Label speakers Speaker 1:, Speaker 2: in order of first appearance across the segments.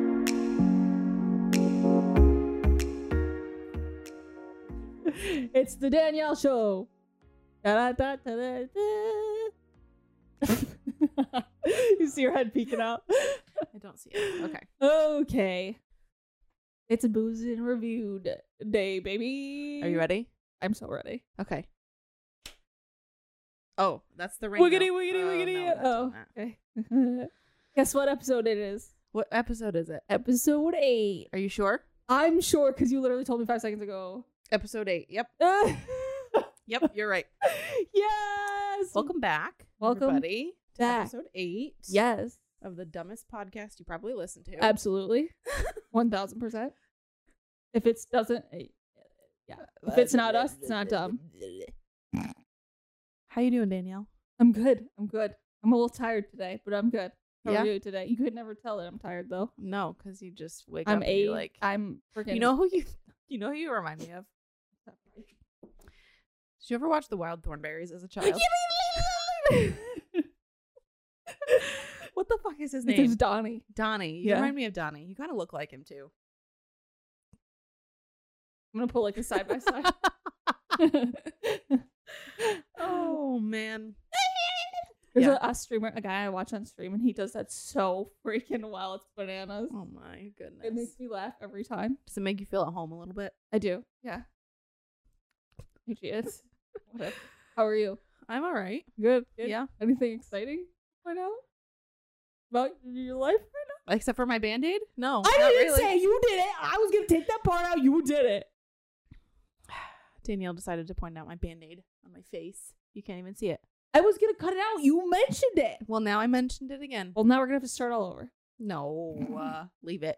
Speaker 1: It's the Danielle Show. Da-da-da-da-da. you see your head peeking out.
Speaker 2: I don't see it. Okay.
Speaker 1: Okay. It's a booze and reviewed day, baby.
Speaker 2: Are you ready?
Speaker 1: I'm so ready.
Speaker 2: Okay. Oh, that's the ring.
Speaker 1: Wiggity,
Speaker 2: note.
Speaker 1: wiggity,
Speaker 2: Oh,
Speaker 1: wiggity.
Speaker 2: no, we're not doing
Speaker 1: oh,
Speaker 2: that.
Speaker 1: okay. Guess what episode it is?
Speaker 2: What episode is it?
Speaker 1: Episode 8.
Speaker 2: Are you sure?
Speaker 1: I'm sure because you literally told me five seconds ago.
Speaker 2: Episode eight. Yep.
Speaker 1: yes.
Speaker 2: Yep. You're right. Welcome back.
Speaker 1: Welcome
Speaker 2: everybody, to
Speaker 1: back.
Speaker 2: episode eight.
Speaker 1: Yes.
Speaker 2: Of the dumbest podcast you probably listened to.
Speaker 1: Absolutely. 1000%. If it doesn't, eh, yeah. If it's not us, it's not dumb.
Speaker 2: How you doing, Danielle?
Speaker 1: I'm good. I'm good. I'm a little tired today, but I'm good. How
Speaker 2: Yeah?
Speaker 1: are you today? You could never tell that I'm tired though.
Speaker 2: No, because you just wake
Speaker 1: I'm
Speaker 2: up and
Speaker 1: a.
Speaker 2: you're like
Speaker 1: am freaking.
Speaker 2: you know who you you know who you remind me of. Did you ever watch The Wild Thornberries as a child? What the fuck is his
Speaker 1: His name's
Speaker 2: name?
Speaker 1: Donnie.
Speaker 2: Donnie. You
Speaker 1: Yeah.
Speaker 2: remind me of Donnie. You kind of look like him too.
Speaker 1: I'm gonna pull like a side by side.
Speaker 2: Oh man.
Speaker 1: There's
Speaker 2: Yeah.
Speaker 1: a, a streamer, a guy I watch on stream, and he does that so freaking well. It's bananas.
Speaker 2: Oh my goodness.
Speaker 1: It makes me laugh every time.
Speaker 2: Does it make you feel at home a little bit?
Speaker 1: I do. Yeah. Here she is. What up? How are you?
Speaker 2: I'm all right.
Speaker 1: Good.
Speaker 2: Yeah.
Speaker 1: Anything exciting right now? About your life?
Speaker 2: Except for my band aid? No.
Speaker 1: I
Speaker 2: not
Speaker 1: didn't
Speaker 2: really.
Speaker 1: say you did it. I was gonna take that part out. You did it.
Speaker 2: Danielle decided to point out my band aid on my face. You can't even see it.
Speaker 1: I was gonna cut it out. You mentioned it.
Speaker 2: Well, now I mentioned it again.
Speaker 1: Well, now we're gonna have to start all over.
Speaker 2: No. Uh, leave it.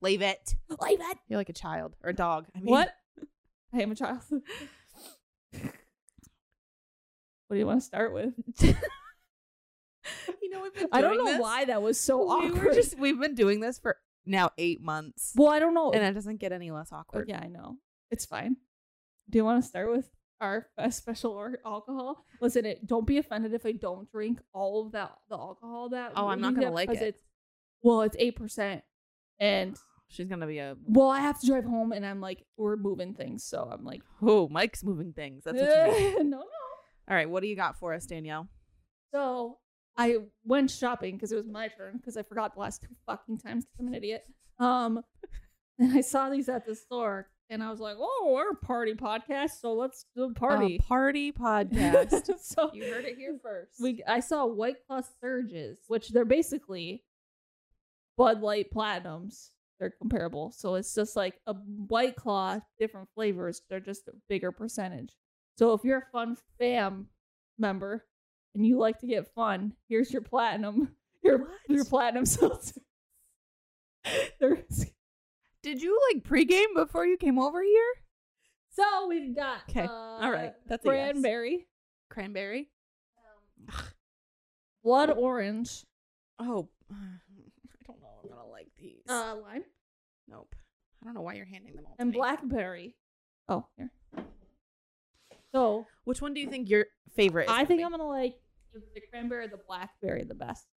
Speaker 2: Leave it.
Speaker 1: Like that.
Speaker 2: You're like a child or a dog. I mean,
Speaker 1: What? I am a child. what do you want to start with?
Speaker 2: You know, we've been
Speaker 1: I don't
Speaker 2: doing
Speaker 1: know
Speaker 2: this-
Speaker 1: why that was so
Speaker 2: we
Speaker 1: awkward.
Speaker 2: were just we've been doing this for now eight months,
Speaker 1: well, I don't know.
Speaker 2: and it doesn't get any less
Speaker 1: Oh,
Speaker 2: awkward.
Speaker 1: yeah, I know. It's fine. Do you want to start with our uh, special or alcohol? Listen, it, don't be offended if I don't drink all of that the alcohol that.
Speaker 2: Oh, I'm not
Speaker 1: we
Speaker 2: gonna
Speaker 1: have,
Speaker 2: like
Speaker 1: 'cause
Speaker 2: it.
Speaker 1: It's, well, it's eight percent, and
Speaker 2: She's gonna be a
Speaker 1: well, I have to drive home, and I'm like, we're moving things, so I'm like,
Speaker 2: oh, Mike's moving things. That's what you mean.
Speaker 1: no, no.
Speaker 2: All right, what do you got for us, Danielle?
Speaker 1: So I went shopping because it was my turn because I forgot the last two fucking times because I'm an idiot. Um, and I saw these at the store, and I was like, oh, we're a party podcast, so let's do a party.
Speaker 2: A Uh, party podcast.
Speaker 1: so
Speaker 2: you heard it here first.
Speaker 1: we I saw White Claw Surges, which they're basically Bud Light Platinums. They're comparable. So it's just like a White Claw, different flavors. They're just a bigger percentage. So if you're a fun fam member and you like to get fun, here's your platinum. Your your platinum seltzer. There is-
Speaker 2: Did you like pregame before you came over here?
Speaker 1: so we've got
Speaker 2: 'Kay.
Speaker 1: uh,
Speaker 2: All right. That's a yes.
Speaker 1: cranberry,
Speaker 2: Cranberry.
Speaker 1: blood orange,
Speaker 2: Oh, I don't know. I'm gonna like these.
Speaker 1: uh, lime,
Speaker 2: nope. I don't know why you're handing them all. to
Speaker 1: and
Speaker 2: me.
Speaker 1: blackberry. Oh, here. So
Speaker 2: Which one do you think your favorite? Is
Speaker 1: I think I'm
Speaker 2: gonna
Speaker 1: gonna like the, the cranberry, the blackberry, the best.
Speaker 2: be?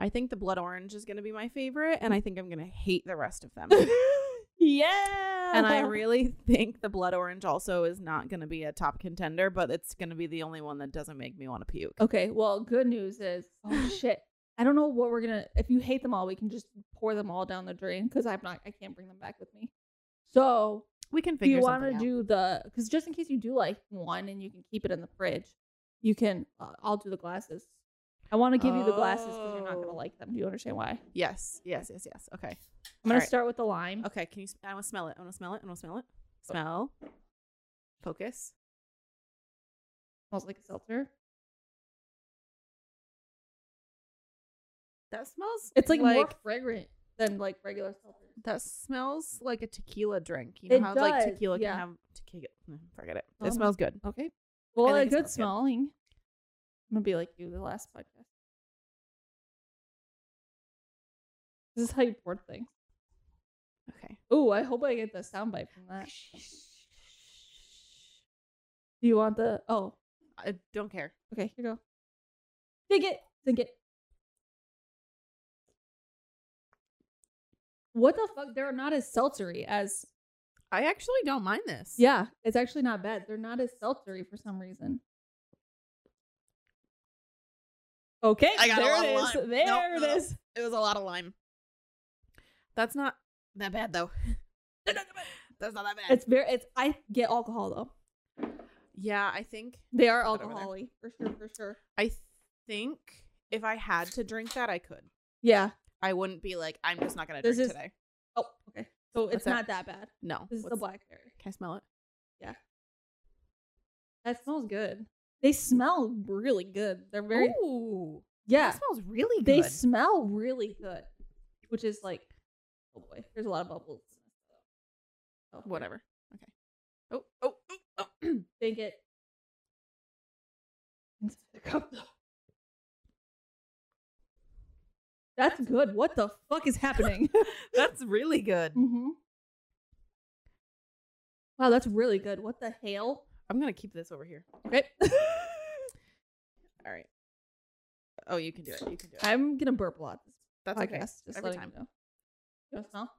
Speaker 2: I think the blood orange is gonna be my favorite, and I think I'm gonna hate the rest of them.
Speaker 1: yeah.
Speaker 2: and I really think the blood orange also is not gonna be a top contender, but it's gonna be the only one that doesn't make me want to puke.
Speaker 1: okay. Well, good news is, oh shit. I don't know what we're gonna. If you hate them all, we can just pour them all down the drain because I'm not. I can't bring them back with me. So
Speaker 2: We can
Speaker 1: do
Speaker 2: figure
Speaker 1: you want
Speaker 2: something
Speaker 1: to
Speaker 2: out.
Speaker 1: do the? Because just in case you do like one and you can keep it in the fridge, you can. Uh, I'll do the glasses. I want to give you the glasses because you're not
Speaker 2: Oh.
Speaker 1: gonna like them. Do you understand why? I'm
Speaker 2: yes, yes, yes, yes. Okay,
Speaker 1: gonna
Speaker 2: Alright.
Speaker 1: start with the lime.
Speaker 2: okay. Can you? s- I want to smell it. I want to smell it. I want to smell it. Smell. Focus.
Speaker 1: Smells like a seltzer.
Speaker 2: That smells.
Speaker 1: It's like, more fragrant than like regular seltzer.
Speaker 2: That smells like a tequila drink. You know
Speaker 1: It
Speaker 2: how like
Speaker 1: does,
Speaker 2: tequila
Speaker 1: yeah.
Speaker 2: can have tequila. mm, Forget it.
Speaker 1: Um,
Speaker 2: it smells good.
Speaker 1: Okay. Well,
Speaker 2: think
Speaker 1: a
Speaker 2: it
Speaker 1: good
Speaker 2: smells good.
Speaker 1: smelling. I'm gonna be like you the last podcast. This is how you pour things.
Speaker 2: Okay.
Speaker 1: Oh, I hope I get the soundbite from that. Do you want the? Oh,
Speaker 2: I don't care.
Speaker 1: okay. Here you go. Dig it. Dig it. What the fuck? They're not as seltzery as
Speaker 2: I actually don't mind this.
Speaker 1: Yeah, it's actually not bad. They're not as seltzery for some reason. Okay,
Speaker 2: I got a
Speaker 1: there
Speaker 2: lot
Speaker 1: it
Speaker 2: of
Speaker 1: is.
Speaker 2: lime.
Speaker 1: There
Speaker 2: No,
Speaker 1: it
Speaker 2: no.
Speaker 1: is.
Speaker 2: It was a lot of lime. That's not that bad though. That's not that bad.
Speaker 1: It's very. It's. I get alcohol though.
Speaker 2: yeah, I think
Speaker 1: They are
Speaker 2: Put it over there.
Speaker 1: alcoholic for sure. For sure.
Speaker 2: I think if I had to drink that, I could.
Speaker 1: Yeah.
Speaker 2: I wouldn't be like, I'm just not gonna
Speaker 1: This
Speaker 2: drink
Speaker 1: is-
Speaker 2: today.
Speaker 1: Oh, okay. So it's
Speaker 2: What's that?
Speaker 1: not that bad.
Speaker 2: No.
Speaker 1: This is the
Speaker 2: What's-
Speaker 1: blackberry.
Speaker 2: Can I smell it?
Speaker 1: That smells good. They smell really good. They're very.
Speaker 2: Ooh,
Speaker 1: yeah.
Speaker 2: that smells really
Speaker 1: They
Speaker 2: Oh, good.
Speaker 1: smell really good, which is like, oh boy, there's a lot of bubbles. Oh,
Speaker 2: Whatever. Okay. Oh, oh, oh, oh.
Speaker 1: Think it. Into the cup. That's good. What the fuck is happening?
Speaker 2: That's really good.
Speaker 1: hmm Wow, that's really good. What the hell?
Speaker 2: I'm gonna keep this over here.
Speaker 1: Okay.
Speaker 2: All right. Oh, you can do it. You can do it.
Speaker 1: I'm gonna burp a lot this
Speaker 2: That's
Speaker 1: podcast.
Speaker 2: okay.
Speaker 1: Just
Speaker 2: Every
Speaker 1: letting
Speaker 2: time.
Speaker 1: you know. You wanna smell?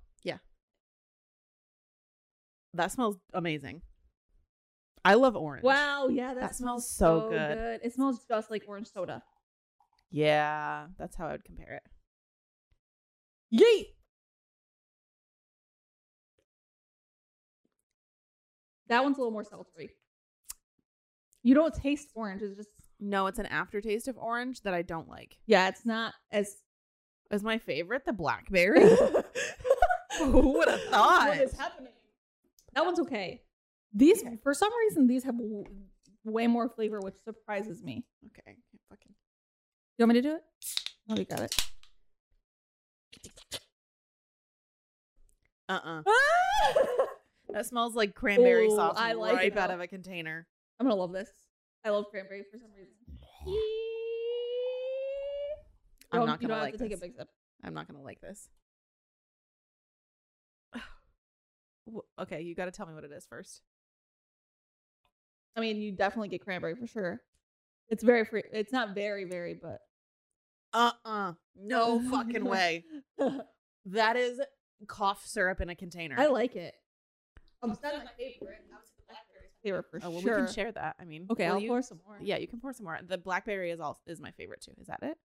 Speaker 2: That smells amazing. I love orange.
Speaker 1: Wow, yeah, that,
Speaker 2: That
Speaker 1: smells,
Speaker 2: smells so good.
Speaker 1: good. It smells just like orange soda.
Speaker 2: Yeah, that's how I would compare it.
Speaker 1: Yeet. That one's a little more seltzery. You don't taste orange. It's just
Speaker 2: No, it's an aftertaste of orange that I don't like.
Speaker 1: yeah, it's not as
Speaker 2: Is my favorite the blackberry? Who would have thought?
Speaker 1: What is happening? That one's okay. These for some reason these have w- way more flavor, which surprises me.
Speaker 2: Okay, fucking.
Speaker 1: You want me to do it? Oh, you got it.
Speaker 2: Uh uh That smells like cranberry
Speaker 1: Ooh,
Speaker 2: sauce
Speaker 1: I like
Speaker 2: right
Speaker 1: it
Speaker 2: out
Speaker 1: though.
Speaker 2: of a container.
Speaker 1: I'm gonna love this. I love cranberry for some reason.
Speaker 2: I'm
Speaker 1: Don't-
Speaker 2: not
Speaker 1: you
Speaker 2: gonna
Speaker 1: don't
Speaker 2: like
Speaker 1: have to take a
Speaker 2: this.
Speaker 1: big sip.
Speaker 2: I'm not gonna like this. Wh- okay, you got to tell me what it is first.
Speaker 1: I mean, you definitely get cranberry for sure. It's very free. It's not very very, but
Speaker 2: Uh uh No fucking way. That is cough syrup in a container.
Speaker 1: I like it. I'm not my favorite. I was the blackberry's favorite for
Speaker 2: Oh, well,
Speaker 1: sure.
Speaker 2: we can share that. I mean,
Speaker 1: Okay,
Speaker 2: will
Speaker 1: I'll
Speaker 2: you-
Speaker 1: pour some more.
Speaker 2: Yeah, you can pour some more. The blackberry is all is my favorite too. Is that it?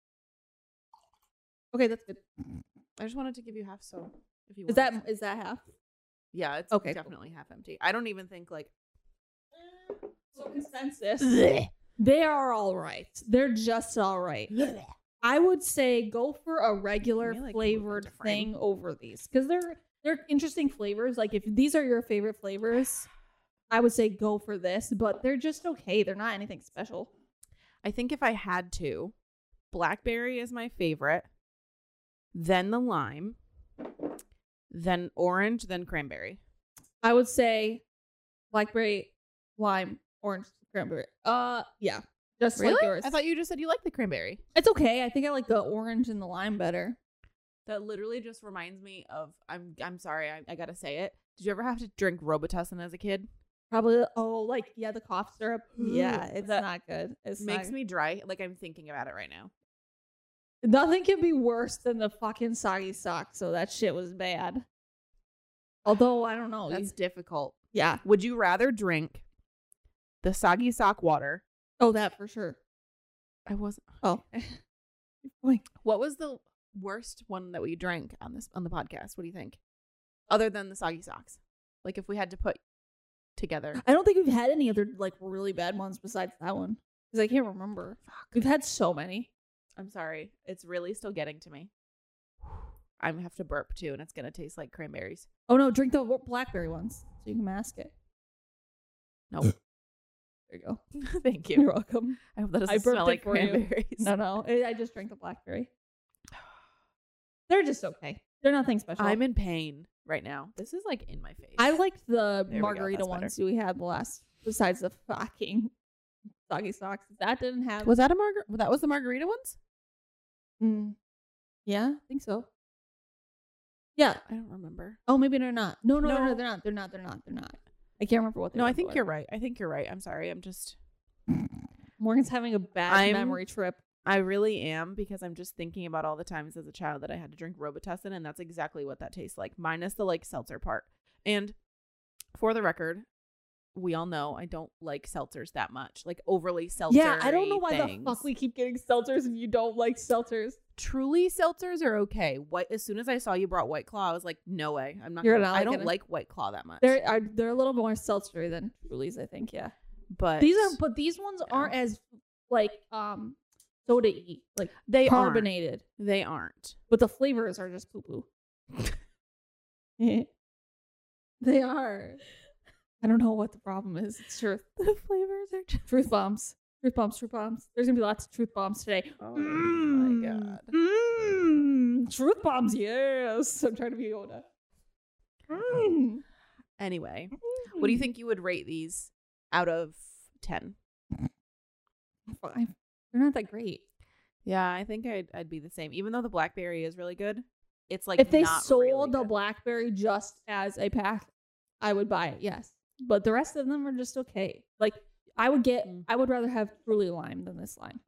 Speaker 1: Okay, that's good.
Speaker 2: I just wanted to give you half. So if you
Speaker 1: Is
Speaker 2: want
Speaker 1: that is that half?
Speaker 2: yeah, it's
Speaker 1: Okay, cool.
Speaker 2: definitely half empty. I don't even think like
Speaker 1: So consensus. They are all right. They're just all right. I would say go for a regular
Speaker 2: Maybe, like, move them
Speaker 1: flavored
Speaker 2: to frame.
Speaker 1: thing over these because they're they're interesting flavors. Like if these are your favorite flavors, I would say go for this. But they're just okay. They're not anything special.
Speaker 2: I think if I had to, blackberry is my favorite, then the lime, then orange, then cranberry.
Speaker 1: I would say blackberry, lime, orange, cranberry. Uh, yeah, just like yours.
Speaker 2: I thought you just said you liked the cranberry.
Speaker 1: it's okay. I think I like the orange and the lime better.
Speaker 2: That literally just reminds me of I'm I'm sorry I, I gotta say it. Did you ever have to drink Robitussin as a kid?
Speaker 1: Probably. Oh, like yeah, the cough syrup. Yeah, it's
Speaker 2: That
Speaker 1: not good. It's
Speaker 2: makes
Speaker 1: not-
Speaker 2: me dry. Like I'm thinking about it right now.
Speaker 1: Nothing can be worse than the fucking soggy sock. So that shit was bad. Although I don't know. you-
Speaker 2: That's difficult.
Speaker 1: yeah.
Speaker 2: Would you rather drink the soggy sock water?
Speaker 1: Oh, that for sure.
Speaker 2: I wasn't.
Speaker 1: Oh. like
Speaker 2: What was the worst one that we drank on this on the podcast? What do you think? Other than the soggy socks, like if we had to put together.
Speaker 1: I don't think we've had any other like really bad ones besides that one because I can't remember. We've had so many.
Speaker 2: I'm sorry, it's really still getting to me. I'm gonna have to burp too, and it's gonna taste like cranberries.
Speaker 1: Oh no, drink the wa- blackberry ones so you can mask it.
Speaker 2: Nope.
Speaker 1: There you go.
Speaker 2: Thank
Speaker 1: You're
Speaker 2: you.
Speaker 1: welcome.
Speaker 2: I hope that
Speaker 1: I
Speaker 2: doesn't smell
Speaker 1: burped it
Speaker 2: like
Speaker 1: for you.
Speaker 2: cranberries.
Speaker 1: No, no, I I just drank the blackberry. They're just okay. They're nothing special.
Speaker 2: I'm in pain right now. This is like in my face.
Speaker 1: I liked the
Speaker 2: we go,
Speaker 1: margarita
Speaker 2: that's better.
Speaker 1: ones we had the last, besides the fucking soggy socks. That didn't have.
Speaker 2: Was that a margar? That was the margarita ones.
Speaker 1: Mm. yeah, I think so. Yeah.
Speaker 2: I don't remember.
Speaker 1: Oh, maybe they're not. No, no, no, no,
Speaker 2: No.
Speaker 1: they're not. They're not. They're not. They're not. I can't remember what. They
Speaker 2: No,
Speaker 1: were
Speaker 2: I think
Speaker 1: for.
Speaker 2: you're right. I think you're right. I'm sorry. I'm just.
Speaker 1: Morgan's having a bad
Speaker 2: I'm-
Speaker 1: memory trip.
Speaker 2: I really am because I'm just thinking about all the times as a child that I had to drink Robitussin, and that's exactly what that tastes like, minus the like seltzer part. And for the record, we all know I don't like seltzers that much, like overly seltzer.
Speaker 1: yeah, I don't know why the fuck we keep getting seltzers and you don't like seltzers.
Speaker 2: truly seltzers are okay. White. As soon as I saw you brought White Claw, I was like, no way. I'm not.
Speaker 1: You're
Speaker 2: gonna,
Speaker 1: not
Speaker 2: I don't
Speaker 1: gonna-
Speaker 2: like White Claw that much.
Speaker 1: They're are, they're a little more seltzery than Truly's, I think. Yeah,
Speaker 2: but
Speaker 1: these are but these ones aren't as like um soda y like
Speaker 2: they aren't.
Speaker 1: carbonated,
Speaker 2: They aren't.
Speaker 1: but the flavors are just poo poo. they are. I don't know what the problem is. It's truth,
Speaker 2: The flavors are just.
Speaker 1: truth bombs, truth bombs, truth bombs. There's gonna be lots of truth bombs today.
Speaker 2: Oh
Speaker 1: Mm, mm, truth bombs, yes. I'm trying to be Yoda. Mm.
Speaker 2: Anyway, what
Speaker 1: Mmm.
Speaker 2: do you think you would rate these out of ten?
Speaker 1: Five. They're not that great.
Speaker 2: Yeah, I think I'd I'd be the same. Even though the blackberry is really good, it's like
Speaker 1: if they
Speaker 2: not
Speaker 1: sold
Speaker 2: really
Speaker 1: the
Speaker 2: good.
Speaker 1: blackberry just as a pack i would buy it yes but the rest of them are just okay like i would get
Speaker 2: Mm.
Speaker 1: i would rather have truly lime than this lime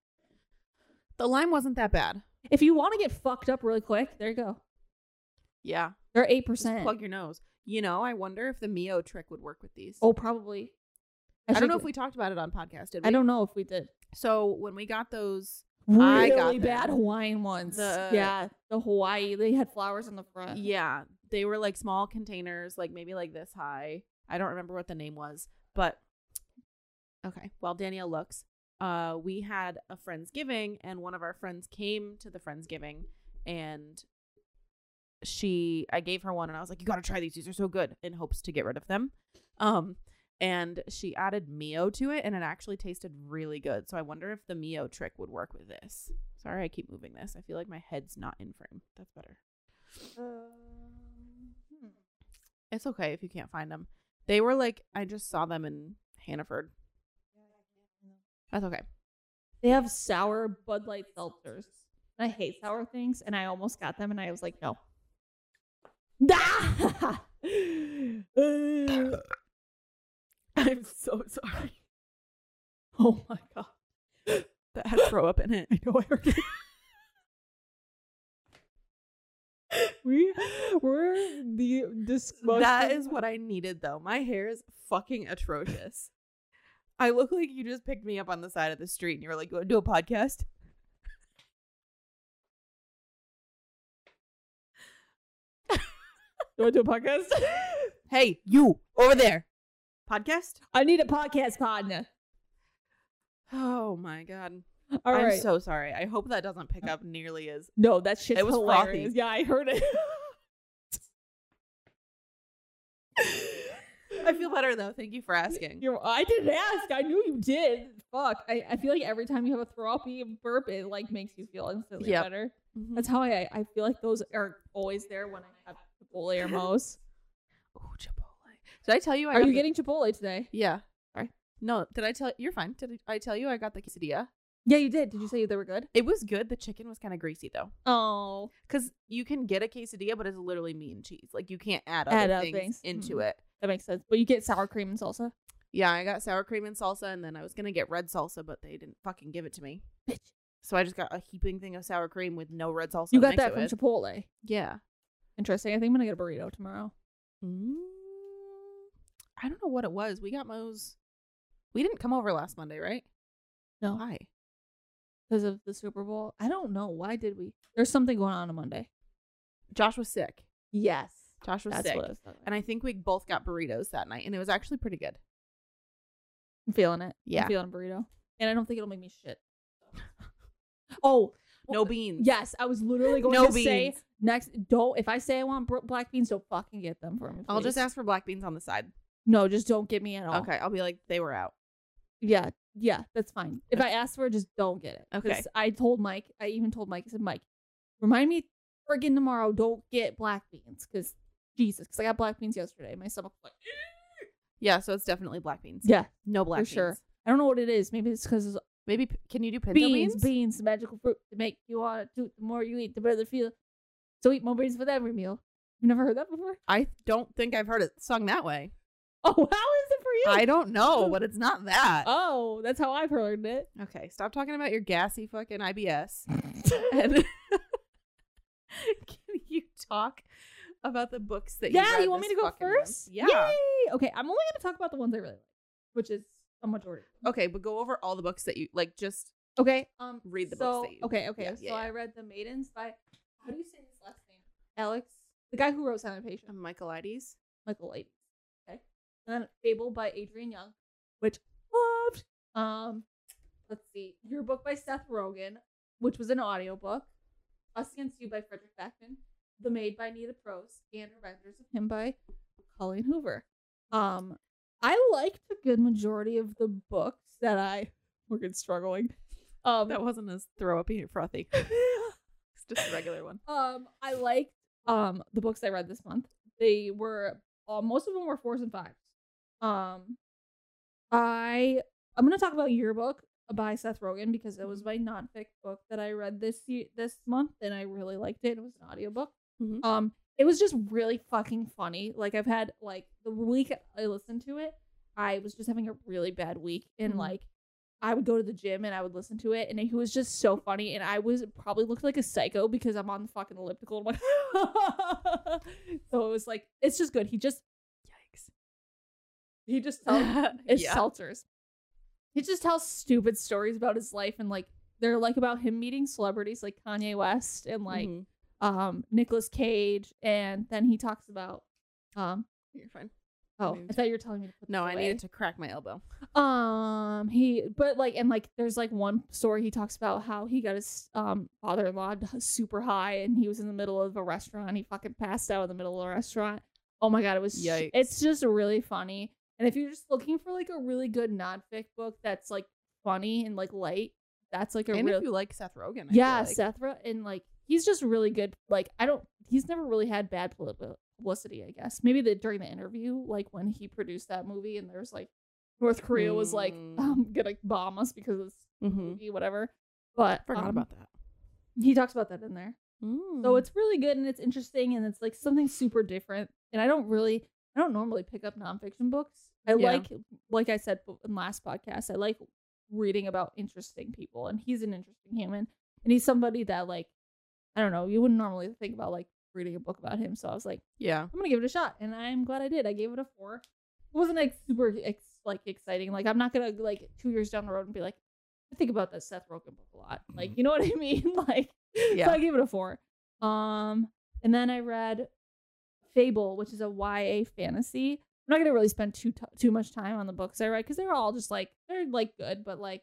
Speaker 2: the lime wasn't that bad.
Speaker 1: if you want to get fucked up really quick there you go
Speaker 2: Yeah,
Speaker 1: they're
Speaker 2: just
Speaker 1: 8%
Speaker 2: plug your nose. You know, I wonder if the Mio trick would work with these.
Speaker 1: oh probably
Speaker 2: I don't know
Speaker 1: should-
Speaker 2: if we talked about it on podcast. Did we?
Speaker 1: i don't know if we did
Speaker 2: So when we got those, I
Speaker 1: really
Speaker 2: got them.
Speaker 1: bad hawaiian ones
Speaker 2: The-
Speaker 1: yeah the hawaii they had flowers on the front
Speaker 2: yeah, they were like small containers, like maybe like this high. I don't remember what the name was, but okay. While Danielle looks, uh, we had a friendsgiving, and one of our friends came to the friendsgiving, and she, I gave her one, and I was like, "You got to try these; these are so good." In hopes to get rid of them, um, and she added Mio to it, and it actually tasted really good. So I wonder if the Mio trick would work with this. Sorry, I keep moving this. I feel like my head's not in frame. That's better.
Speaker 1: Uh, hmm.
Speaker 2: It's okay if you can't find them. They were like I just saw them in Hannaford. That's okay.
Speaker 1: they have sour bud light seltzers i hate sour things and i almost got them and i was like no Ah! oh
Speaker 2: I'm so sorry.
Speaker 1: Oh my god
Speaker 2: That had throw up in it. I know I heard it.
Speaker 1: we were the disgusting
Speaker 2: That is what I needed though. My hair is fucking atrocious. I look like you just picked me up on the side of the street and you were like, "You want to do a podcast?"
Speaker 1: you want to do a podcast
Speaker 2: Hey, you over there. Podcast?
Speaker 1: i need a podcast partner
Speaker 2: Oh my god.
Speaker 1: All
Speaker 2: I'm
Speaker 1: right.
Speaker 2: so sorry. I hope that doesn't pick up nearly as
Speaker 1: no that shit's
Speaker 2: It was
Speaker 1: hilarious
Speaker 2: frothy.
Speaker 1: yeah i heard it
Speaker 2: I feel better though. Thank you for asking.
Speaker 1: You I didn't ask. I knew you did. Fuck. I, I feel like every time you have a throw up, you burp, it like makes you feel instantly
Speaker 2: Yep.
Speaker 1: better.
Speaker 2: Mhm.
Speaker 1: That's how I I feel like those are always there when I have Chipotle or Mo's.
Speaker 2: Ooh, Chipotle. Did I tell you? I
Speaker 1: are
Speaker 2: got
Speaker 1: you
Speaker 2: the-
Speaker 1: getting Chipotle today?
Speaker 2: Yeah.
Speaker 1: Sorry.
Speaker 2: No, did I tell you're fine? Did I tell you I got the quesadilla?
Speaker 1: Yeah, you did. Did you say they were good?
Speaker 2: It was good. The chicken was kind of greasy though,
Speaker 1: Oh,
Speaker 2: because you can get a quesadilla, but it's literally meat and cheese. Like you can't add other
Speaker 1: Add up
Speaker 2: things,
Speaker 1: things.
Speaker 2: into
Speaker 1: Mhm.
Speaker 2: it.
Speaker 1: that makes sense. But you get sour cream and salsa.
Speaker 2: Yeah, I got sour cream and salsa, and then I was gonna get red salsa, but they didn't fucking give it to me.
Speaker 1: Bitch.
Speaker 2: So I just got a heaping thing of sour cream with no red salsa.
Speaker 1: You
Speaker 2: to
Speaker 1: got
Speaker 2: mix
Speaker 1: that
Speaker 2: it
Speaker 1: from
Speaker 2: with.
Speaker 1: Chipotle.
Speaker 2: yeah.
Speaker 1: Interesting. I think I'm gonna get a burrito tomorrow.
Speaker 2: Mm, I don't know what it was. We got Moe's. We didn't come over last Monday, right?
Speaker 1: No,
Speaker 2: Why?
Speaker 1: because of the Super Bowl. I don't know why did we. There's something going on on Monday.
Speaker 2: Josh was sick.
Speaker 1: Yes,
Speaker 2: Josh was
Speaker 1: that's
Speaker 2: sick.
Speaker 1: what I was. Talking.
Speaker 2: and I think we both got burritos that night, and it was actually pretty good.
Speaker 1: I'm feeling it.
Speaker 2: Yeah.
Speaker 1: I'm feeling a burrito. And I don't think it'll make me shit. Oh,
Speaker 2: No beans.
Speaker 1: yes. I was literally going
Speaker 2: No
Speaker 1: to say
Speaker 2: beans.
Speaker 1: next, don't, if I say I want br- black beans, don't fucking get them for me.
Speaker 2: I'll just
Speaker 1: please.
Speaker 2: ask for black beans on the side.
Speaker 1: No, just don't get me at all.
Speaker 2: Okay, I'll be like, they were out.
Speaker 1: Yeah. Yeah. That's fine. If I ask for it, just don't get it. 'Cause
Speaker 2: Okay.
Speaker 1: I told Mike, I even told Mike, I said, Mike, remind me friggin' tomorrow, don't get black beans. Cause Jesus, cause I got black beans yesterday. My stomach, was like,
Speaker 2: Yeah, so it's definitely black beans.
Speaker 1: yeah.
Speaker 2: no black
Speaker 1: for
Speaker 2: beans.
Speaker 1: sure. I don't know what it is. Maybe it's cause it's
Speaker 2: Maybe p- can you do pinto
Speaker 1: beans,
Speaker 2: beans?
Speaker 1: beans, the magical fruit to make you want it to. The more you eat, the better the feel. So eat more beans with every meal. You've never heard that before?
Speaker 2: I don't think I've heard it sung that way.
Speaker 1: Oh, how is it for you?
Speaker 2: I don't know, but it's not that.
Speaker 1: oh, that's how I've heard it.
Speaker 2: Okay, stop talking about your gassy fucking IBS. and can you talk about the books that you
Speaker 1: yeah,
Speaker 2: read
Speaker 1: you want me
Speaker 2: this
Speaker 1: to go
Speaker 2: fucking month.
Speaker 1: first?
Speaker 2: Yeah.
Speaker 1: Yay! Okay, I'm only going to talk about the ones I really like, which is a majority.
Speaker 2: Okay, but go over all the books that you like. Just
Speaker 1: Okay. Um,
Speaker 2: Read the books
Speaker 1: so,
Speaker 2: that you-
Speaker 1: Okay, okay.
Speaker 2: yeah,
Speaker 1: so
Speaker 2: yeah, yeah.
Speaker 1: I read The Maidens by how do you say his last name? Alex, the guy who wrote Silent Patient,
Speaker 2: Michaelides.
Speaker 1: Michael Light. Okay, and then Fable by Adrian Young, which loved. Um, let's see, Your Book by Seth Rogen, which was an audiobook. Us Against You by Frederick Backman, The Maid by Nita Prose, and Revengers of Him by Colleen Hoover. Um, I liked a good majority of the books that I. We're good struggling. Um,
Speaker 2: That wasn't as throw up and frothy. It's just a regular one.
Speaker 1: Um, I liked um the books I read this month. They were uh, most of them were fours and fives. Um, I I'm gonna talk about your book by Seth Rogen because it was my nonfic book that I read this ye- this month and I really liked it. It was an audiobook.
Speaker 2: Mhm.
Speaker 1: Um, it was just really fucking funny. Like I've had like the week I listened to it, I was just having a really bad week and
Speaker 2: Mhm.
Speaker 1: like I would go to the gym and I would listen to it, and he was just so funny. And I was probably looked like a psycho because I'm on the fucking elliptical. And I'm like, so it was like it's just good. He just
Speaker 2: Yikes.
Speaker 1: he just tells it's
Speaker 2: yeah.
Speaker 1: seltzers. He just tells stupid stories about his life and like they're like about him meeting celebrities like Kanye West and like
Speaker 2: Mhm.
Speaker 1: um Nicolas Cage, and then he talks about um
Speaker 2: you're fine.
Speaker 1: oh
Speaker 2: Moved.
Speaker 1: I thought you were telling me to put
Speaker 2: No,
Speaker 1: this
Speaker 2: I needed
Speaker 1: away.
Speaker 2: to crack my elbow.
Speaker 1: Um, he but like and like there's like one story he talks about how he got his um father-in-law d- super high and he was in the middle of a restaurant. He fucking passed out in the middle of a restaurant. Oh my god, it was
Speaker 2: Yikes.
Speaker 1: it's just really funny. And if you're just looking for like a really good nonfic book that's like funny and like light, that's like a
Speaker 2: And
Speaker 1: real
Speaker 2: if you like Seth Rogen, I feel
Speaker 1: yeah,
Speaker 2: like.
Speaker 1: Seth Ro- and like he's just really good. Like I don't, he's never really had bad pub- publicity. I guess maybe the during the interview, like when he produced that movie, and there's like North Korea was like
Speaker 2: Mm.
Speaker 1: um gonna bomb us because of this
Speaker 2: Mhm.
Speaker 1: movie, whatever. But
Speaker 2: Forgot
Speaker 1: um,
Speaker 2: about that.
Speaker 1: he talks about that in there,
Speaker 2: mm. Mm-hmm.
Speaker 1: so it's really good and it's interesting and it's like something super different. And I don't really, I don't normally pick up nonfiction books. I
Speaker 2: Yeah.
Speaker 1: like, like I said in last podcast, I like reading about interesting people, and he's an interesting human, and he's somebody that like, I don't know, you wouldn't normally think about like reading a book about him. So I was like,
Speaker 2: yeah.
Speaker 1: I'm gonna give it a shot, and I'm glad I did. I gave it a four. It wasn't like super ex- like exciting. Like I'm not gonna like two years down the road and be like, I think about that Seth Rogen book a lot. Like you know what I mean? Like
Speaker 2: Yeah.
Speaker 1: so I gave it a four. Um, and then I read Fable, which is a YA fantasy. I'm not gonna really spend too t- too much time on the books I read because they're all just like they're like good, but like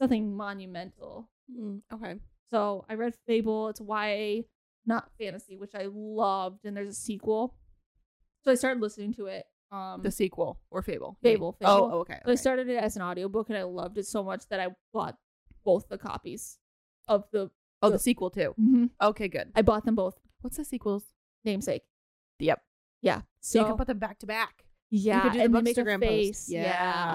Speaker 1: nothing monumental.
Speaker 2: Mm, okay.
Speaker 1: So I read Fable. It's YA, not fantasy, which I loved, and there's a sequel. So I started listening to it. Um,
Speaker 2: The sequel or Fable. you mean.
Speaker 1: Fable, Fable.
Speaker 2: Oh, oh, okay.
Speaker 1: So I
Speaker 2: okay.
Speaker 1: started it as an audiobook, and I loved it so much that I bought both the copies of the.
Speaker 2: oh, the sequel too.
Speaker 1: Mhm.
Speaker 2: Okay, good.
Speaker 1: I bought them both
Speaker 2: What's the sequels?
Speaker 1: namesake.
Speaker 2: Yep.
Speaker 1: Yeah. So,
Speaker 2: So you can put them back to back.
Speaker 1: yeah,
Speaker 2: could do the
Speaker 1: and they make a
Speaker 2: Bookstagram post.
Speaker 1: face.
Speaker 2: Yeah,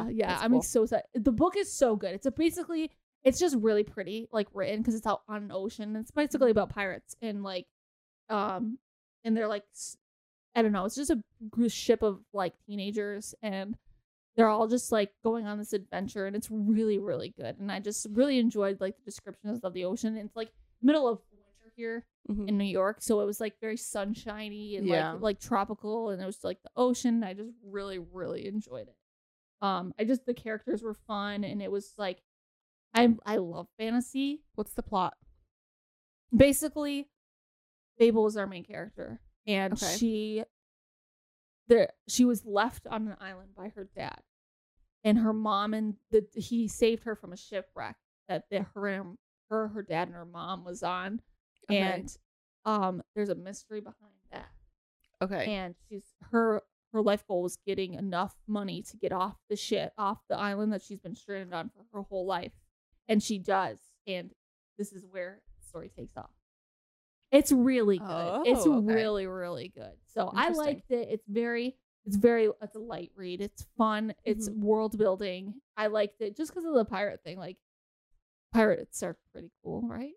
Speaker 1: Yeah, yeah.
Speaker 2: that's
Speaker 1: I'm
Speaker 2: cool.
Speaker 1: so excited. The book is so good. It's a basically, it's just really pretty, like written because it's out on an ocean. It's basically about pirates and like, um, and they're like, s- I don't know. It's just a gr- ship of like teenagers and. They're all just like going on this adventure, and it's really, really good. And I just really enjoyed like the descriptions of the ocean. It's like middle of winter here,
Speaker 2: Mm-hmm.
Speaker 1: in New York, so it was like very sunshiny and
Speaker 2: Yeah.
Speaker 1: like like tropical, and it was like the ocean. I just really really enjoyed it. Um, I just the characters were fun, and it was like I I love fantasy.
Speaker 2: What's the plot?
Speaker 1: Basically, Fable is our main character, and
Speaker 2: Okay.
Speaker 1: she there she was left on an island by her dad, and her mom and the he saved her from a shipwreck that the, her and her her dad and her mom was on
Speaker 2: Okay.
Speaker 1: and um there's a mystery behind that
Speaker 2: Okay.
Speaker 1: and she's her her life goal was getting enough money to get off the shit off the island that she's been stranded on for her whole life and she does and this is where the story takes off it's really good it's
Speaker 2: Oh, okay.
Speaker 1: really really good so i
Speaker 2: Interesting.
Speaker 1: liked it it's very it's very uh, it's a light read it's fun it's world building i liked it just because of the pirate thing like pirates are pretty cool right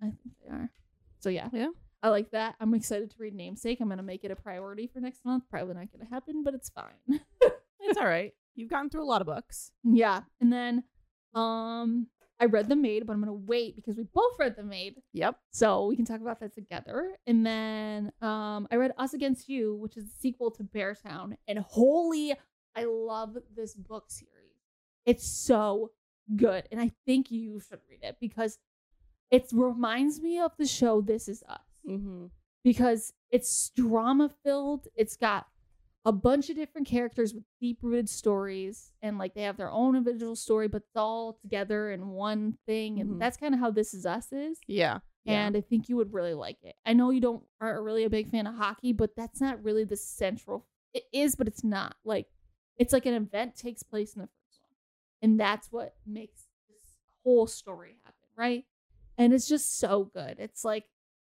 Speaker 1: i think they are so yeah
Speaker 2: yeah.
Speaker 1: I like that. I'm excited to read Namesake. I'm going to make it a priority for next month. Probably not going to happen, but it's fine.
Speaker 2: It's all right. You've gone through a lot of books.
Speaker 1: yeah. And then um I read The Maid, but I'm gonna wait because we both read The Maid,
Speaker 2: Yep.
Speaker 1: so we can talk about that together. And then um, I read Us Against You, which is the sequel to Beartown, and holy, I love this book series. It's so good, and I think you should read it because it reminds me of the show This Is Us
Speaker 2: Mm-hmm.
Speaker 1: because it's drama filled. It's got a bunch of different characters with deep rooted stories, and like they have their own individual story, but it's all together in one thing. And
Speaker 2: Mhm.
Speaker 1: that's kind of how This Is Us is.
Speaker 2: Yeah. Yeah.
Speaker 1: And I think you would really like it. I know you don't are really a big fan of hockey, but that's not really the central. It is, but it's not. Like it's like an event takes place in the first one, and that's what makes this whole story happen, right? And it's just so good. It's like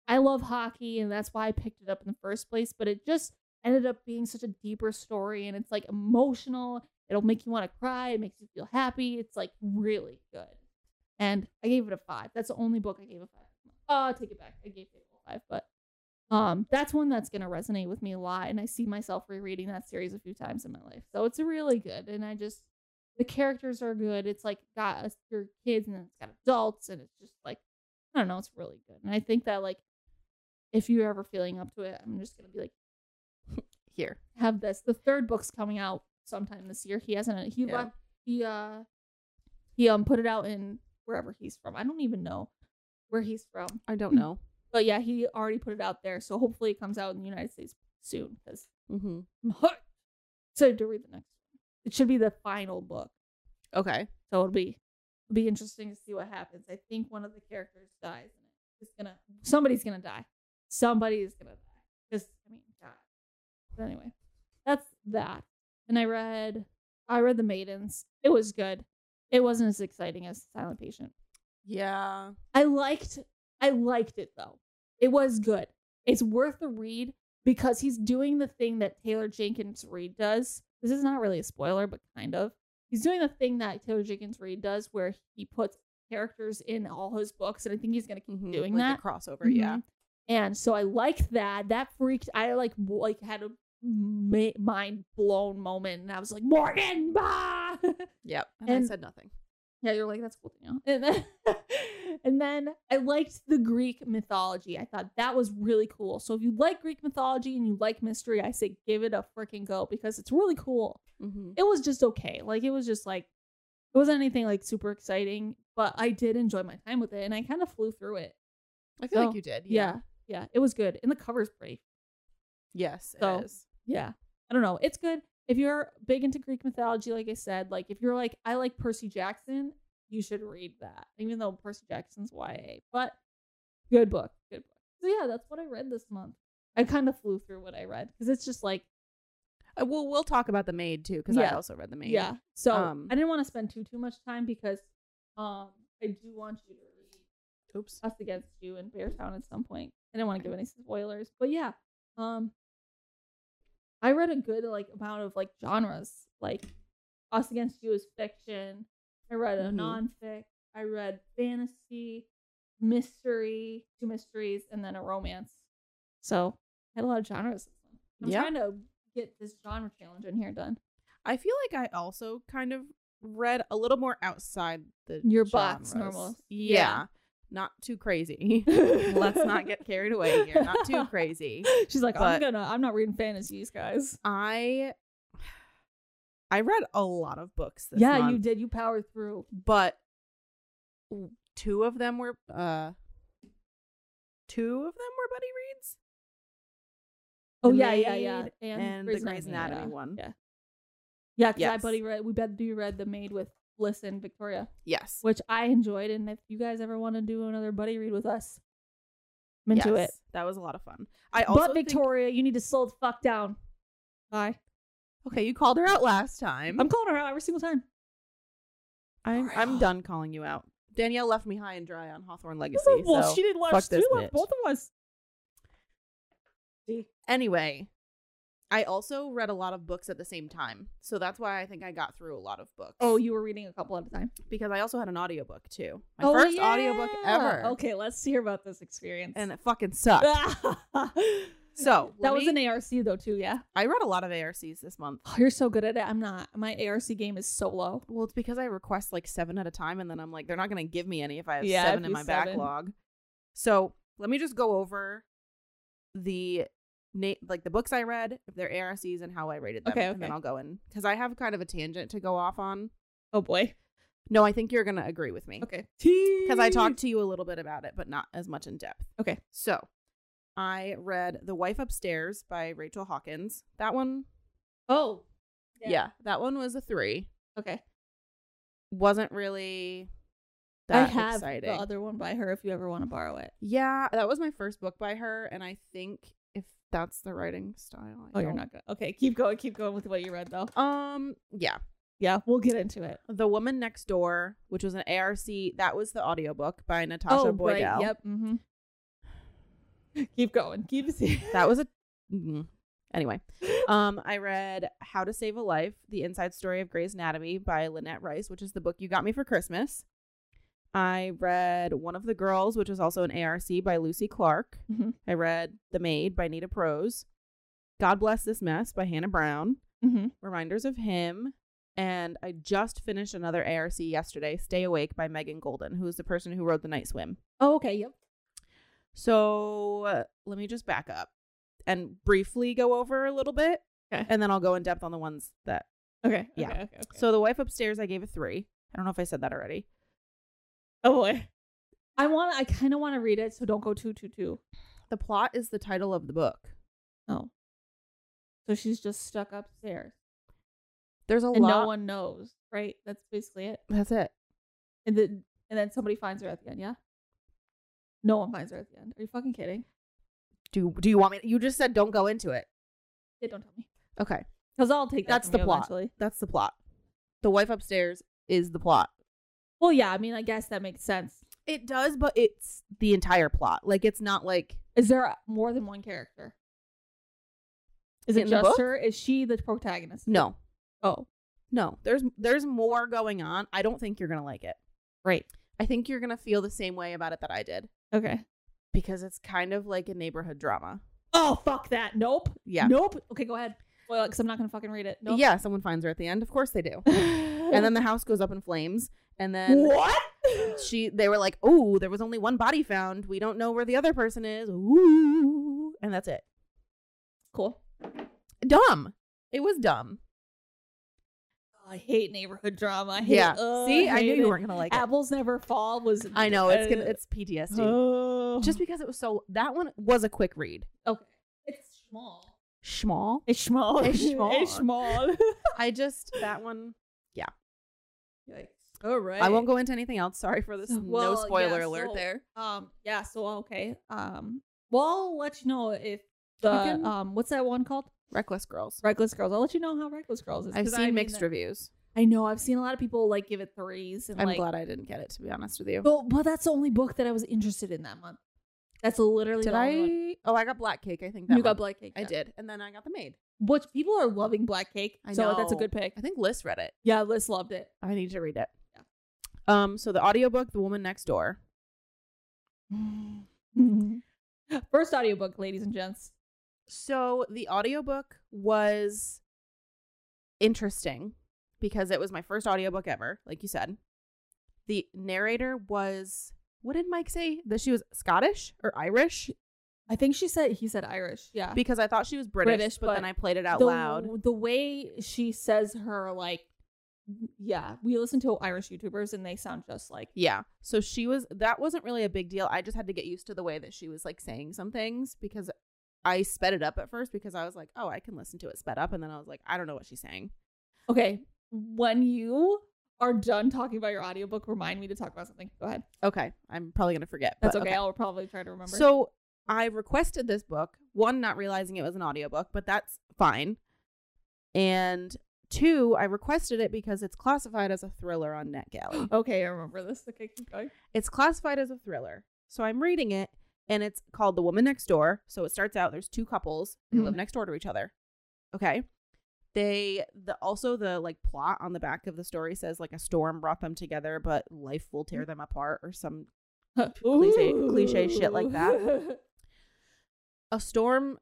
Speaker 1: I love hockey, and that's why I picked it up in the first place. But it just ended up being such a deeper story, and it's like emotional. It'll make you want to cry. It makes you feel happy. It's like really good. And I gave it a five. That's the only book I gave a five. Oh, I'll take it back. I gave it a five, but um, that's one that's gonna resonate with me a lot. And I see myself rereading that series a few times in my life. So it's really good. And I just the characters are good. It's like got us your kids and then it's got adults and it's just like I don't know, it's really good. And I think that like if you're ever feeling up to it, I'm just gonna be like
Speaker 2: Here.
Speaker 1: have this. The third book's coming out sometime this year. He hasn't. He
Speaker 2: Yeah.
Speaker 1: left. He uh, he um put it out in wherever he's from. I don't even know where he's from,
Speaker 2: I don't know.
Speaker 1: but yeah, he already put it out there. So hopefully it comes out in the United States soon because
Speaker 2: Mm-hmm.
Speaker 1: I'm hooked. So to read the next one, it should be the final book.
Speaker 2: Okay.
Speaker 1: So it'll be it'll be interesting to see what happens. I think one of the characters dies in it. It's gonna somebody's gonna die. Somebody is gonna die. Just I mean God. But anyway, that's that. And I read I read The Maidens. It was good. It wasn't as exciting as Silent Patient.
Speaker 2: Yeah.
Speaker 1: I liked I liked it though. It was good. It's worth the read because he's doing the thing that Taylor Jenkins Reid does. This is not really a spoiler, but kind of. He's doing the thing that Taylor Jenkins Reid does where he puts characters in all his books and I think he's going to keep
Speaker 2: Mhm.
Speaker 1: doing
Speaker 2: like
Speaker 1: that.
Speaker 2: the crossover. Yeah.
Speaker 1: Mhm. And so I liked that. That freaked I like w- like had a ma- mind blown moment and I was like, "Morgan!" Bah!
Speaker 2: Yep. And, I
Speaker 1: And-
Speaker 2: said nothing.
Speaker 1: Yeah, you're like, that's cool to know. And then, and then I liked the Greek mythology. I thought that was really cool. So if you like Greek mythology and you like mystery, I say give it a freaking go because it's really cool.
Speaker 2: Mm-hmm.
Speaker 1: It was just okay. Like it was just like it wasn't anything like super exciting, but I did enjoy my time with it and I kind of flew through it.
Speaker 2: I feel
Speaker 1: So,
Speaker 2: like you did.
Speaker 1: Yeah. yeah. It was good. And the cover's pretty.
Speaker 2: Yes. it
Speaker 1: So,
Speaker 2: is.
Speaker 1: Yeah. I don't know. It's good. If you're big into Greek mythology, like I said, like if you're like, I like Percy Jackson, you should read that. Even though Percy Jackson's YA. But good book. Good book. So yeah, that's what I read this month. I kind of flew through what I read because it's just like,
Speaker 2: Uh, well, we'll talk about the maid too because I
Speaker 1: Yeah.
Speaker 2: also read the maid.
Speaker 1: yeah. So
Speaker 2: Um,
Speaker 1: I didn't want to spend too too much time because um I do want you to read
Speaker 2: Oops.
Speaker 1: Us Against You and Beartown at some point. I didn't want to give any spoilers, but yeah. Um I read a good like amount of like genres. Like Us Against You is fiction. I read a
Speaker 2: Mhm.
Speaker 1: non-fic. I read fantasy, mystery, two mysteries, and then a romance. So I had a lot of genres. this month. I'm
Speaker 2: Yeah.
Speaker 1: trying to get this genre challenge in here done.
Speaker 2: I feel like I also kind of read a little more outside the
Speaker 1: Your box
Speaker 2: genres.
Speaker 1: normal.
Speaker 2: Yeah.
Speaker 1: Yeah.
Speaker 2: Not too crazy. Let's not get carried away here. Not too crazy.
Speaker 1: She's like,
Speaker 2: But-
Speaker 1: I'm gonna I'm not reading fantasies, guys.
Speaker 2: I I read a lot of books this
Speaker 1: yeah,
Speaker 2: month,
Speaker 1: you did. You powered through.
Speaker 2: but w- two of them were uh two of them were buddy reads.
Speaker 1: Oh
Speaker 2: The
Speaker 1: yeah, yeah, yeah.
Speaker 2: Maid and the Grey's Anatomy one.
Speaker 1: Yeah, yeah. Because I
Speaker 2: Yes.
Speaker 1: buddy read. We bet you read the Maid with Bliss and Victoria,
Speaker 2: Yes.
Speaker 1: which I enjoyed. And if you guys ever want to do another buddy read with us, I'm into
Speaker 2: Yes,
Speaker 1: it.
Speaker 2: That was a lot of fun. I also
Speaker 1: But
Speaker 2: think-
Speaker 1: Victoria, you need to slow the fuck down. Bye.
Speaker 2: Okay, you called her out last time.
Speaker 1: I'm calling her out every single time.
Speaker 2: I'm
Speaker 1: Sorry.
Speaker 2: I'm done calling you out. Danielle left me high and dry on Hawthorne Legacy.
Speaker 1: well,
Speaker 2: so-
Speaker 1: she didn't
Speaker 2: fuck
Speaker 1: left. She
Speaker 2: this
Speaker 1: left
Speaker 2: bitch.
Speaker 1: both of us.
Speaker 2: anyway, I also read a lot of books at the same time. So that's why I think I got through a lot of books.
Speaker 1: Oh, you were reading a couple at a time.
Speaker 2: because I also had an audiobook too. My
Speaker 1: Oh,
Speaker 2: first
Speaker 1: yeah.
Speaker 2: audiobook ever.
Speaker 1: Okay, let's hear about this experience.
Speaker 2: And it fucking sucked. So
Speaker 1: That
Speaker 2: let
Speaker 1: was
Speaker 2: me-
Speaker 1: an ARC though too, yeah.
Speaker 2: I read a lot of ARCs this month.
Speaker 1: Oh, you're so good at it. I'm not. My ARC game is so low.
Speaker 2: Well, it's because I request like seven at a time, and then I'm like, they're not going to give me any if I have
Speaker 1: Yeah,
Speaker 2: seven
Speaker 1: if
Speaker 2: in
Speaker 1: you
Speaker 2: my
Speaker 1: seven.
Speaker 2: backlog. So let me just go over the na- like the books I read, their ARCs, and how I rated them,
Speaker 1: Okay,
Speaker 2: and then
Speaker 1: okay.
Speaker 2: I'll go in because I have kind of a tangent to go off on.
Speaker 1: Oh boy.
Speaker 2: No, I think you're going to agree with me
Speaker 1: Okay.
Speaker 2: because I talked to you a little bit about it, but not as much in depth.
Speaker 1: Okay.
Speaker 2: So I read The Wife Upstairs by Rachel Hawkins. That one,
Speaker 1: Oh.
Speaker 2: yeah, that one was a three.
Speaker 1: Okay.
Speaker 2: Wasn't really that
Speaker 1: I have
Speaker 2: exciting.
Speaker 1: the other one by her if you ever want to borrow it.
Speaker 2: Yeah, that was my first book by her, and I think if that's the writing style, I
Speaker 1: Oh, you're
Speaker 2: don't-
Speaker 1: not good. Okay, keep going. Keep going with what you read though.
Speaker 2: Um, yeah,
Speaker 1: Yeah, we'll get into it.
Speaker 2: The Woman Next Door, which was an ARC, that was the audiobook by Natasha
Speaker 1: oh,
Speaker 2: Boydell.
Speaker 1: right. Yep. hmm Keep going. Keep seeing.
Speaker 2: That was a. Mm. Anyway, um, I read How to Save a Life: The Inside Story of Grey's Anatomy by Lynette Rice, which is the book you got me for Christmas. I read One of the Girls, which was also an ARC by Lucy Clark.
Speaker 1: Mhm.
Speaker 2: I read The Maid by Nita Prose. God Bless This Mess by Hannah Brown.
Speaker 1: hmm
Speaker 2: Reminders of Him. And I just finished another ARC yesterday, Stay Awake by Megan Golden, who is the person who wrote The Night Swim.
Speaker 1: Oh, okay. Yep.
Speaker 2: So uh, let me just back up and briefly go over a little bit.
Speaker 1: Okay.
Speaker 2: And then I'll go in depth on the ones that.
Speaker 1: Okay.
Speaker 2: Yeah.
Speaker 1: Okay, okay, okay.
Speaker 2: So The Wife Upstairs, I gave a three. I don't know if I said that already.
Speaker 1: oh boy, I want. I kind of want to read it, so don't go too too too.
Speaker 2: The plot is the title of the book.
Speaker 1: Oh. So she's just stuck upstairs,
Speaker 2: There's a
Speaker 1: and
Speaker 2: lot.
Speaker 1: no one knows. Right. That's basically it.
Speaker 2: That's it.
Speaker 1: And then and then somebody finds her at the end, yeah? No one finds her at the end. Are you fucking kidding?
Speaker 2: Do Do you want me? You just said don't go into it.
Speaker 1: Yeah, don't tell me.
Speaker 2: Okay.
Speaker 1: Because I'll take that
Speaker 2: That's
Speaker 1: from
Speaker 2: the
Speaker 1: you
Speaker 2: plot.
Speaker 1: eventually.
Speaker 2: That's the plot. The wife upstairs is the plot.
Speaker 1: Well, yeah, I mean, I guess that makes sense.
Speaker 2: It does, but it's the entire plot. Like it's not like
Speaker 1: Is there more than one character? Is it
Speaker 2: In the book?
Speaker 1: just her? Is she the protagonist?
Speaker 2: no,
Speaker 1: Oh,
Speaker 2: no. There's there's more going on. I don't think you're gonna like it.
Speaker 1: right.
Speaker 2: I think you're gonna feel the same way about it that I did
Speaker 1: Okay.
Speaker 2: because it's kind of like a neighborhood drama.
Speaker 1: Oh, fuck that. Nope.
Speaker 2: Yeah.
Speaker 1: Nope. Okay, go ahead. Well, because I'm not going to fucking read it. Nope.
Speaker 2: Yeah, someone finds her at the end. Of course they do.
Speaker 1: and
Speaker 2: and then the house goes up in flames. And then
Speaker 1: what?
Speaker 2: she they were like, "Oh, there was only one body found. We don't know where the other person is." Ooh. And that's it.
Speaker 1: cool.
Speaker 2: Dumb. It was dumb.
Speaker 1: I hate neighborhood drama. I hate,
Speaker 2: Yeah.
Speaker 1: uh,
Speaker 2: See, I knew
Speaker 1: hate
Speaker 2: you
Speaker 1: it.
Speaker 2: weren't going to like it.
Speaker 1: Apples Never Fall was.
Speaker 2: I know it's gonna,
Speaker 1: uh,
Speaker 2: it's PTSD.
Speaker 1: Oh.
Speaker 2: Just because it was so that one was a quick read.
Speaker 1: okay. It's small.
Speaker 2: Schmall.
Speaker 1: It's small.
Speaker 2: It's small.
Speaker 1: It's small.
Speaker 2: I just that one.
Speaker 1: All right.
Speaker 2: I won't go into anything else. Sorry for this.
Speaker 1: So- well,
Speaker 2: no spoiler
Speaker 1: yeah,
Speaker 2: alert
Speaker 1: so,
Speaker 2: there.
Speaker 1: Um. Yeah. So okay. Um. Well, I'll let you know if the
Speaker 2: Fucking-
Speaker 1: um. What's that one called?
Speaker 2: Reckless girls.
Speaker 1: Reckless Girls. I'll let you know how Reckless Girls is.
Speaker 2: I've
Speaker 1: 'cause
Speaker 2: seen
Speaker 1: I mean,
Speaker 2: mixed
Speaker 1: that-
Speaker 2: reviews.
Speaker 1: I know. I've seen a lot of people like give it threes. And,
Speaker 2: I'm
Speaker 1: like,
Speaker 2: glad I didn't get it. To be honest with you.
Speaker 1: But, but that's the only book that I was interested in that month. That's literally
Speaker 2: Did
Speaker 1: the only one.
Speaker 2: I? Oh, I got black cake. I think that
Speaker 1: You got
Speaker 2: month.
Speaker 1: Black Cake.
Speaker 2: I
Speaker 1: yeah.
Speaker 2: did, and then I got the maid.
Speaker 1: Which people are loving Black Cake.
Speaker 2: I
Speaker 1: so that's a
Speaker 2: know.
Speaker 1: good pick.
Speaker 2: I think Liz read it.
Speaker 1: Yeah, Liz loved it.
Speaker 2: I need to read it.
Speaker 1: Yeah.
Speaker 2: Um. So the audiobook, The Woman Next Door.
Speaker 1: First audiobook, ladies and gents.
Speaker 2: So the audiobook was interesting because it was my first audiobook ever, like you said. The narrator was what did Mike say? That she was Scottish or Irish?
Speaker 1: I think she said he said Irish. Yeah.
Speaker 2: Because I thought she was British,
Speaker 1: British,
Speaker 2: but, then
Speaker 1: but
Speaker 2: I played it out
Speaker 1: the,
Speaker 2: loud.
Speaker 1: The way she says her like yeah, we listen to Irish YouTubers and they sound just like
Speaker 2: Yeah. So she was that wasn't really a big deal. I just had to get used to the way that she was like saying some things because I sped it up at first because I was like, "Oh, I can listen to it sped up." And then I was like, "I don't know what she's saying."
Speaker 1: Okay, when you are done talking about your audiobook, remind me to talk about something. Go ahead.
Speaker 2: Okay, I'm probably going to forget.
Speaker 1: That's
Speaker 2: but
Speaker 1: okay. I'll probably try to remember.
Speaker 2: So I requested this book, one, not realizing it was an audiobook, but that's fine. And two, I requested it because it's classified as a thriller on NetGalley.
Speaker 1: okay, I remember this. Okay, keep going.
Speaker 2: It's classified as a thriller. So I'm reading it and it's called The Woman Next Door. So it starts out there's two couples who live
Speaker 1: Mhm.
Speaker 2: next door to each other. Okay. They the also the like plot on the back of the story says like a storm brought them together, but life will tear them apart or some Cliche- cliche shit like that.
Speaker 1: Ooh.
Speaker 2: a storm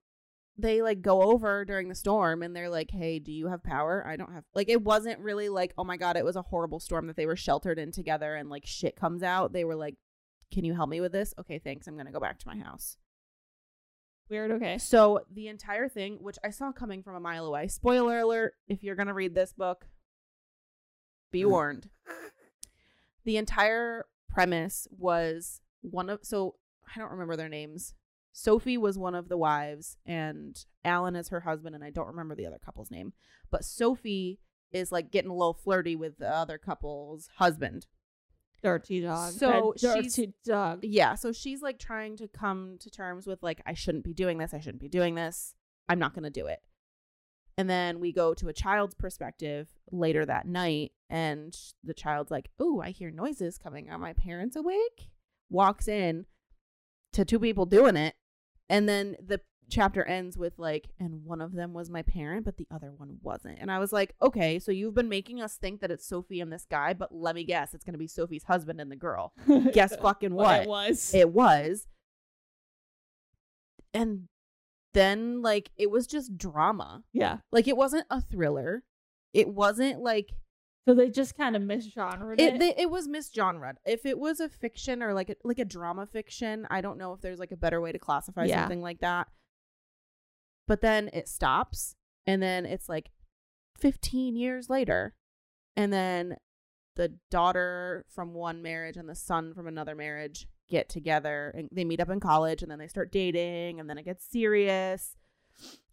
Speaker 2: they like go over during the storm and they're like, "Hey, do you have power?" I don't have. Like it wasn't really like, "Oh my god, it was a horrible storm that they were sheltered in together and like shit comes out." They were like, "Can you help me with this?" Okay, thanks. I'm going to go back to my house.
Speaker 1: Weird. Okay.
Speaker 2: So the entire thing, which I saw coming from a mile away, spoiler alert, if you're going to read this book, be warned. The entire premise was one of, so I don't remember their names. Sophie was one of the wives, and Alan is her husband, and I don't remember the other couple's name. But Sophie is like getting a little flirty with the other couple's husband.
Speaker 1: Dirty dog.
Speaker 2: So
Speaker 1: A dirty
Speaker 2: she's-
Speaker 1: dog.
Speaker 2: Yeah, so she's like trying to come to terms with like I shouldn't be doing this. I shouldn't be doing this. I'm not going to do it. And then we go to a child's perspective later that night and the child's like, "Oh, I hear noises coming. Are my parents awake?" Walks in to two people doing it. And then the chapter ends with like, "And one of them was my parent, but the other one wasn't." And I was like, "Okay, so you've been making us think that it's Sophie and this guy, but let me guess, it's going to be Sophie's husband and the girl." Guess fucking
Speaker 1: what
Speaker 2: what?
Speaker 1: it was.
Speaker 2: it was and then like it was just drama
Speaker 1: yeah.
Speaker 2: like it wasn't a thriller it wasn't like
Speaker 1: So they just kind of misgenred
Speaker 2: it,
Speaker 1: it.
Speaker 2: they, it was misgenred if it was a fiction or like a, like a drama fiction i don't know if there's like a better way to classify
Speaker 1: Yeah.
Speaker 2: something like that but then it stops and then it's like 15 years later and then the daughter from one marriage and the son from another marriage get together and they meet up in college and then they start dating and then it gets serious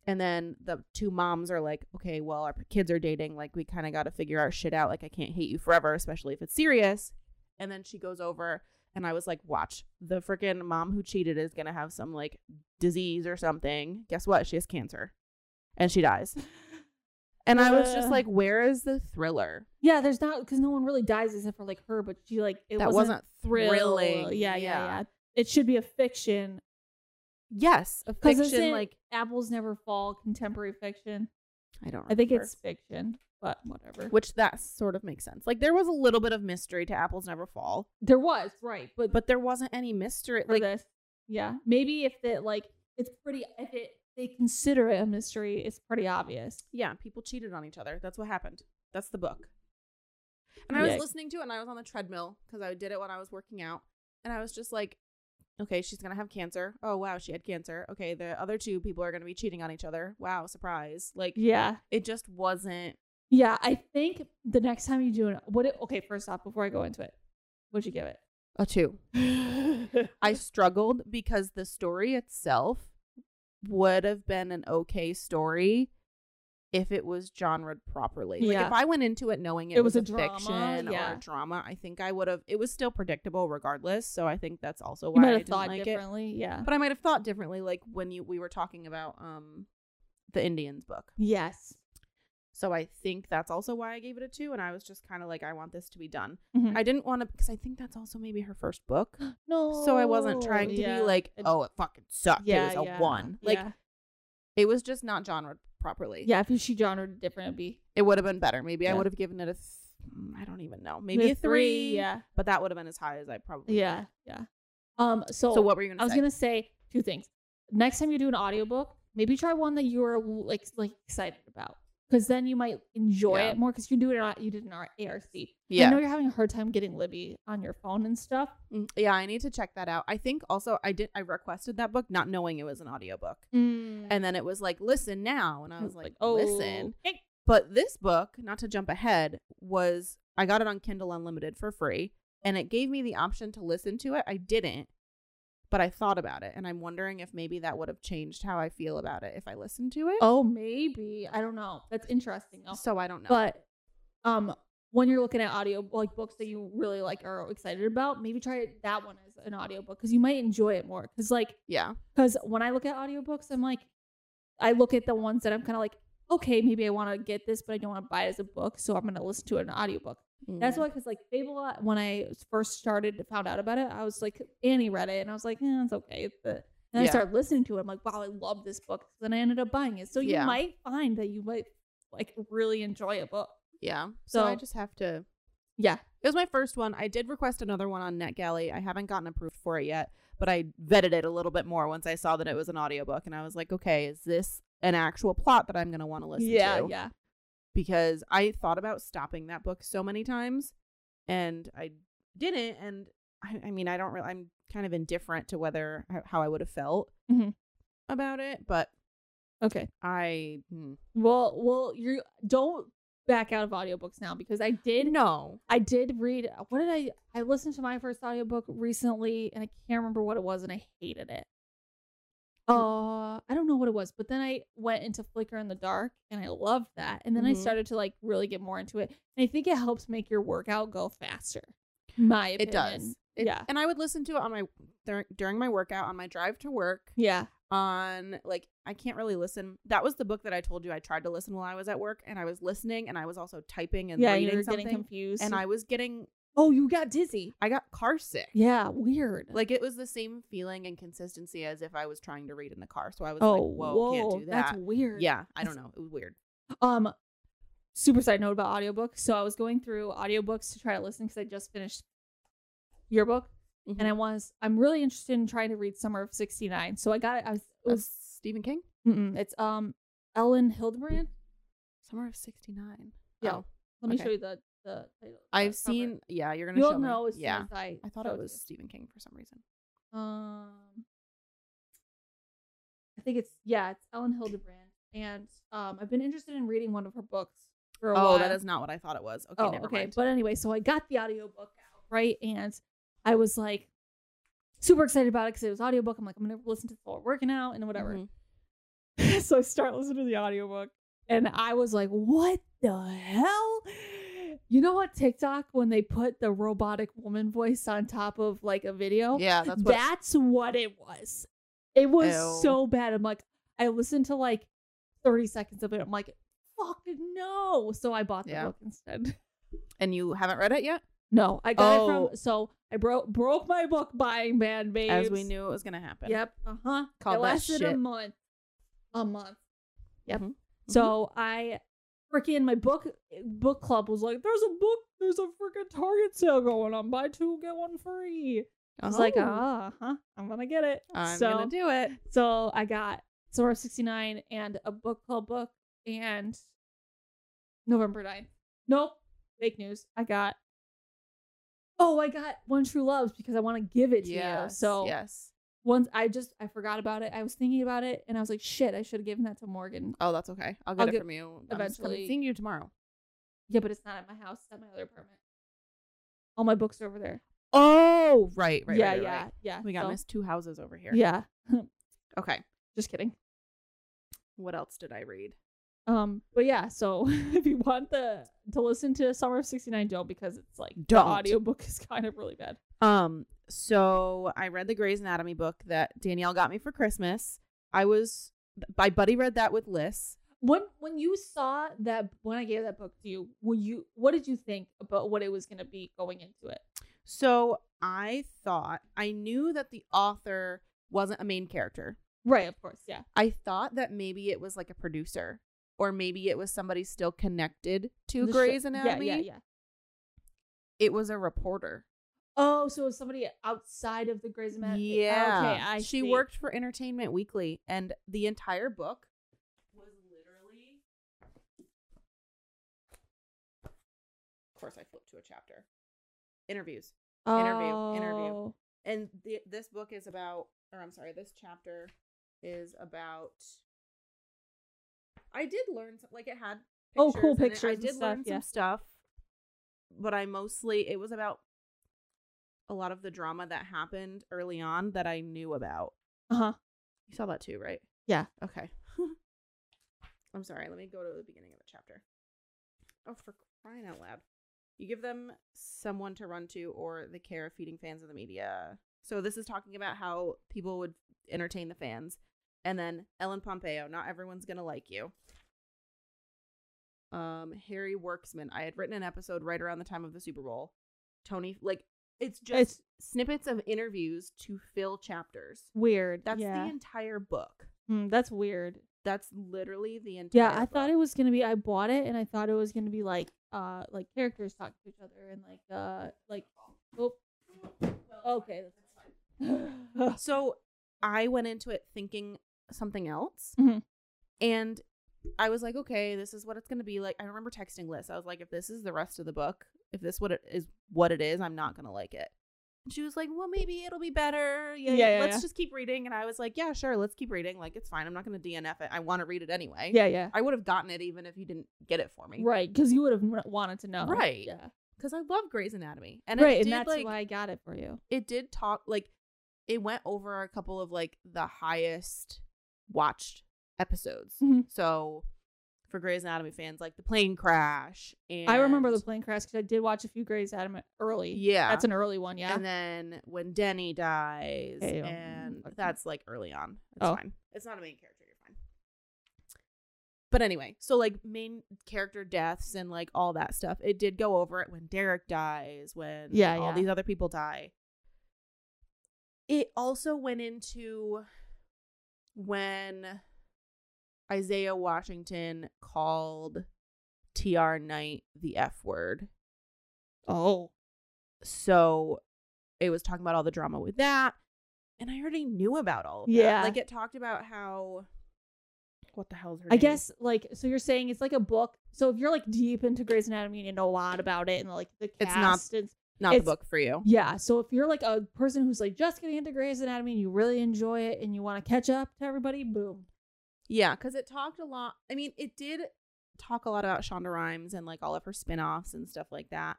Speaker 2: and then the two moms are like okay well our kids are dating like we kind of got to figure our shit out like i can't hate you forever especially if it's serious and then she goes over and i was like watch the freaking mom who cheated is gonna have some like disease or something guess what she has cancer and she dies and i was just
Speaker 1: Ugh.
Speaker 2: like where is the thriller
Speaker 1: yeah, there's not because no one really dies except for like her, but she like it
Speaker 2: that
Speaker 1: wasn't,
Speaker 2: wasn't,
Speaker 1: thrill-
Speaker 2: thrilling.
Speaker 1: Yeah, yeah, yeah. It should be a fiction.
Speaker 2: Yes, a
Speaker 1: 'Cause
Speaker 2: fiction
Speaker 1: isn't
Speaker 2: like
Speaker 1: Apples Never Fall, contemporary fiction.
Speaker 2: I don't.
Speaker 1: I think
Speaker 2: remember.
Speaker 1: it's fiction, but whatever.
Speaker 2: which that sort of makes sense. Like there was a little bit of mystery to Apples Never Fall,
Speaker 1: There was right, but
Speaker 2: but there wasn't any mystery.
Speaker 1: for
Speaker 2: Like
Speaker 1: this, yeah, maybe if it like it's pretty if it they consider it a mystery, it's pretty obvious.
Speaker 2: yeah, people cheated on each other. That's what happened. That's the book. And I was
Speaker 1: Yikes.
Speaker 2: listening to it, and I was on the treadmill because I did it when I was working out, and I was just like, okay, she's gonna have cancer. Oh wow, she had cancer. Okay, the other two people are gonna be cheating on each other. Wow, surprise! Like
Speaker 1: Yeah,
Speaker 2: it just wasn't.
Speaker 1: Yeah, I think the next time you do an what it, okay, first off, before I go into it, what'd you give
Speaker 2: A two.
Speaker 1: it?
Speaker 2: I struggled because the story itself would have been an okay story if it was genred properly. Like
Speaker 1: Yeah.
Speaker 2: if I went into it knowing it,
Speaker 1: It was a drama,
Speaker 2: fiction
Speaker 1: yeah.
Speaker 2: or a drama, I think I would have. It was still predictable regardless, so I think that's also
Speaker 1: you
Speaker 2: why
Speaker 1: might
Speaker 2: I
Speaker 1: have
Speaker 2: didn't
Speaker 1: thought
Speaker 2: like it.
Speaker 1: differently. Yeah.
Speaker 2: But I might have thought differently, like when you we were talking about um the Indians book.
Speaker 1: Yes.
Speaker 2: So I think that's also why I gave it a two, and I was just kind of like, I want this to be done.
Speaker 1: Mhm.
Speaker 2: I didn't want to because I think that's also maybe her first book.
Speaker 1: No.
Speaker 2: So I wasn't trying to be like, oh, it fucking sucked. it was a one. Like
Speaker 1: yeah.
Speaker 2: it was just not genred properly.
Speaker 1: yeah, if she genred it different, it'd be
Speaker 2: it would have been better. Maybe I
Speaker 1: Yeah.
Speaker 2: would have given it a, th- mm, I don't even know, maybe a three.
Speaker 1: Yeah.
Speaker 2: but that would have been as high as I probably.
Speaker 1: Yeah. Yeah. Um. So,
Speaker 2: So what were you gonna?
Speaker 1: I was
Speaker 2: say?
Speaker 1: gonna say two things. Next time you do an audiobook, maybe try one that you're like like excited about, because then you might enjoy
Speaker 2: Yeah.
Speaker 1: it more. Because you do it, on- you did an ARC. I
Speaker 2: Yeah.
Speaker 1: know you're having a hard time getting Libby on your phone and stuff.
Speaker 2: Mm, Yeah, I need to check that out. I think also I did. I requested that book not knowing it was an audiobook, and then it was like listen now, and Mm. I was like,
Speaker 1: "Oh,
Speaker 2: listen.
Speaker 1: okay.
Speaker 2: But this book, not to jump ahead, was I got it on Kindle Unlimited for free and it gave me the option to listen to it. I didn't, but I thought about it and I'm wondering if maybe that would have changed how I feel about it if I listened to it.
Speaker 1: Oh, maybe I don't know. That's interesting. though.
Speaker 2: So I don't know.
Speaker 1: But um, when you're looking at audio like books that you really like are excited about, maybe try that one as an audiobook because you might enjoy it more. Because like
Speaker 2: yeah.
Speaker 1: because when I look at audiobooks, I'm like, I look at the ones that I'm kind of like, okay, maybe I want to get this, but I don't want to buy it as a book, so I'm going to listen to it in an audiobook.
Speaker 2: Mm.
Speaker 1: That's why, because like Fable, when I first started found out about it, I was like, Annie read it, and I was like, eh, it's okay. But then I
Speaker 2: Yeah.
Speaker 1: started listening to it. I'm like, wow, I love this book. Then I ended up buying it. So you
Speaker 2: Yeah.
Speaker 1: might find that you might like really enjoy a book.
Speaker 2: Yeah. So, I
Speaker 1: So-
Speaker 2: just have to.
Speaker 1: Yeah.
Speaker 2: It was my first one. I did request another one on NetGalley. I haven't gotten approved for it yet, but I vetted it a little bit more once I saw that it was an audiobook and I was like, okay, is this an actual plot that I'm going to want to listen
Speaker 1: yeah,
Speaker 2: to?
Speaker 1: yeah.
Speaker 2: because I thought about stopping that book so many times and I didn't. And I, I mean, I don't really, I'm kind of indifferent to whether how I would have felt
Speaker 1: Mhm.
Speaker 2: about it, but
Speaker 1: Okay.
Speaker 2: I hmm.
Speaker 1: Well, well, you don't back out of audiobooks now because I did
Speaker 2: no.
Speaker 1: I did read what did I I listened to my first audiobook recently and I can't remember what it was and I hated it.
Speaker 2: Mm.
Speaker 1: Uh I don't know what it was, but then I went into Flicker in the Dark and I loved that. And then
Speaker 2: Mhm.
Speaker 1: I started to like really get more into it. And I think it helps make your workout go faster. My opinion.
Speaker 2: It does. It-
Speaker 1: yeah.
Speaker 2: And I would listen to it on my dur- during my workout on my drive to work
Speaker 1: Yeah.
Speaker 2: on like I can't really listen. That was the book that I told you I tried to listen while I was at work and I was listening and I was also typing and
Speaker 1: yeah,
Speaker 2: reading
Speaker 1: you're
Speaker 2: something
Speaker 1: getting confused.
Speaker 2: and I was getting
Speaker 1: Oh, you got dizzy.
Speaker 2: I got car sick.
Speaker 1: Yeah, weird.
Speaker 2: Like it was the same feeling and consistency as if I was trying to read in the car. So I was
Speaker 1: oh,
Speaker 2: like, whoa, can't do that.
Speaker 1: That's weird.
Speaker 2: yeah, I
Speaker 1: That's-
Speaker 2: don't know. It was weird.
Speaker 1: Um, super side note about audiobooks. So I was going through audiobooks to try to listen because I just finished your book, and I
Speaker 2: Mm-hmm.
Speaker 1: was I'm really interested in trying to read Summer of '69. So I got it. I was, it was
Speaker 2: Stephen King,
Speaker 1: mm-mm, it's um Ellen Hildebrand.
Speaker 2: Summer of '69.
Speaker 1: Yeah.
Speaker 2: oh,
Speaker 1: Let me
Speaker 2: Okay.
Speaker 1: show you the the. title,
Speaker 2: I've
Speaker 1: the cover.
Speaker 2: seen. Yeah, you're gonna
Speaker 1: You'll
Speaker 2: show
Speaker 1: know
Speaker 2: me.
Speaker 1: as soon
Speaker 2: yeah,
Speaker 1: as I.
Speaker 2: I thought
Speaker 1: show
Speaker 2: it
Speaker 1: to
Speaker 2: was Stephen King for some reason.
Speaker 1: you. Um, I think it's yeah, it's Ellen Hildebrand, and um, I've been interested in reading one of her books for a while.
Speaker 2: Oh, that is not what I thought it was. Okay,
Speaker 1: oh,
Speaker 2: never
Speaker 1: okay.
Speaker 2: mind.
Speaker 1: But anyway, so I got the audiobook out, right? And I was like super excited about it because it was audiobook. I'm like, I'm gonna listen to it while working out and whatever.
Speaker 2: Mhm. Mm-hmm.
Speaker 1: so I start listening to the audiobook. And I was like, what the hell? You know what TikTok when they put the robotic woman voice on top of like a video?
Speaker 2: Yeah, that's what.
Speaker 1: That's what it was. It was
Speaker 2: Ew.
Speaker 1: so bad. I'm like, I listened to like 30 seconds of it. I'm like, fuck no. So I bought the
Speaker 2: Yeah.
Speaker 1: book instead.
Speaker 2: and you haven't read it yet,
Speaker 1: No, I got it
Speaker 2: Oh.
Speaker 1: from. So I broke broke my book buying band, babes.
Speaker 2: as we knew it was gonna happen.
Speaker 1: Yep. Uh huh.
Speaker 2: Called
Speaker 1: It
Speaker 2: that
Speaker 1: lasted a
Speaker 2: shit.
Speaker 1: month. A month. Yep.
Speaker 2: Mhm.
Speaker 1: So I freaking my book book club was like, "There's a book. There's a freaking Target sale going on. Buy two get one free." I was like,
Speaker 2: Oh,
Speaker 1: "Ah, huh. I'm gonna get it."
Speaker 2: I'm
Speaker 1: so
Speaker 2: gonna do it.
Speaker 1: so I got Summer of '69 and a book club book and November 9th. Nope, fake news. I got. Oh, I got One True Loves because I want to give it to you.
Speaker 2: Yes,
Speaker 1: So
Speaker 2: yes.
Speaker 1: once I just I forgot about it. I was thinking about it and I was like, shit, I should have given that to Morgan.
Speaker 2: Oh, that's okay. I'll get
Speaker 1: I'll
Speaker 2: it
Speaker 1: get-
Speaker 2: from you. I'm just coming-
Speaker 1: eventually-
Speaker 2: seeing you tomorrow.
Speaker 1: Yeah, but it's not at my house. It's at my other apartment. All my books are over there.
Speaker 2: Oh, right, right,
Speaker 1: yeah,
Speaker 2: right, right,
Speaker 1: yeah,
Speaker 2: right.
Speaker 1: yeah.
Speaker 2: We got
Speaker 1: so-
Speaker 2: Miss Two Houses over here.
Speaker 1: Yeah,
Speaker 2: Okay.
Speaker 1: just kidding.
Speaker 2: What else did I read?
Speaker 1: Um, but yeah. So if you want the to listen to Summer of '69, don't because it's like the
Speaker 2: Don't.
Speaker 1: audiobook is kind of really bad.
Speaker 2: Um, so I read the Grey's Anatomy book that Danielle got me for Christmas. I was my buddy read that with Liz.
Speaker 1: When when you saw that when I gave that book to you, were you what did you think about what it was going to be going into it?
Speaker 2: So I thought I knew that the author wasn't a main character.
Speaker 1: Right, of course, yeah.
Speaker 2: I thought that maybe it was like a producer or maybe it was somebody still connected to
Speaker 1: The sh-
Speaker 2: Grey's
Speaker 1: yeah,
Speaker 2: Anatomy.
Speaker 1: Yeah, yeah.
Speaker 2: It was a reporter.
Speaker 1: Oh, so it's somebody outside of the Grey's Anatomy.
Speaker 2: Yeah.
Speaker 1: Okay, I
Speaker 2: she
Speaker 1: see.
Speaker 2: worked for Entertainment Weekly and the entire book was literally Of course I flipped to a chapter. Interviews. interview, interview.
Speaker 1: Oh.
Speaker 2: And the, this book is about or I'm sorry, this chapter is about I did learn some, like it had
Speaker 1: Oh, cool
Speaker 2: in it.
Speaker 1: pictures
Speaker 2: I
Speaker 1: and
Speaker 2: did
Speaker 1: stuff,
Speaker 2: learn
Speaker 1: yeah.
Speaker 2: some stuff, but I mostly it was about a lot of the drama that happened early on that I knew about.
Speaker 1: Uh-huh.
Speaker 2: You saw that too, right?
Speaker 1: Yeah.
Speaker 2: Okay. I'm sorry. Let me go to the beginning of the chapter. Oh, for crying out loud. You give them someone to run to or the care of feeding fans of the media. So this is talking about how people would entertain the fans. And then Ellen Pompeo, not everyone's going to like you. Um, Harry Worksman. I had written an episode right around the time of the Super Bowl. Tony, like, it's just
Speaker 1: It's-
Speaker 2: snippets of interviews to fill chapters.
Speaker 1: Weird.
Speaker 2: That's the
Speaker 1: yeah.
Speaker 2: entire book.
Speaker 1: Hmm, that's weird.
Speaker 2: That's literally the entire.
Speaker 1: Yeah, I thought
Speaker 2: book.
Speaker 1: it was gonna be. I bought it and I thought it was gonna be like, uh, like characters talking to each other and like, uh, like, oh, okay, that's fine. Mhm.
Speaker 2: So I went into it thinking something else.
Speaker 1: Mhm.
Speaker 2: And I was like, okay, this is what it's going to be like. I remember texting Liz. I was like, if this is the rest of the book, if this what it is what it is, I'm not going to like it. And she was like, well, maybe it'll be better. Yeah,
Speaker 1: Yeah, yeah,
Speaker 2: let's
Speaker 1: yeah.
Speaker 2: just keep reading. And I was like, yeah, sure, let's keep reading. Like it's fine. I'm not going to DNF it. I want to read it anyway.
Speaker 1: yeah, yeah.
Speaker 2: I would have gotten it even if you didn't get it for me.
Speaker 1: Right, because you would have wanted to know.
Speaker 2: Right.
Speaker 1: Yeah.
Speaker 2: Because I love Grey's Anatomy. And
Speaker 1: right,
Speaker 2: it did,
Speaker 1: and that's
Speaker 2: like,
Speaker 1: why I got it for you.
Speaker 2: it did talk like it went over a couple of like the highest watched episodes.
Speaker 1: Mhm.
Speaker 2: So for Grey's Anatomy fans, like the plane crash. And
Speaker 1: I remember the plane crash because I did watch a few Grey's Anatomy early.
Speaker 2: Yeah.
Speaker 1: That's an early one, yeah.
Speaker 2: And then when Denny dies,
Speaker 1: Hey, um,
Speaker 2: and
Speaker 1: fuck.
Speaker 2: that's like early on. It's
Speaker 1: Oh.
Speaker 2: fine. It's not a main character. You're fine. But anyway, so like main character deaths and like all that stuff, it did go over it when Derek dies, when
Speaker 1: Yeah,
Speaker 2: all
Speaker 1: yeah.
Speaker 2: these other people die. It also went into when Isaiah Washington called TR Knight the F word
Speaker 1: oh.
Speaker 2: so it was talking about all the drama with that and i already knew about all of that.
Speaker 1: Yeah.
Speaker 2: like it talked about how what the hell's her
Speaker 1: I
Speaker 2: name?
Speaker 1: guess like so you're saying it's like a book. So if you're like deep into Grey's Anatomy and you know a lot about it and like the
Speaker 2: It's
Speaker 1: cast
Speaker 2: not-
Speaker 1: and
Speaker 2: not
Speaker 1: it's-
Speaker 2: the book for you
Speaker 1: Yeah. So if you're like a person who's like just getting into Grey's Anatomy and you really enjoy it and you want to catch up to everybody, boom.
Speaker 2: yeah because it talked a lot i mean it did talk a lot about shonda rhimes and like all of her spin-offs and stuff like that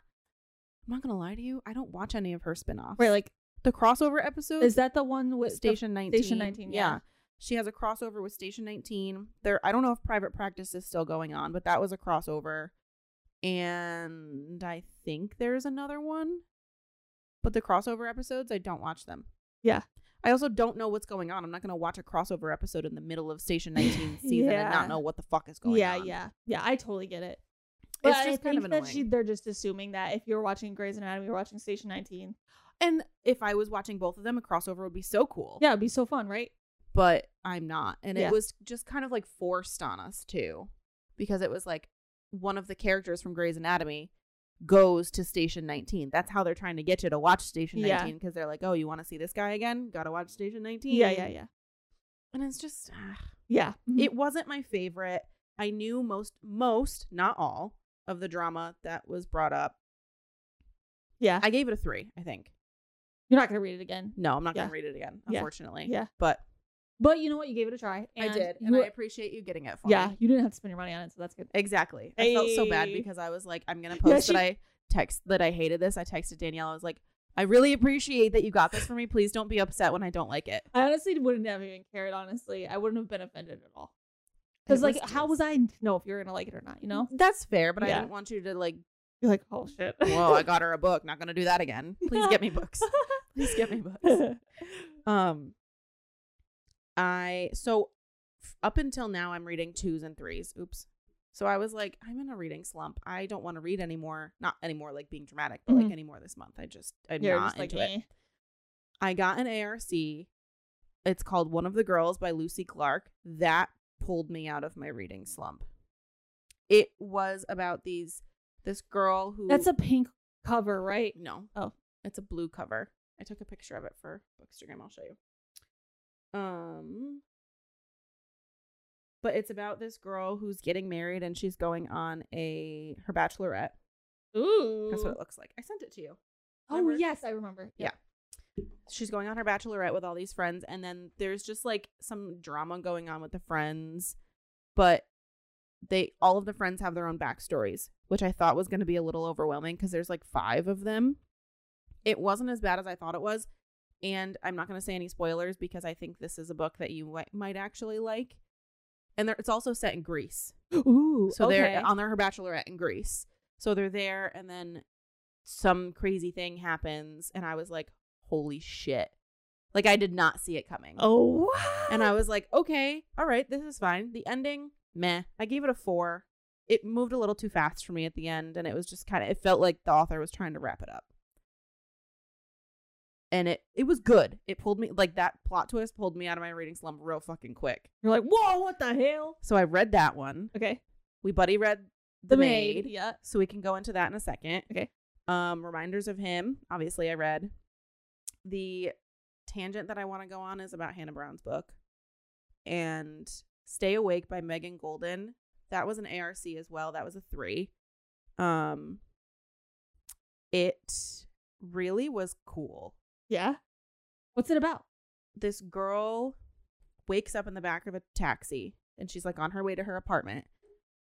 Speaker 2: i'm not gonna lie to you i don't watch any of her spin-offs
Speaker 1: Right. Like,
Speaker 2: the crossover episode
Speaker 1: is that the one with the-
Speaker 2: station 19
Speaker 1: Station 19, yeah.
Speaker 2: she has a crossover with station 19 there i don't know if private practice is still going on but that was a crossover and i think there's another one but the crossover episodes i don't watch them
Speaker 1: Yeah.
Speaker 2: i also don't know what's going on i'm not going to watch a crossover episode in the middle of station 19 season and
Speaker 1: Yeah.
Speaker 2: not know what the fuck is going
Speaker 1: yeah,
Speaker 2: on
Speaker 1: yeah, yeah. I totally get it. But
Speaker 2: it's
Speaker 1: I
Speaker 2: just
Speaker 1: think
Speaker 2: kind of annoying
Speaker 1: that she, they're just assuming that if you're watching Grey's Anatomy, you're watching Station 19.
Speaker 2: and if i was watching both of them a crossover would be so cool
Speaker 1: Yeah, it'd be so fun, right?
Speaker 2: but I'm not. And
Speaker 1: Yeah.
Speaker 2: it was just kind of like forced on us too, because it was like one of the characters from Grey's Anatomy goes to Station 19. That's how they're trying to get you to watch Station
Speaker 1: Yeah.
Speaker 2: 19 because they're like, oh, you want to see this guy again? Gotta watch Station 19.
Speaker 1: Yeah, yeah, yeah,
Speaker 2: And it's just, ah.
Speaker 1: yeah. Mhm.
Speaker 2: it wasn't my favorite. I knew most, most, not all of the drama that was brought up.
Speaker 1: yeah.
Speaker 2: I gave it a three, I think.
Speaker 1: you're not gonna read it again,
Speaker 2: No, I'm not
Speaker 1: Yeah.
Speaker 2: gonna read it again,
Speaker 1: Yeah.
Speaker 2: unfortunately.
Speaker 1: Yeah.
Speaker 2: But
Speaker 1: but you know what? You gave it a try. And
Speaker 2: I did.
Speaker 1: you
Speaker 2: And
Speaker 1: were-
Speaker 2: I appreciate you getting it for me.
Speaker 1: yeah, you didn't have to spend your money on it, so that's good.
Speaker 2: Exactly. I felt so bad
Speaker 1: Ayy.
Speaker 2: because I was like, I'm gonna
Speaker 1: Yeah,
Speaker 2: post
Speaker 1: she-
Speaker 2: that I text that I hated this. I texted Danielle. I was like, I really appreciate that you got this for me. Please don't be upset when I don't like it.
Speaker 1: I honestly wouldn't have even cared. Honestly, I wouldn't have been offended at all.
Speaker 2: It
Speaker 1: Because like,
Speaker 2: was
Speaker 1: how
Speaker 2: just-
Speaker 1: was I to know if you're gonna like it or not? You know,
Speaker 2: That's fair, but
Speaker 1: Yeah.
Speaker 2: I didn't want you to like,
Speaker 1: you're like, oh shit.
Speaker 2: whoa, I got her a book. Not gonna do that again. Please get me books. Please get me books. Um, I so f- up until now I'm reading twos and threes. Oops. So I was like, I'm in a reading slump. I don't want to read anymore. Not anymore, like being dramatic, but
Speaker 1: Mhm.
Speaker 2: like anymore this month. I just I'm
Speaker 1: You're
Speaker 2: not
Speaker 1: just like,
Speaker 2: into it.
Speaker 1: eh.
Speaker 2: I got an ARC. It's called One of the Girls by Lucy Clark. That pulled me out of my reading slump. It was about these this girl who
Speaker 1: that's a pink cover, right?
Speaker 2: no.
Speaker 1: Oh.
Speaker 2: It's a blue cover. I took a picture of it for Bookstagram. I'll show you. Um but it's about this girl who's getting married and she's going on a her bachelorette.
Speaker 1: Ooh.
Speaker 2: That's what it looks like. I sent it to you.
Speaker 1: oh
Speaker 2: remember?
Speaker 1: yes, I remember. Yeah.
Speaker 2: she's going on her bachelorette with all these friends and then there's just like some drama going on with the friends but they all of the friends have their own backstories which i thought was going to be a little overwhelming because there's like five of them it wasn't as bad as i thought it was and i'm not going to say any spoilers because i think this is a book that you wi- might actually like and there, it's also set in greece
Speaker 1: Ooh.
Speaker 2: so
Speaker 1: okay.
Speaker 2: they're on their her bachelorette in Greece. So they're there, and then some crazy thing happens, and I was like, "Holy shit!" Like I did not see it coming.
Speaker 1: Oh.
Speaker 2: And I was like, "Okay, all right, this is fine." The ending, meh. I gave it a four. It moved a little too fast for me at the end, and it was just kind of. It felt like the author was trying to wrap it up. And it it was good. It pulled me like that plot twist pulled me out of my reading slump real fucking quick.
Speaker 1: You're like, whoa, what the hell?
Speaker 2: So I read that one.
Speaker 1: Okay.
Speaker 2: We buddy read the, maid.
Speaker 1: Yeah.
Speaker 2: So we can go into that in a second.
Speaker 1: Okay.
Speaker 2: Um, reminders of him. Obviously, I read the tangent that I want to go on is about Hannah Brown's book and Stay Awake by Megan Golden. That was an ARC as well. That was a three. Um, it really was cool.
Speaker 1: Yeah. What's it about?
Speaker 2: This girl wakes up in the back of a taxi and she's like on her way to her apartment.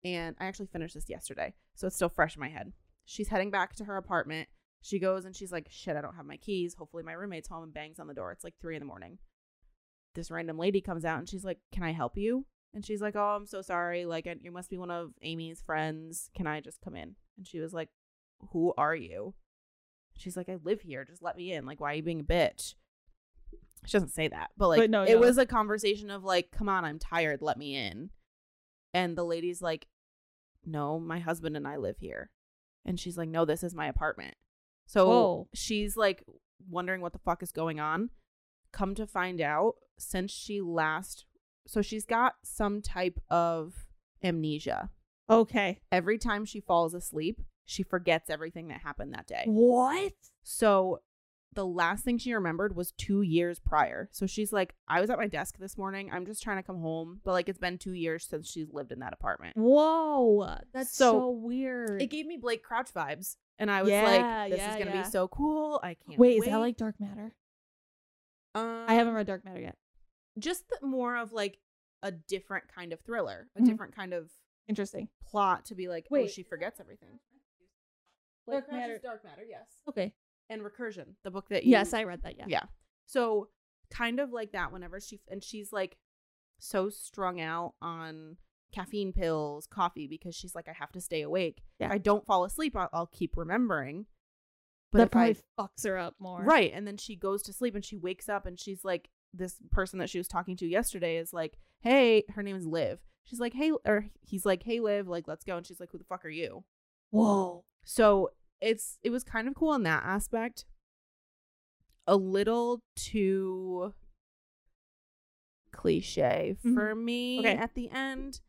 Speaker 2: And I actually finished this yesterday, so it's still fresh in my head. She's heading back to her apartment. She goes and she's like, shit, I don't have my keys. Hopefully, my roommate's home and bangs on the door. It's like three in the morning. This random lady comes out and she's like, Can I help you? And she's like, Oh, I'm so sorry. Like, I- you must be one of Amy's friends. Can I just come in? And she was like, Who are you? She's like, I live here. Just let me in. Like, why are you being a bitch? She doesn't say that, but like,
Speaker 1: But no,
Speaker 2: it
Speaker 1: no.
Speaker 2: was a conversation of like, Come on, I'm tired. Let me in. And the lady's like, No, my husband and I live here. And she's like, No, this is my apartment. So
Speaker 1: Whoa.
Speaker 2: she's like wondering what the fuck is going on. Come to find out, since she last, so she's got some type of amnesia.
Speaker 1: Okay.
Speaker 2: Every time she falls asleep, she forgets everything that happened that day.
Speaker 1: What?
Speaker 2: So the last thing she remembered was two years prior. So she's like, I was at my desk this morning. I'm just trying to come home. But like, it's been two years since she's lived in that apartment.
Speaker 1: Whoa. That's so,
Speaker 2: So,
Speaker 1: weird.
Speaker 2: It gave me Blake Crouch vibes. And I was
Speaker 1: Yeah,
Speaker 2: like, this
Speaker 1: yeah,
Speaker 2: is going to
Speaker 1: yeah.
Speaker 2: be so cool. I can't
Speaker 1: wait,
Speaker 2: wait.
Speaker 1: is that like Dark Matter?
Speaker 2: Um,
Speaker 1: I haven't read Dark Matter yet.
Speaker 2: just the, more of like a different kind of thriller, a
Speaker 1: Mhm.
Speaker 2: different kind of
Speaker 1: Interesting.
Speaker 2: plot to be like, oh,
Speaker 1: Wait.
Speaker 2: she forgets everything.
Speaker 1: Dark
Speaker 2: Crouch is
Speaker 1: Matter-
Speaker 2: Dark Matter, yes.
Speaker 1: Okay.
Speaker 2: And Recursion, the book that you
Speaker 1: Yes, I read that. Yeah.
Speaker 2: yeah. So kind of like that whenever she and she's like so strung out on caffeine pills, coffee because she's like I have to stay awake. If
Speaker 1: Yeah.
Speaker 2: I don't fall asleep, I'll, I'll keep remembering. But
Speaker 1: that
Speaker 2: if I
Speaker 1: probably fucks her up more.
Speaker 2: Right. And then she goes to sleep and she wakes up and she's like, this person that she was talking to yesterday is like, hey, her name is Liv. She's like, hey, or he's like, hey, Liv, like, let's go. And she's like, who the fuck are you?
Speaker 1: Whoa.
Speaker 2: So it's, it was kind of cool in that aspect. A little too cliche for me
Speaker 1: Mm-hmm. Okay.
Speaker 2: at the end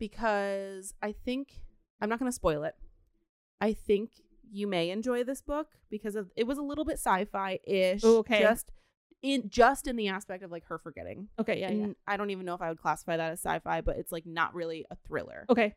Speaker 2: because I think, I'm not going to spoil it. I think you may enjoy this book because of, it was a little bit sci-fi ish.
Speaker 1: Ooh, okay.
Speaker 2: Just in just in the aspect of like her forgetting.
Speaker 1: Okay. Yeah. Yeah.
Speaker 2: And I don't even know if I would classify that as sci-fi, but it's like not really a thriller.
Speaker 1: Okay.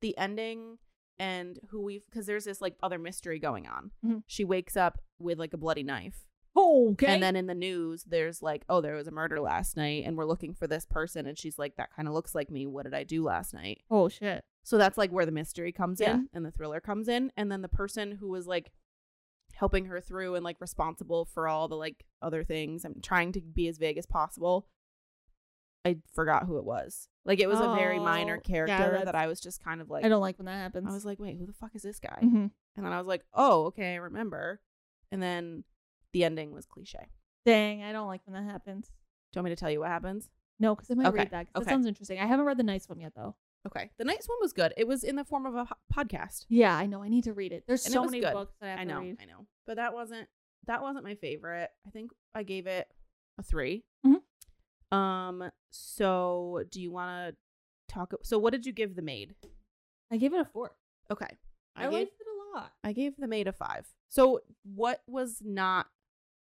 Speaker 2: The ending and who we've because there's this like other mystery going on.
Speaker 1: Mhm.
Speaker 2: She wakes up with like a bloody knife.
Speaker 1: Okay.
Speaker 2: And then in the news, there's like, oh, there was a murder last night and we're looking for this person. And she's like, that kind of looks like me. What did I do last night?
Speaker 1: oh shit.
Speaker 2: So that's like where the mystery comes
Speaker 1: Yeah.
Speaker 2: in and the thriller comes in. And then the person who was like helping her through and like responsible for all the like other things. I'm trying to be as vague as possible. I forgot who it was. Like it was a very minor
Speaker 1: Oh, yeah,
Speaker 2: character that
Speaker 1: that's-
Speaker 2: I was just kind of like,
Speaker 1: I don't like when that happens.
Speaker 2: I was like, wait, who the fuck is this guy?
Speaker 1: Mhm.
Speaker 2: And then I was like, oh, okay, I remember. And then the ending was cliche.
Speaker 1: Dang, I don't like when that happens.
Speaker 2: Do you want me to tell you what happens?
Speaker 1: No, because I might
Speaker 2: Okay,
Speaker 1: read that. 'cause That
Speaker 2: okay.
Speaker 1: sounds interesting. I haven't read the nice one yet though.
Speaker 2: Okay. The night's one was good. It was in the form of a ho- podcast.
Speaker 1: Yeah, I know. I need to read it. There's
Speaker 2: And it
Speaker 1: so
Speaker 2: was
Speaker 1: many
Speaker 2: good.
Speaker 1: books that I have
Speaker 2: I know,
Speaker 1: to read.
Speaker 2: I know. But that wasn't that wasn't my favorite. I think I gave it a 3
Speaker 1: Mhm.
Speaker 2: Um. So do you want to talk? So what did you give the maid?
Speaker 1: I gave it a four.
Speaker 2: Okay.
Speaker 1: I,
Speaker 2: I, gave
Speaker 1: liked it a lot.
Speaker 2: I gave the maid a five. So what was not?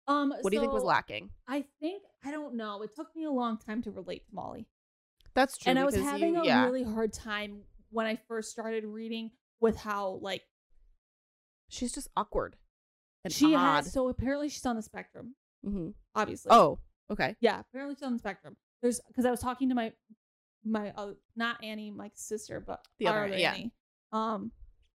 Speaker 1: Um,
Speaker 2: What do you think was
Speaker 1: so
Speaker 2: lacking?
Speaker 1: I think I don't know. It took me a long time to relate to Molly,
Speaker 2: That's true.
Speaker 1: and I was
Speaker 2: because
Speaker 1: having
Speaker 2: you-
Speaker 1: a
Speaker 2: yeah.
Speaker 1: really hard time when I first started reading with how like
Speaker 2: She's just awkward. And
Speaker 1: she
Speaker 2: odd.
Speaker 1: has. So apparently she's on the spectrum.
Speaker 2: Mhm.
Speaker 1: Obviously.
Speaker 2: Oh. Okay.
Speaker 1: Yeah, apparently she's on the spectrum. There's because I was talking to my my uh, not Annie, my sister, but
Speaker 2: The
Speaker 1: our
Speaker 2: other Annie, yeah.
Speaker 1: Annie. Um,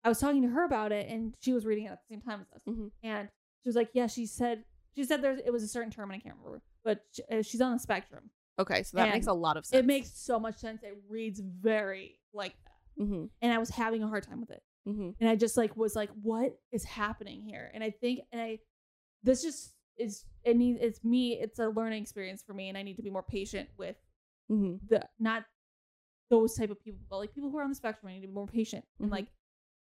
Speaker 1: I was talking to her about it, and she was reading it at the same time as us,
Speaker 2: Mhm.
Speaker 1: and she was like, "Yeah," she said. She said there's it was a certain term and I can't remember, but she, uh, she's on the spectrum.
Speaker 2: Okay. So that
Speaker 1: And
Speaker 2: makes a lot of sense.
Speaker 1: It makes so much sense. It reads very like that,
Speaker 2: hmm
Speaker 1: and I was having a hard time with it,
Speaker 2: hmm
Speaker 1: and I just like was like, "What is happening here?" And I think, and I this just is it needs it's me. It's a learning experience for me, and I need to be more patient with
Speaker 2: hmm
Speaker 1: the not those type of people, but like people who are on the spectrum, I need to be more patient. And
Speaker 2: Mhm.
Speaker 1: like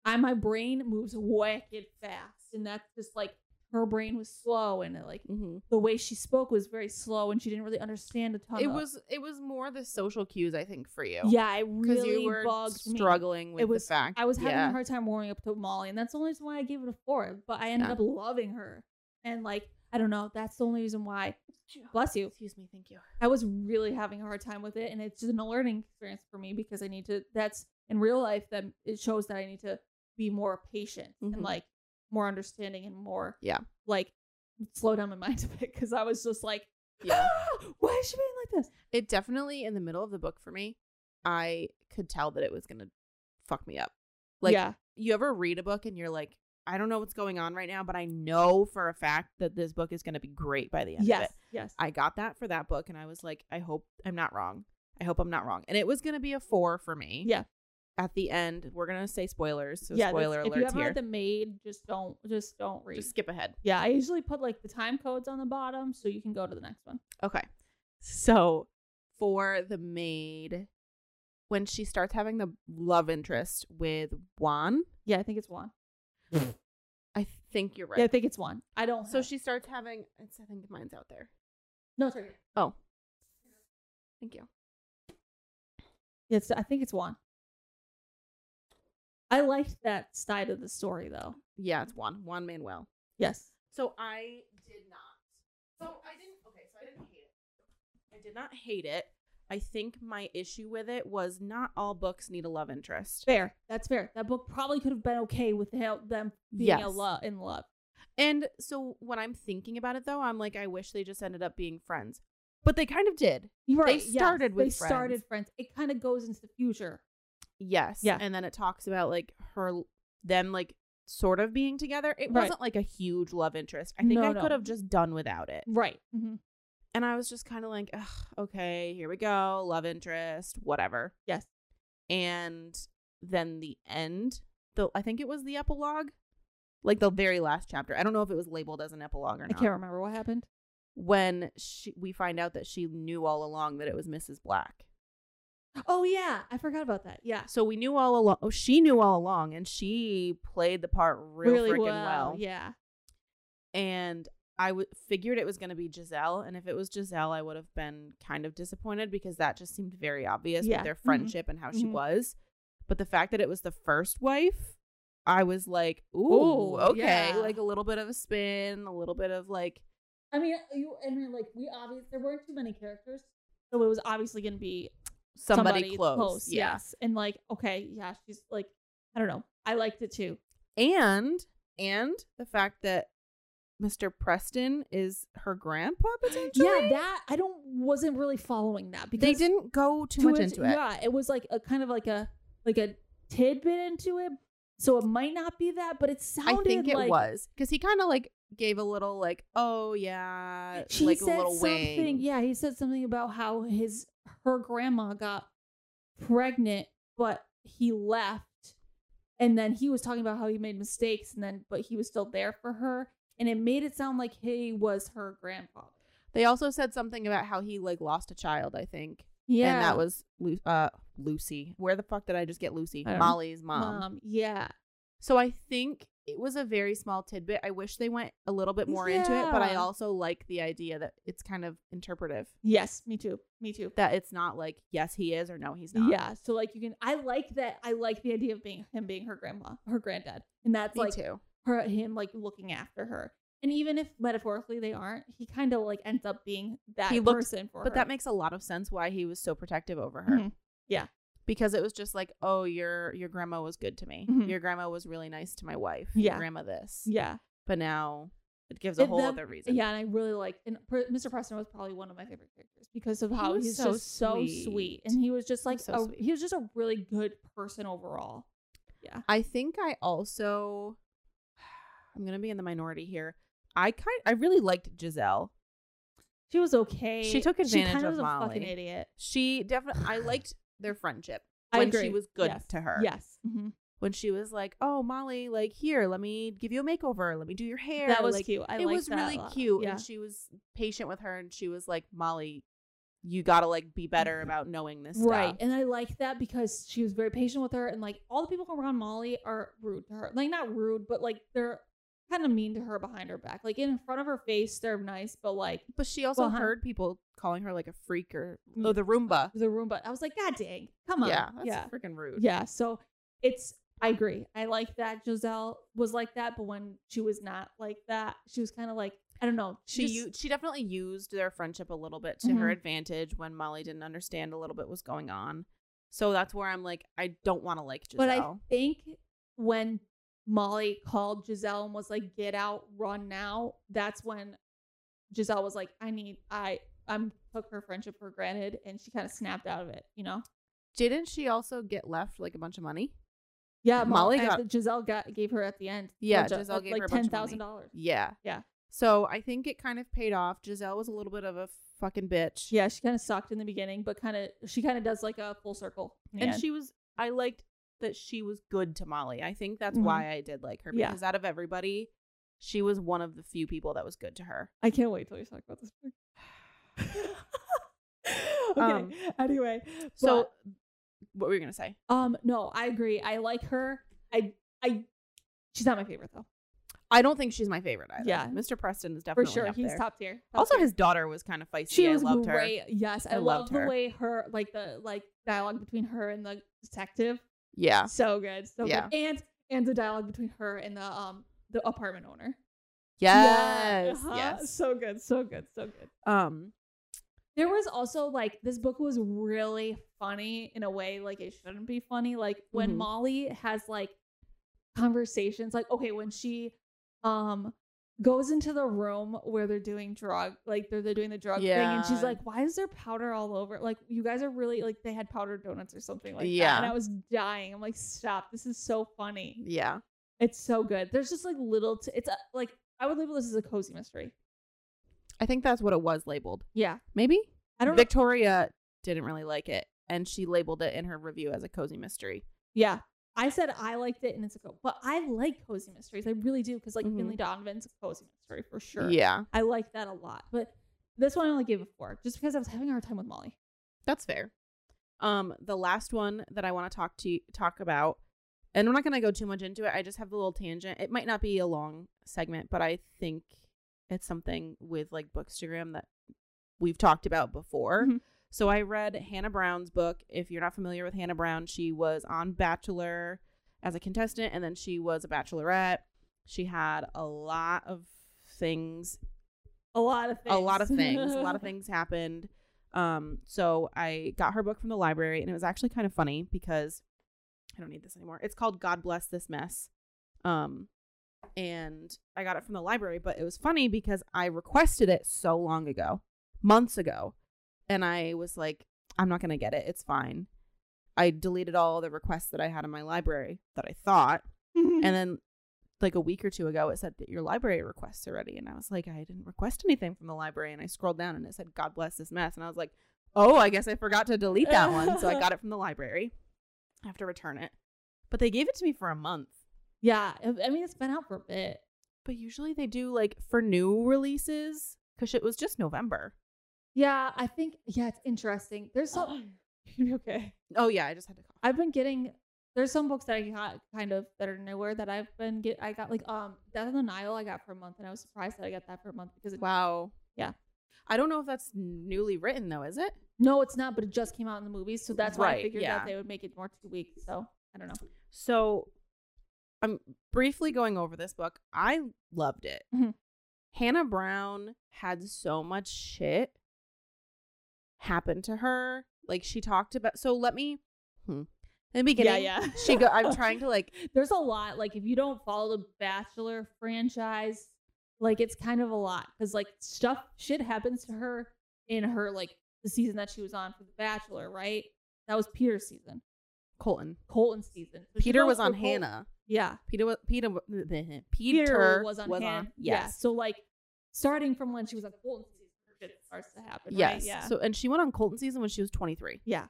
Speaker 1: I my brain moves wicked fast. And that's just like her brain was slow and like
Speaker 2: hmm
Speaker 1: the way she spoke was very slow and she didn't really understand a ton
Speaker 2: It
Speaker 1: of
Speaker 2: was it was more the social cues I think for you.
Speaker 1: Yeah, it
Speaker 2: because
Speaker 1: really
Speaker 2: you were
Speaker 1: bugged me.
Speaker 2: struggling with
Speaker 1: It was-
Speaker 2: the fact.
Speaker 1: I was having
Speaker 2: yeah.
Speaker 1: a hard time warming up to Molly, and that's the only reason why I gave it a four. But I ended
Speaker 2: Yeah.
Speaker 1: up loving her, and like I I don't know. That's the only reason why. Bless you.
Speaker 2: Excuse me. Thank you.
Speaker 1: I was really having a hard time with it, and it's just an alerting experience for me because I need to. That's in real life. That it shows that I need to be more patient
Speaker 2: Mhm.
Speaker 1: and like more understanding and more
Speaker 2: Yeah.
Speaker 1: like slow down my mind a bit because I was just like, "Ah,
Speaker 2: Yeah.
Speaker 1: why is she being like this?
Speaker 2: It definitely in the middle of the book for me, I could tell that it was gonna fuck me up. Like
Speaker 1: yeah,
Speaker 2: you ever read a book and you're like, I don't know what's going on right now, but I know for a fact that this book is gonna be great by the end of
Speaker 1: yes,
Speaker 2: it.
Speaker 1: yes,
Speaker 2: I got that for that book and I was like, I hope I'm not wrong. I hope I'm not wrong. And it was gonna be a four for me.
Speaker 1: Yeah.
Speaker 2: At the end, we're gonna say spoilers. So
Speaker 1: yeah. that's-
Speaker 2: spoiler
Speaker 1: if you
Speaker 2: alerts
Speaker 1: haven't
Speaker 2: here.
Speaker 1: read the maid, just don't, just don't read.
Speaker 2: Just skip ahead.
Speaker 1: yeah, I usually put like the time codes on the bottom so you can go to the next one.
Speaker 2: Okay. So for the maid, when she starts having the love interest with Juan,
Speaker 1: Yeah, I think it's one.
Speaker 2: I think you're right.
Speaker 1: Yeah, I think it's one. I don't.
Speaker 2: so
Speaker 1: have-
Speaker 2: she starts having it's I think mine's out there.
Speaker 1: no, it's right here.
Speaker 2: Oh. Thank you.
Speaker 1: It's. I think it's one. I liked that side of the story though.
Speaker 2: Yeah, it's Juan. Juan Manuel.
Speaker 1: Yes.
Speaker 2: So I did not. So I didn't okay, so I didn't hate it. I did not hate it. I think my issue with it was not all books need a love interest.
Speaker 1: Fair. That's fair. That book probably could have been okay without them being
Speaker 2: Yes.
Speaker 1: a lo- in love.
Speaker 2: And so when I'm thinking about it though, I'm like, I wish they just ended up being friends. But they kind of did.
Speaker 1: You're
Speaker 2: They
Speaker 1: right. yes,
Speaker 2: started with
Speaker 1: they started friends. It kind of goes into the future.
Speaker 2: Yes.
Speaker 1: Yeah.
Speaker 2: And then it talks about like her them like sort of being together. It
Speaker 1: Right.
Speaker 2: wasn't like a huge love interest. I think
Speaker 1: No,
Speaker 2: I
Speaker 1: no.
Speaker 2: could have just done without it.
Speaker 1: Right. Mm-hmm.
Speaker 2: And I was just kind of like, Ugh, okay, here we go, love interest, whatever.
Speaker 1: Yes.
Speaker 2: And then the end, though I think it was the epilogue, like the very last chapter. I don't know if it was labeled as an epilogue or
Speaker 1: I
Speaker 2: not.
Speaker 1: can't remember what happened.
Speaker 2: When she, we find out that she knew all along that it was Mrs. Black.
Speaker 1: Oh yeah, I forgot about that. Yeah.
Speaker 2: So we knew all along. Oh, she knew all along, and she played the part real freaking well.
Speaker 1: Yeah.
Speaker 2: And I w- figured it was going to be Giselle, and if it was Giselle, I would have been kind of disappointed because that just seemed very obvious
Speaker 1: Yeah.
Speaker 2: with their
Speaker 1: Mhm.
Speaker 2: friendship and how she
Speaker 1: Mhm.
Speaker 2: was. But the fact that it was the first wife, I was like, ooh,
Speaker 1: Ooh,
Speaker 2: okay,
Speaker 1: yeah.
Speaker 2: like a little bit of a spin, a little bit of like,
Speaker 1: I mean, uh, you I mean, like we obvious there weren't too many characters, so it was obviously going to be
Speaker 2: somebody, close. yeah.
Speaker 1: Yes. And like, okay, yeah, she's like, I don't know. I liked it too.
Speaker 2: and and the fact that Mr. Preston is her grandpa potentially.
Speaker 1: Yeah, that I don't wasn't really following that because
Speaker 2: they didn't go too, much into it.
Speaker 1: Yeah, it was like a kind of like a like a tidbit into it. So it might not be that, but it sounded
Speaker 2: I think it
Speaker 1: like
Speaker 2: was because he kind of like gave a little like, oh yeah,
Speaker 1: she
Speaker 2: like
Speaker 1: said
Speaker 2: a little
Speaker 1: something.
Speaker 2: wing.
Speaker 1: Yeah, he said something about how his her grandma got pregnant, but he left, and then he was talking about how he made mistakes, and then but he was still there for her, and it made it sound like he was her grandfather.
Speaker 2: They also said something about how he like lost a child, I think,
Speaker 1: Yeah,
Speaker 2: and that was Lu- uh Lucy. Where the fuck did I just get Lucy?
Speaker 1: I don't know.
Speaker 2: Molly's mom.
Speaker 1: mom. Yeah,
Speaker 2: So I think it was a very small tidbit. I wish they went a little bit more into it, but I
Speaker 1: Yeah.
Speaker 2: also like the idea that it's kind of interpretive.
Speaker 1: yes, me too, me too.
Speaker 2: that it's not like yes he is or no he's not.
Speaker 1: Yeah, so like you can, I like that. I like the idea of being him being her grandma, her granddad, and that's
Speaker 2: me
Speaker 1: like
Speaker 2: too.
Speaker 1: her, him like looking after her. And even if metaphorically they aren't, he kind of like ends up being that
Speaker 2: He looked-
Speaker 1: person for her.
Speaker 2: But that makes a lot of sense why he was so protective over her.
Speaker 1: Mhm. Yeah.
Speaker 2: because it was just like oh your your grandma was good to me.
Speaker 1: Mhm.
Speaker 2: Your grandma was really nice to my wife. Your
Speaker 1: Yeah.
Speaker 2: grandma this.
Speaker 1: yeah,
Speaker 2: But now it gives a
Speaker 1: It-
Speaker 2: whole
Speaker 1: that-
Speaker 2: other reason.
Speaker 1: yeah. And I really like, and Pr- Mr. Preston was probably one of my favorite characters because of
Speaker 2: He
Speaker 1: how
Speaker 2: was
Speaker 1: he's
Speaker 2: so
Speaker 1: just so sweet,
Speaker 2: sweet.
Speaker 1: and he was just like
Speaker 2: so
Speaker 1: a,
Speaker 2: sweet.
Speaker 1: he was just a really good person overall.
Speaker 2: I think I also I'm gonna be in the minority here. I kind I really liked Giselle.
Speaker 1: She was okay.
Speaker 2: She took
Speaker 1: She
Speaker 2: advantage
Speaker 1: kind
Speaker 2: of
Speaker 1: of was a fucking
Speaker 2: Molly.
Speaker 1: idiot.
Speaker 2: She definitely I liked their friendship
Speaker 1: I
Speaker 2: when she
Speaker 1: agree.
Speaker 2: was good
Speaker 1: Yes.
Speaker 2: to her.
Speaker 1: Yes, Mhm.
Speaker 2: When she was like, "Oh, Molly, like here, let me give you a makeover. Let me do your hair."
Speaker 1: that was
Speaker 2: like,
Speaker 1: cute. I
Speaker 2: it
Speaker 1: liked
Speaker 2: was
Speaker 1: that a
Speaker 2: really
Speaker 1: lot.
Speaker 2: cute
Speaker 1: Yeah.
Speaker 2: and she was patient with her and she was like molly you gotta like be better about knowing this
Speaker 1: Mm-hmm. Right.
Speaker 2: stuff
Speaker 1: And I like that because she was very patient with her and like all the people around Molly are rude to her. Like not rude, but like they're kind of mean to her behind her back. Like in front of her face, they're nice, but like
Speaker 2: but she also
Speaker 1: Well, Mm, huh.
Speaker 2: heard people calling her like a freak or
Speaker 1: Yeah.
Speaker 2: oh the roomba
Speaker 1: the room, but I was like, God dang, come on.
Speaker 2: yeah that's
Speaker 1: yeah.
Speaker 2: freaking rude
Speaker 1: Yeah. So it's I agree. I like that Giselle was like that, but when she was not like that, she was kind of like I don't know.
Speaker 2: She
Speaker 1: just-
Speaker 2: u- she definitely used their friendship a little bit to her
Speaker 1: Mhm.
Speaker 2: advantage when Molly didn't understand a little bit what was going on. So that's where I'm like, I don't want to like
Speaker 1: but I
Speaker 2: Giselle.
Speaker 1: think when Molly called Giselle and was like, "Get out, run now," that's when Giselle was like, "I need, I, I'm took her friendship for granted," and she kind of snapped out of it. You know?
Speaker 2: Didn't she also get left like a bunch of money?
Speaker 1: Yeah, Mo-
Speaker 2: Molly
Speaker 1: and
Speaker 2: got-
Speaker 1: Giselle got gave her at the end.
Speaker 2: Yeah,
Speaker 1: Gi-
Speaker 2: Giselle gave
Speaker 1: like
Speaker 2: her a
Speaker 1: ten
Speaker 2: bunch of money.
Speaker 1: thousand dollars.
Speaker 2: Yeah.
Speaker 1: Yeah.
Speaker 2: So I think it kind of paid off. Giselle was a little bit of a fucking bitch.
Speaker 1: Yeah, she kind of sucked in the beginning, but kind of she kind of does like a full circle. in the
Speaker 2: And
Speaker 1: end.
Speaker 2: she was I liked that she was good to Molly. I think that's
Speaker 1: Mhm.
Speaker 2: why I did like her
Speaker 1: Yeah.
Speaker 2: because out of everybody, she was one of the few people that was good to her.
Speaker 1: I can't wait till you talk about this. okay.
Speaker 2: Um,
Speaker 1: anyway,
Speaker 2: So
Speaker 1: but-
Speaker 2: what were you gonna say?
Speaker 1: Um, no, I agree. I like her. I I she's not my favorite though.
Speaker 2: I don't think she's my favorite either.
Speaker 1: Yeah.
Speaker 2: Mr. Preston is
Speaker 1: For
Speaker 2: definitely
Speaker 1: sure.
Speaker 2: up
Speaker 1: He's
Speaker 2: there.
Speaker 1: top tier. Top
Speaker 2: Also,
Speaker 1: tier.
Speaker 2: his daughter was kind of feisty.
Speaker 1: she
Speaker 2: I
Speaker 1: was
Speaker 2: loved her.
Speaker 1: great. Yes, I,
Speaker 2: I
Speaker 1: loved
Speaker 2: loved her.
Speaker 1: the way her like the like dialogue between her and the detective.
Speaker 2: Yeah,
Speaker 1: So good. So
Speaker 2: Yeah.
Speaker 1: good. And and the dialogue between her and the um the apartment owner.
Speaker 2: yes,
Speaker 1: uh-huh.
Speaker 2: yes.
Speaker 1: So good. So good. So good.
Speaker 2: Um,
Speaker 1: There was also like this book was really funny in a way like it shouldn't be funny. Like when
Speaker 2: Mhm.
Speaker 1: Molly has like conversations, like okay, when she um goes into the room where they're doing drug, like they're, they're doing the drug thing, and she's
Speaker 2: Yeah.
Speaker 1: like, "Why is there powder all over? Like you guys are really like they had powdered donuts or something like that."
Speaker 2: Yeah.
Speaker 1: And I was dying. I'm like, "Stop! This is so funny.
Speaker 2: yeah.
Speaker 1: It's so good." There's just like little. T- it's uh like I would label this as a cozy mystery.
Speaker 2: I think that's what it was labeled.
Speaker 1: Yeah,
Speaker 2: Maybe
Speaker 1: I don't. know.
Speaker 2: Victoria didn't really like it, and she labeled it in her review as a cozy mystery.
Speaker 1: Yeah. I said I liked it and it's a co but I like cozy mysteries. I really do because like
Speaker 2: Mhm.
Speaker 1: Finley Donovan's a cozy mystery for sure.
Speaker 2: Yeah,
Speaker 1: I like that a lot. But this one I only gave a four just because I was having a hard time with Molly.
Speaker 2: that's fair. Um, the last one that I want to talk to talk about, and I'm not gonna go too much into it. I just have a little tangent. It might not be a long segment, but I think it's something with like Bookstagram that we've talked about before.
Speaker 1: Mhm.
Speaker 2: So I read Hannah Brown's book. If you're not familiar with Hannah Brown, she was on Bachelor as a contestant, and then she was a bachelorette. She had a lot of things
Speaker 1: A lot of things.
Speaker 2: a lot of things. a lot of things happened. Um, so I got her book from the library, and it was actually kind of funny because I don't need this anymore. It's called God Bless This Mess. Um, and I got it from the library, but it was funny because I requested it so long ago, months ago, and I was like, I'm not gonna get it. It's fine. I deleted all the requests that I had in my library that I thought and then like a week or two ago, it said that your library requests are ready. And I was like, I didn't request anything from the library. And I scrolled down and it said, God bless this mess. And I was like, oh, I guess I forgot to delete that one. So I got it from the library. I have to return it. But they gave it to me for a month.
Speaker 1: yeah. I- I mean, it's been out for a bit.
Speaker 2: But usually they do like for new releases because it was just November.
Speaker 1: Yeah. I think, yeah, it's interesting. There's some, you okay.
Speaker 2: Oh, yeah. I just had to call.
Speaker 1: I've been getting, there's some books that I got kind of that are newer that I've been get. I got like, um, Death on the Nile, I got for a month and I was surprised that I got that for a month because it
Speaker 2: Wow.
Speaker 1: Yeah.
Speaker 2: I don't know if that's newly written though, is it?
Speaker 1: No, it's not, but it just came out in the movies, so that's why I
Speaker 2: Right,
Speaker 1: figured
Speaker 2: yeah.
Speaker 1: out they would make it more two weeks. So I don't know.
Speaker 2: So I'm briefly going over this book. I loved it.
Speaker 1: Mhm.
Speaker 2: Hannah Brown had so much shit happen to her. Like she talked about so let me hmm. in the beginning.
Speaker 1: yeah.
Speaker 2: She go I'm trying to like
Speaker 1: There's a lot. Like if you don't follow the Bachelor franchise, like it's kind of a lot because like stuff shit happens to her in her like the season that she was on for the Bachelor, right? That was Peter's season,
Speaker 2: Colton.
Speaker 1: Colton's season. So she
Speaker 2: Peter
Speaker 1: goes
Speaker 2: was on
Speaker 1: through Col-
Speaker 2: Hannah.
Speaker 1: Yeah.
Speaker 2: Peter was Peter wa- Peter,
Speaker 1: was on hand. Yeah.
Speaker 2: Yes.
Speaker 1: So like starting from when she was on Colton's season, her shit starts to happen.
Speaker 2: Yes.
Speaker 1: Right? Yeah.
Speaker 2: So and she went on Colton season when she was 23.
Speaker 1: Yeah.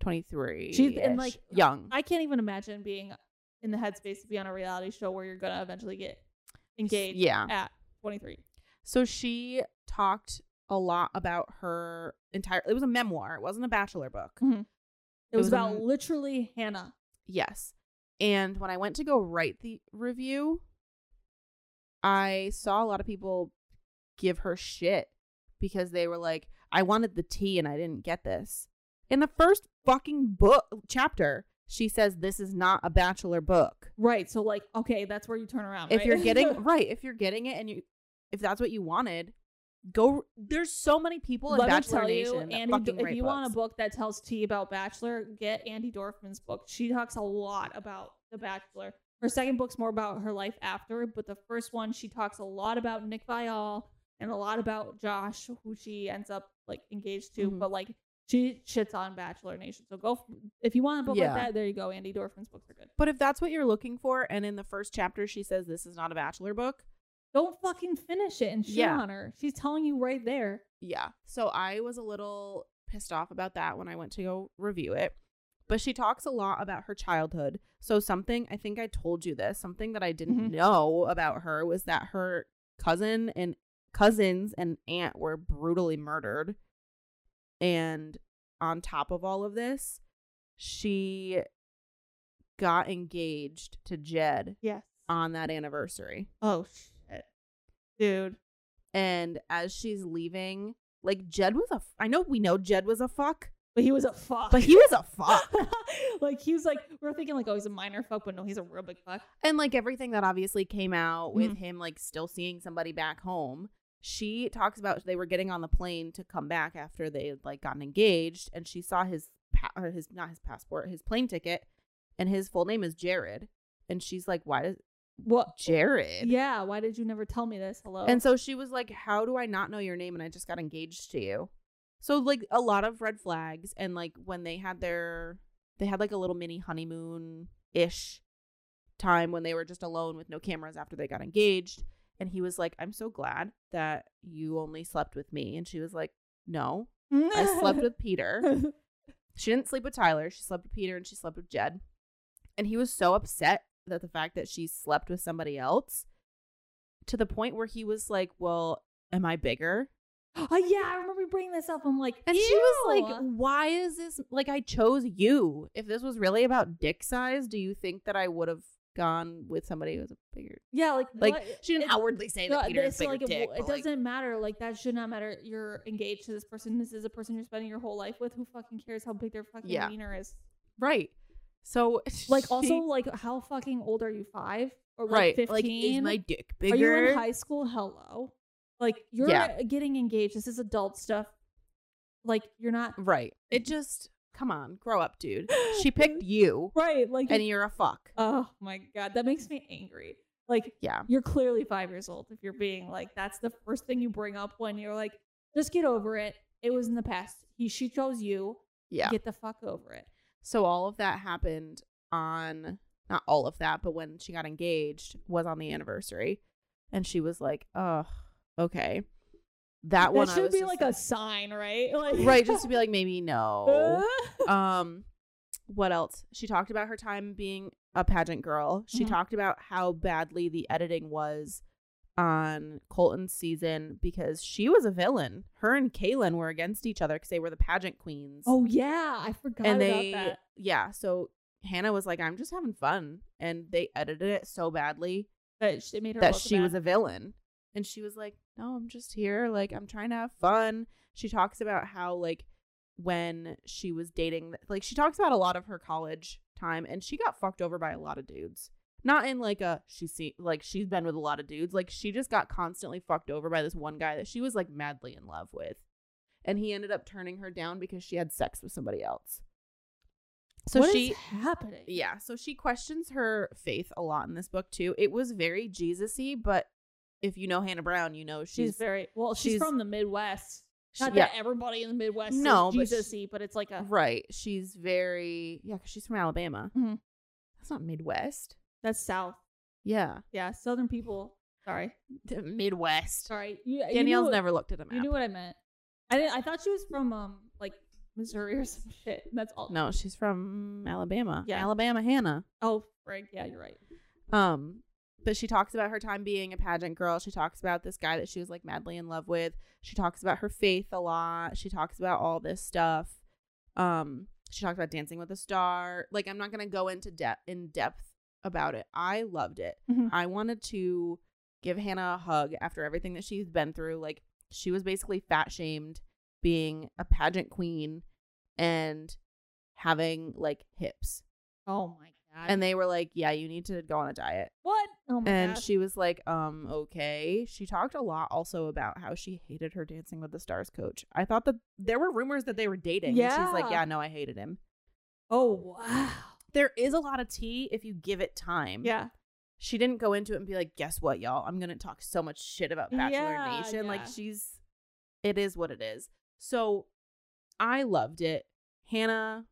Speaker 2: 23.
Speaker 1: She's- and, like,
Speaker 2: young.
Speaker 1: I can't even imagine being in the headspace to be on a reality show where you're gonna eventually get engaged
Speaker 2: Yeah.
Speaker 1: at 23.
Speaker 2: So she talked a lot about her entire. It was a memoir. It wasn't a bachelor book.
Speaker 1: It was
Speaker 2: was
Speaker 1: about
Speaker 2: an-
Speaker 1: literally Hannah.
Speaker 2: Yes. And when I went to go write the review, I saw a lot of people give her shit because they were like, "I wanted the tea and I didn't get this." In the first fucking book chapter, she says this is not a bachelor book.
Speaker 1: Right. So like, okay, that's where you turn around.
Speaker 2: If
Speaker 1: right?
Speaker 2: you're getting right, if you're getting it and you if that's what you wanted, go. There's so many people in
Speaker 1: Let me
Speaker 2: Bachelor
Speaker 1: tell
Speaker 2: Nation.
Speaker 1: you,
Speaker 2: that
Speaker 1: Andy,
Speaker 2: fucking
Speaker 1: Do- if
Speaker 2: write
Speaker 1: you want a
Speaker 2: books.
Speaker 1: book that tells tea about Bachelor, get Andy Dorfman's book. She talks a lot about The Bachelor. Her second book's more about her life after, but the first one she talks a lot about Nick Vial and a lot about Josh, who she ends up like engaged to.
Speaker 2: Mhm.
Speaker 1: But like she shits on Bachelor Nation, so go f- if you want a book
Speaker 2: Yeah.
Speaker 1: like that. There you go. Andy Dorfman's books are good.
Speaker 2: But if that's what you're looking for, and in the first chapter she says this is not a bachelor book,
Speaker 1: Don't fucking finish it and shit
Speaker 2: Yeah.
Speaker 1: on her. She's telling you right there.
Speaker 2: yeah. So I was a little pissed off about that when I went to go review it. But she talks a lot about her childhood. So something I think I told you this, something that I
Speaker 1: Mhm.
Speaker 2: didn't know about her was that her cousin and cousins and aunt were brutally murdered. And on top of all of this, she got engaged to Jed
Speaker 1: Yes.
Speaker 2: on that anniversary.
Speaker 1: Oh shit, dude.
Speaker 2: and as she's leaving like jed was a f- i know we know jed was a fuck
Speaker 1: But he was a fuck.
Speaker 2: but he was a fuck
Speaker 1: like he was like we're thinking like oh he's a minor fuck, but no he's a real big fuck.
Speaker 2: and like everything that obviously came out with him like still seeing somebody back home she talks about they were getting on the plane to come back after they had like gotten engaged and she saw his pa- or his not his passport his plane ticket and his full name is jared and she's like why does
Speaker 1: What?
Speaker 2: jared
Speaker 1: Yeah. Why did you never tell me this? Hello.
Speaker 2: And so she was like, How do I not know your name? And I just got engaged to you. So, like, a lot of red flags. And, like, when they had their, they had like a little mini honeymoon ish time when they were just alone with no cameras after they got engaged. And he was like, I'm so glad that you only slept with me. And she was like, No, I slept with Peter. She didn't sleep with Tyler. She slept with Peter and she slept with Jed. And he was so upset that the fact that she slept with somebody else to the point where he was like, Well, am I bigger?
Speaker 1: oh yeah, I remember you bringing this up. I'm like,
Speaker 2: And she was like,
Speaker 1: "Ew."
Speaker 2: Why is this? Like, I chose you. If this was really about dick size, do you think that I would have gone with somebody who was bigger?
Speaker 1: yeah, like
Speaker 2: Like,
Speaker 1: what-
Speaker 2: she didn't
Speaker 1: it-
Speaker 2: outwardly say that
Speaker 1: no,
Speaker 2: Peter is
Speaker 1: it's
Speaker 2: bigger
Speaker 1: like, it-
Speaker 2: dick.
Speaker 1: It,
Speaker 2: but, like,
Speaker 1: doesn't matter. Like that should not matter. You're engaged to this person. This is a person you're spending your whole life with. Who fucking cares how big their fucking
Speaker 2: Yeah.
Speaker 1: wiener is?
Speaker 2: right. So,
Speaker 1: Like
Speaker 2: she-
Speaker 1: also like how fucking old are you? Five or
Speaker 2: right.
Speaker 1: Like,
Speaker 2: Like, is
Speaker 1: 15?
Speaker 2: my dick
Speaker 1: Are
Speaker 2: bigger?
Speaker 1: you in high school? Hello. Like you're
Speaker 2: Yeah.
Speaker 1: getting engaged. This is adult stuff. Like you're not
Speaker 2: Right. It just come on, grow up, dude. She picked you
Speaker 1: right. Like
Speaker 2: and you're a fuck.
Speaker 1: oh my god, that makes me angry. Like
Speaker 2: Yeah.
Speaker 1: you're clearly five years old if you're being like that's the first thing you bring up when you're like just get over it. It was in the past. He she chose you.
Speaker 2: Yeah.
Speaker 1: Get the fuck over it.
Speaker 2: So all of that happened on not all of that, but when she got engaged was on the anniversary. And she was like, "Oh, okay." That one
Speaker 1: that
Speaker 2: I
Speaker 1: should
Speaker 2: was
Speaker 1: be
Speaker 2: just
Speaker 1: like a sign, right? Like
Speaker 2: right just to be like maybe no. um what else she talked about her time being a pageant girl she
Speaker 1: Mhm.
Speaker 2: talked about how badly the editing was on colton's season because she was a villain her and kaylin were against each other because they were the pageant queens
Speaker 1: oh yeah, I forgot
Speaker 2: and
Speaker 1: about
Speaker 2: they
Speaker 1: that.
Speaker 2: yeah so hannah was like i'm just having fun and they edited it so badly
Speaker 1: That she it made her
Speaker 2: that
Speaker 1: look
Speaker 2: she
Speaker 1: bad.
Speaker 2: was a villain. And she was like, No, I'm just here. Like, I'm trying to have fun. She talks about how, like, when she was dating, like, she talks about a lot of her college time and she got fucked over by a lot of dudes. Not in like a she see like she's been with a lot of dudes. Like she just got constantly fucked over by this one guy that she was like madly in love with. And he ended up turning her down because she had sex with somebody else. So
Speaker 1: What is
Speaker 2: she
Speaker 1: happening.
Speaker 2: yeah, so she questions her faith a lot in this book too. It was very Jesus-y, but if you know Hannah Brown, you know
Speaker 1: She's,
Speaker 2: she's,
Speaker 1: very well. She's,
Speaker 2: she's-
Speaker 1: from the Midwest.
Speaker 2: she-
Speaker 1: Not
Speaker 2: yeah,
Speaker 1: that everybody in the Midwest no,
Speaker 2: No,
Speaker 1: is
Speaker 2: but she-
Speaker 1: Jesus y, but it's like a
Speaker 2: right. She's very yeah, 'cause she's from Alabama.
Speaker 1: Mhm.
Speaker 2: That's not Midwest.
Speaker 1: that's South.
Speaker 2: Yeah,
Speaker 1: Yeah, Southern people. Sorry,
Speaker 2: The Midwest.
Speaker 1: sorry. You, you
Speaker 2: Danielle's
Speaker 1: knew-
Speaker 2: never looked at a map.
Speaker 1: You knew what I meant. I didn't, I thought she was from um like Missouri or some shit. and That's all.
Speaker 2: no, she's from Alabama.
Speaker 1: Yeah.
Speaker 2: Alabama Hannah.
Speaker 1: Oh, Frank. Yeah, you're right.
Speaker 2: Um, but she talks about her time being a pageant girl. She talks about this guy that she was like madly in love with. She talks about her faith a lot. She talks about all this stuff. Um, she talks about Dancing with a Star. Like I'm not gonna go into depth in depth about it. I loved it.
Speaker 1: Mhm.
Speaker 2: I wanted to give Hannah a hug after everything that she's been through. Like she was basically fat shamed being a pageant queen and having like hips
Speaker 1: Oh my
Speaker 2: and they were like, "Yeah, you need to go on a diet."
Speaker 1: what? Oh my
Speaker 2: And
Speaker 1: gosh.
Speaker 2: she was like, "Um, okay." She talked a lot also about how she hated her Dancing with the Stars coach. I thought that there were rumors that they were dating. and she's like,
Speaker 1: Yeah.
Speaker 2: "Yeah, no, I hated him."
Speaker 1: oh wow.
Speaker 2: There is a lot of tea if you give it time.
Speaker 1: Yeah.
Speaker 2: she didn't go into it and be like, guess what, y'all? I'm gonna talk so much shit about Bachelor
Speaker 1: Yeah,
Speaker 2: Nation. Like
Speaker 1: yeah.
Speaker 2: she's it is what it is. So I loved it. Hannah,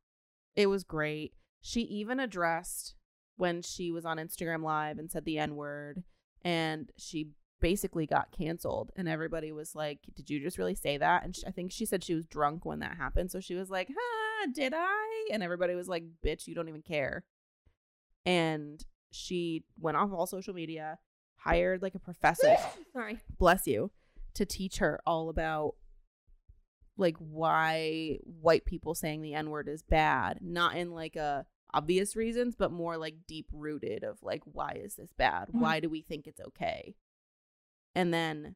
Speaker 2: it was great. She even addressed when she was on Instagram Live and said the N word and she basically got canceled and everybody was like did you just really say that and sh i think she said she was drunk when that happened so she was like ah did i and everybody was like bitch you don't even care and she went off all social media hired like a professor
Speaker 1: Sorry.
Speaker 2: bless you to teach her all about like why white people saying the n word is bad not in like a obvious reasons but more like deep rooted of like why is this bad
Speaker 1: Mhm.
Speaker 2: why do we think it's okay and then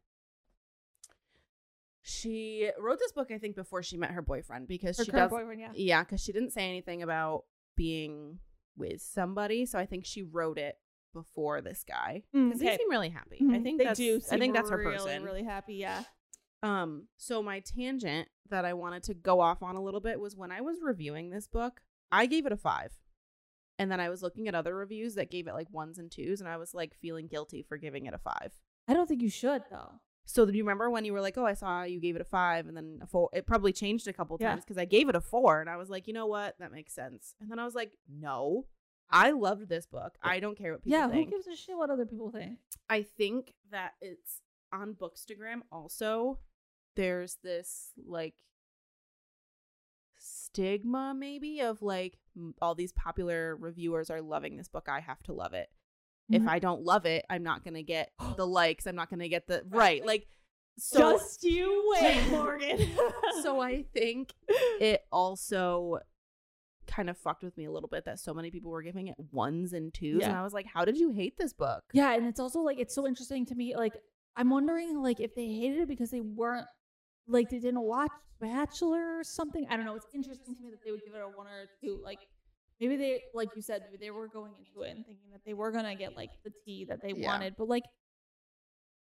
Speaker 2: she wrote this book i think before she met her boyfriend because
Speaker 1: Her
Speaker 2: she
Speaker 1: current
Speaker 2: does
Speaker 1: boyfriend, yeah.
Speaker 2: yeah, because she didn't say anything about being with somebody, so I think she wrote it before this guy. 'Cause They
Speaker 1: Mm, Okay.
Speaker 2: seem really happy. I
Speaker 1: Mhm.
Speaker 2: think
Speaker 1: they
Speaker 2: that's,
Speaker 1: do.
Speaker 2: I think
Speaker 1: seem
Speaker 2: that's her
Speaker 1: really,
Speaker 2: person.
Speaker 1: Really happy. Yeah.
Speaker 2: Um. So my tangent that I wanted to go off on a little bit was when I was reviewing this book, I gave it a five, and then I was looking at other reviews that gave it like ones and twos, and I was like feeling guilty for giving it a five.
Speaker 1: I don't think you should though.
Speaker 2: So do you remember when you were like, "Oh, I saw you gave it a five, and then a four? It probably changed a couple
Speaker 1: Yeah.
Speaker 2: times because I gave it a four, and I was like, "You know what? That makes sense." And then I was like, "No, I loved this book. I don't care what people
Speaker 1: yeah. Who
Speaker 2: think."
Speaker 1: gives a shit what other people think?
Speaker 2: I think that it's on Bookstagram. Also, there's this like stigma maybe of like m- all these popular reviewers are loving this book. I have to love it if
Speaker 1: Mhm.
Speaker 2: I don't love it, I'm not gonna get the likes. I'm not gonna get the right. Like, so
Speaker 1: Just you wait, Morgan.
Speaker 2: so I think it also kind of fucked with me a little bit that so many people were giving it ones and twos, and
Speaker 1: Yeah.
Speaker 2: I was like, how did you hate this book?
Speaker 1: Yeah, and it's also like it's so interesting to me. Like I'm wondering like if they hated it because they weren't like they didn't watch Bachelor or something. I don't know. It's interesting to me that they would give it a one or a two. Like maybe they like you said, maybe they were going into it and thinking that they were gonna get like the tea that they
Speaker 2: Yeah.
Speaker 1: wanted. But like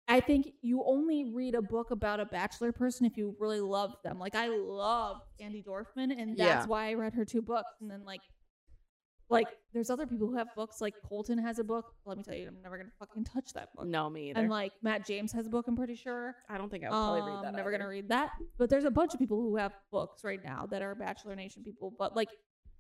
Speaker 1: I think you only read a book about a bachelor person if you really love them. Like I love Andy Dorfman and that's
Speaker 2: Yeah.
Speaker 1: why I read her two books and then like like there's other people who have books like colton has a book let me tell you i'm never gonna fucking touch that book
Speaker 2: No, me either.
Speaker 1: and like matt james has a book i'm pretty sure
Speaker 2: I don't think I would
Speaker 1: um,
Speaker 2: probably read that.
Speaker 1: i'm never gonna
Speaker 2: either.
Speaker 1: read that but there's a bunch of people who have books right now that are bachelor nation people but like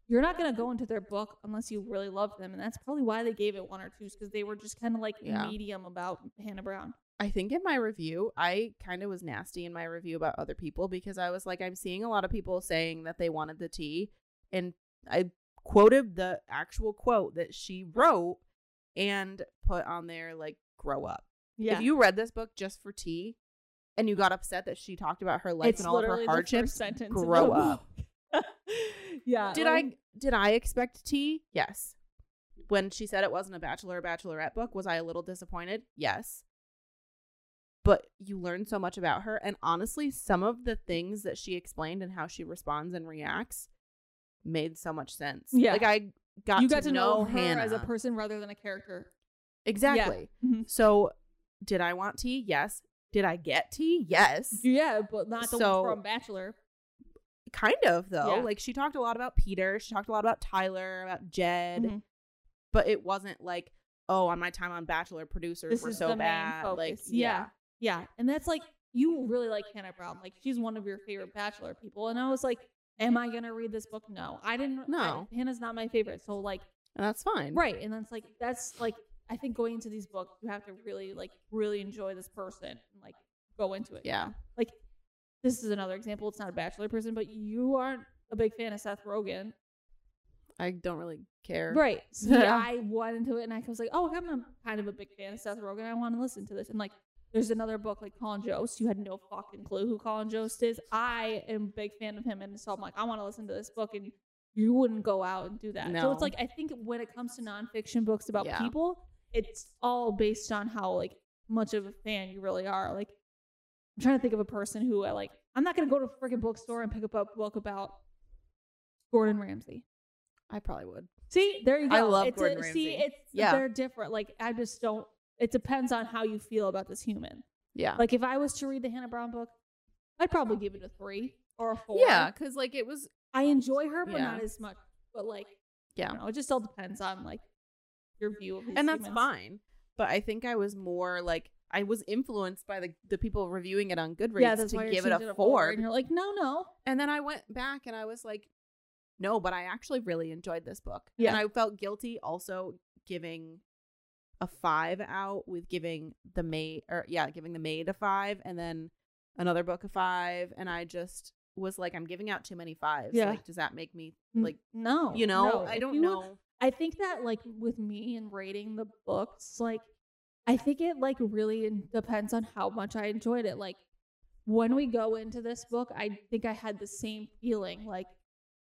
Speaker 1: you're not gonna go into their book unless you really love them and that's probably why they gave it one or twos because they were just kind of like
Speaker 2: Yeah.
Speaker 1: medium about hannah brown
Speaker 2: I think in my review, I kind of was nasty in my review about other people because I was like, I'm seeing a lot of people saying that they wanted the tea. And I quoted the actual quote that she wrote and put on there, like, grow up. If you read this book just for tea and you got upset that she talked about her life
Speaker 1: it's
Speaker 2: and all of
Speaker 1: literally
Speaker 2: her
Speaker 1: the first
Speaker 2: hardships,
Speaker 1: sentence in
Speaker 2: grow
Speaker 1: the
Speaker 2: up.
Speaker 1: book. yeah
Speaker 2: Did
Speaker 1: like-
Speaker 2: I did I expect tea? Yes. When she said it wasn't a bachelor or bachelorette book, was I a little disappointed? Yes. But you learn so much about her and honestly some of the things that she explained and how she responds and reacts made so much sense.
Speaker 1: Yeah.
Speaker 2: Like I got,
Speaker 1: you got to, know, her
Speaker 2: Hannah
Speaker 1: as a person rather than a character
Speaker 2: Exactly.
Speaker 1: Mhm.
Speaker 2: So did I want tea? Yes. Did I get tea? Yes.
Speaker 1: Yeah, but not the
Speaker 2: So-
Speaker 1: one from Bachelor.
Speaker 2: kind of though.
Speaker 1: Yeah.
Speaker 2: Like she talked a lot about Peter, she talked a lot about Tyler, about Jed.
Speaker 1: Mhm.
Speaker 2: but it wasn't like oh on my time on bachelor producers
Speaker 1: This
Speaker 2: were
Speaker 1: is
Speaker 2: so
Speaker 1: the main
Speaker 2: bad like
Speaker 1: focus. Yeah. Yeah, and that's like you really like Hannah Brown. Like she's one of your favorite Bachelor people. And I was like, am I gonna read this book? No, I didn't. I-
Speaker 2: No.
Speaker 1: Hannah's not my favorite. So like,
Speaker 2: and that's fine
Speaker 1: right, and that's like that's like I think going into these books, you have to really like really enjoy this person and like go into it. you
Speaker 2: Yeah.
Speaker 1: know? like this is another example. It's not a Bachelor person, but you aren't a big fan of Seth Rogen.
Speaker 2: i don't really care
Speaker 1: Right. So
Speaker 2: Yeah.
Speaker 1: yeah, I went into it and I was like, oh, I'm a, kind of a big fan of Seth Rogen. I want to listen to this. And like, there's another book like Colin Jost. You had no fucking clue who Colin Jost is. I am a big fan of him. And so I'm like, I want to listen to this book. And you wouldn't go out and do that. So
Speaker 2: No.
Speaker 1: it's like, I think when it comes to nonfiction books about
Speaker 2: Yeah.
Speaker 1: people, it's all based on how like much of a fan you really are. Like, I'm trying to think of a person who I like. I'm not going to go to a freaking bookstore and pick up a book about Gordon Ramsay.
Speaker 2: I probably would.
Speaker 1: See, there you go.
Speaker 2: I love
Speaker 1: it's
Speaker 2: Gordon
Speaker 1: a, See,
Speaker 2: Ramsay.
Speaker 1: it's
Speaker 2: Yeah.
Speaker 1: they're different. Like I just don't. It depends on how you feel about this human.
Speaker 2: Yeah.
Speaker 1: Like if I was to read the Hannah Brown book, I'd probably give it a three or a four.
Speaker 2: yeah, because like it was
Speaker 1: I enjoy her, but
Speaker 2: Yeah.
Speaker 1: not as much. But like,
Speaker 2: Yeah.
Speaker 1: I don't know, it just all depends on like your view of these
Speaker 2: and that's
Speaker 1: humans.
Speaker 2: fine. But I think I was more like I was influenced by the the people reviewing it on Goodreads
Speaker 1: Yeah, that's why
Speaker 2: to
Speaker 1: you're
Speaker 2: give it
Speaker 1: changing
Speaker 2: a four.
Speaker 1: and you're like, no, no,
Speaker 2: And then I went back and I was like, no, but I actually really enjoyed this book.
Speaker 1: Yeah.
Speaker 2: And I felt guilty also giving a five out with giving the maid or yeah, giving the maid a five and then another book a five. And I just was like, I'm giving out too many fives.
Speaker 1: Yeah.
Speaker 2: Like, does that make me
Speaker 1: n-
Speaker 2: like
Speaker 1: no,
Speaker 2: you know,
Speaker 1: no.
Speaker 2: I
Speaker 1: If
Speaker 2: don't
Speaker 1: you-
Speaker 2: know.
Speaker 1: I think that like with me and rating the books, like I think it like really depends on how much I enjoyed it. Like when we go into this book, I think I had the same feeling. Like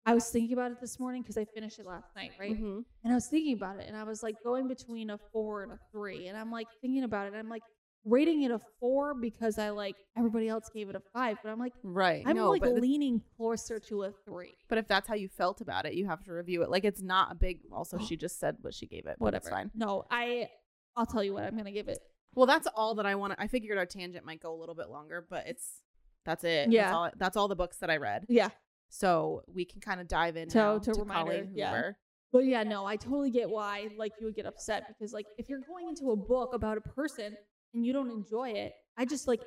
Speaker 1: I was thinking about it this morning because I finished it last night, right?
Speaker 2: Mhm.
Speaker 1: And I was thinking about it and I was like going between a four and a three. And I'm like thinking about it and I'm like rating it a four because I like everybody else gave it a five. But I'm like,
Speaker 2: Right.
Speaker 1: I'm
Speaker 2: no,
Speaker 1: like
Speaker 2: but,
Speaker 1: leaning closer to a three.
Speaker 2: but if that's how you felt about it, you have to review it. Like it's not a big also she just said what she gave it, but it's
Speaker 1: Oh. Whatever.
Speaker 2: fine.
Speaker 1: No, I I'll tell you what, I'm gonna give it
Speaker 2: Well, that's all that I want. I figured our tangent might go a little bit longer, but it's that's it.
Speaker 1: Yeah.
Speaker 2: that's all, that's all the books that I read.
Speaker 1: Yeah.
Speaker 2: So we can kind of dive in
Speaker 1: To-
Speaker 2: now
Speaker 1: to
Speaker 2: to,
Speaker 1: reminder,
Speaker 2: Colleen
Speaker 1: yeah.
Speaker 2: Hoover.
Speaker 1: But yeah, no, I totally get why like you would get upset because like if you're going into a book about a person and you don't enjoy it, I just like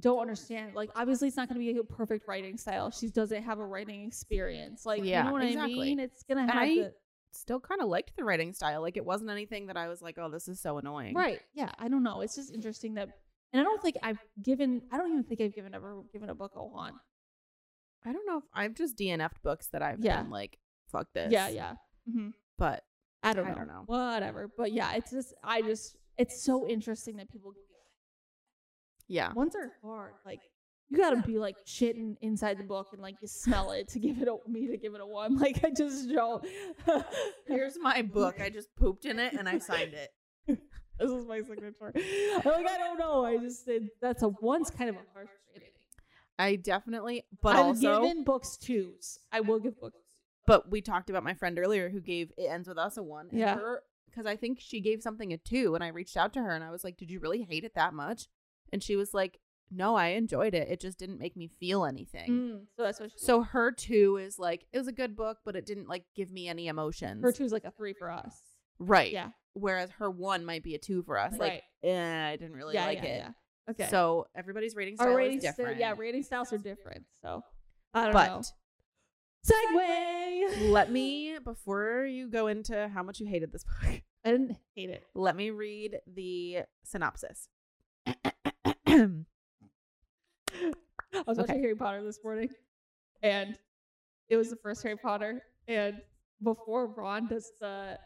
Speaker 1: don't understand. Like obviously it's not going to be a perfect writing style. She doesn't have a writing experience. Like you
Speaker 2: Yeah,
Speaker 1: know what
Speaker 2: exactly.
Speaker 1: I mean? It's going to
Speaker 2: And
Speaker 1: have
Speaker 2: I-
Speaker 1: the-
Speaker 2: Still kind of liked the writing style. Like it wasn't anything that I was like, oh, this is so annoying.
Speaker 1: Right. Yeah, I don't know. It's just interesting that and I don't think I've given I don't even think I've given ever given a book a one.
Speaker 2: I don't know if I've just DNF'd books that I've
Speaker 1: Yeah.
Speaker 2: been like, fuck this.
Speaker 1: Yeah, yeah. Mhm.
Speaker 2: But
Speaker 1: I don't,
Speaker 2: I
Speaker 1: know.
Speaker 2: don't know.
Speaker 1: Whatever. But yeah, it's just I just it's so interesting that people
Speaker 2: yeah,
Speaker 1: ones are hard. Like you gotta be like shitting inside the book and like you smell it to give it a me to give it a one. Like I just don't. this
Speaker 2: here's my book. I just pooped in it and I signed it.
Speaker 1: is my signature. I'm like I don't know. I just said that's a one's kind of a harsh rating.
Speaker 2: I definitely, but
Speaker 1: I've
Speaker 2: also,
Speaker 1: given books twos. I will give books.
Speaker 2: but we talked about my friend earlier who gave it ends with us a one.
Speaker 1: Yeah.
Speaker 2: Because I think she gave something a two, and I reached out to her and I was like, "Did you really hate it that much?" And she was like, "No, I enjoyed it. It just didn't make me feel anything."
Speaker 1: Mm, so that's what. She,
Speaker 2: So her two is like, it was a good book, but it didn't like give me any emotions.
Speaker 1: her two is like a three for us.
Speaker 2: right.
Speaker 1: Yeah.
Speaker 2: Whereas her one might be a two for us.
Speaker 1: Right.
Speaker 2: Like, eh, I didn't really
Speaker 1: yeah.
Speaker 2: like
Speaker 1: yeah,
Speaker 2: it.
Speaker 1: yeah. Okay.
Speaker 2: So everybody's rating style
Speaker 1: our rating
Speaker 2: is different.
Speaker 1: yeah rating styles are different. So I don't know.
Speaker 2: but
Speaker 1: Segway.
Speaker 2: let me before you go into how much you hated this book.
Speaker 1: I didn't hate it.
Speaker 2: Let me read the synopsis.
Speaker 1: I was watching
Speaker 2: Okay.
Speaker 1: Harry Potter this morning, and it was the first Harry Potter. And before Ron does the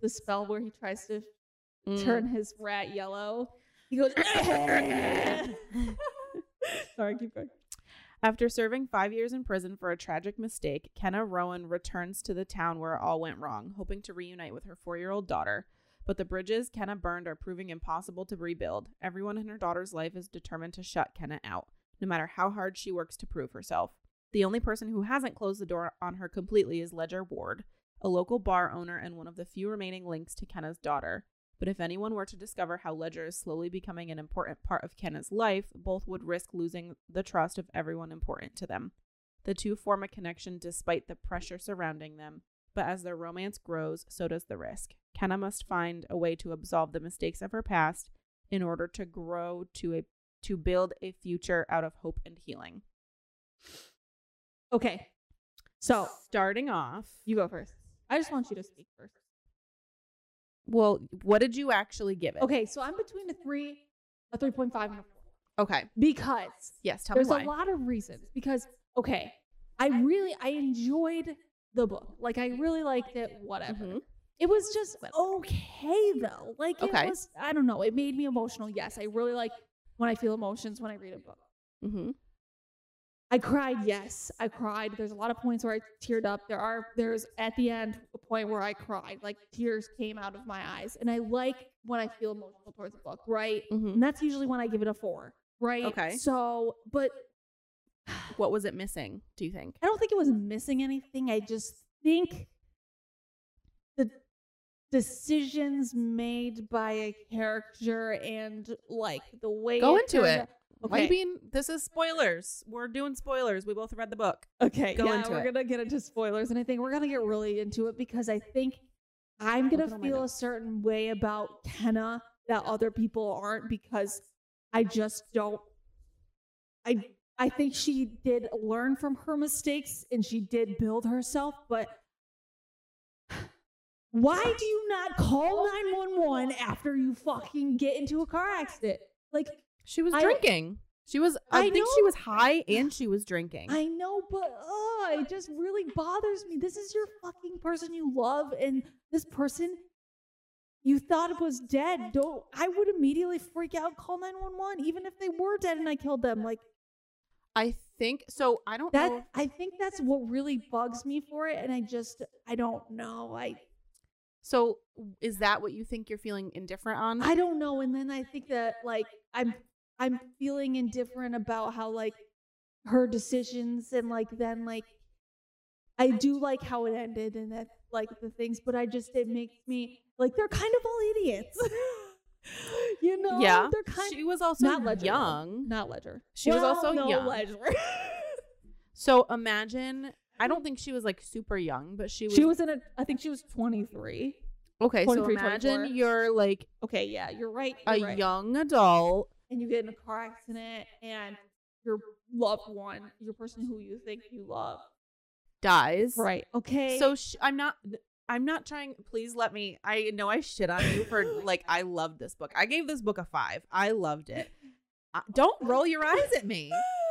Speaker 1: the spell where he tries to turn his rat yellow, he goes. Sorry, keep going.
Speaker 2: After serving five years in prison for a tragic mistake, Kenna Rowan returns to the town where it all went wrong, hoping to reunite with her four year old daughter. But the bridges Kenna burned are proving impossible to rebuild. Everyone in her daughter's life is determined to shut Kenna out, no matter how hard she works to prove herself. The only person who hasn't closed the door on her completely is Ledger Ward, a local bar owner and one of the few remaining links to Kenna's daughter. But if anyone were to discover how Ledger is slowly becoming an important part of Kenna's life, both would risk losing the trust of everyone important to them. The two form a connection despite the pressure surrounding them, but as their romance grows, so does the risk. Kenna must find a way to absolve the mistakes of her past in order to grow to a to build a future out of hope and healing.
Speaker 1: Okay, so
Speaker 2: starting off,
Speaker 1: you go first. I just want you to speak first.
Speaker 2: well, what did you actually give it?
Speaker 1: Okay, so I'm between a three, a three point five, and a four
Speaker 2: Okay.
Speaker 1: because
Speaker 2: Yes, tell
Speaker 1: there's
Speaker 2: me why.
Speaker 1: a lot of reasons because okay i really i enjoyed the book like i really liked it whatever
Speaker 2: Mhm.
Speaker 1: it was just okay though like it
Speaker 2: Okay.
Speaker 1: was i don't know it made me emotional yes i really like when i feel emotions when i read a book
Speaker 2: Mm-hmm.
Speaker 1: i cried yes i cried there's a lot of points where i teared up there are there's at the end a point where i cried like tears came out of my eyes and i like when i feel emotional towards a book right
Speaker 2: Mm-hmm.
Speaker 1: and that's usually when i give it a four right
Speaker 2: Okay.
Speaker 1: so but
Speaker 2: What was it missing, do you think?
Speaker 1: I don't think it was missing anything. I just think decisions made by a character and like the way
Speaker 3: Go into
Speaker 1: turned
Speaker 3: it.
Speaker 1: out-
Speaker 2: Why are
Speaker 1: Okay.
Speaker 2: you being? This is spoilers. We're doing spoilers. We both read the book.
Speaker 1: Okay,
Speaker 2: Go
Speaker 1: yeah,
Speaker 2: into
Speaker 1: we're
Speaker 2: it.
Speaker 1: gonna get into spoilers, and I think we're gonna get really into it because I think I'm
Speaker 2: Look
Speaker 1: gonna
Speaker 2: at all my
Speaker 1: feel a
Speaker 2: notes.
Speaker 1: certain way about Kenna that other people aren't because I just don't. I I think she did learn from her mistakes and she did build herself, but why do you not call 911 after you fucking get into a car accident? Like
Speaker 2: She was
Speaker 1: I-
Speaker 2: drinking. She was. I,
Speaker 1: I
Speaker 2: think she
Speaker 1: know.
Speaker 2: was high and she was drinking.
Speaker 1: I know, but uh, it just really bothers me. This is your fucking person you love, and this person you thought was dead. Don't I would immediately freak out, call nine one one, even if they were dead and I killed them. Like
Speaker 2: I think so. I don't
Speaker 1: that.
Speaker 2: know.
Speaker 1: I think that's what really bugs me for it, and I just I don't know. I
Speaker 2: So is that what you think you're feeling indifferent on?
Speaker 1: I don't know. And then I think that like I'm I'm feeling indifferent about how like her decisions and like then like I do like how it ended and that like the things, but I just it makes me like they're kind of all idiots. you know?
Speaker 2: Yeah.
Speaker 1: They're kind
Speaker 2: she was also
Speaker 1: not Ledger.
Speaker 2: young.
Speaker 1: not Ledger.
Speaker 2: She was
Speaker 1: Well,
Speaker 2: also
Speaker 1: no
Speaker 2: young.
Speaker 1: Ledger.
Speaker 2: So imagine. I don't think she was like super young, but she was.
Speaker 1: she was in a I think she was twenty three.
Speaker 2: okay. So
Speaker 1: 23,
Speaker 2: imagine
Speaker 1: 24.
Speaker 2: you're like
Speaker 1: Okay, yeah, you're right.
Speaker 2: a
Speaker 1: you're right.
Speaker 2: young adult
Speaker 1: and you get in a car accident and your loved one, your person who you think you love
Speaker 2: dies.
Speaker 1: Right. Okay.
Speaker 2: So sh- I'm not. I'm not trying. Please let me. I know I shit on you for like I loved this book. I gave this book a five. I loved it. Uh, don't roll your eyes at me.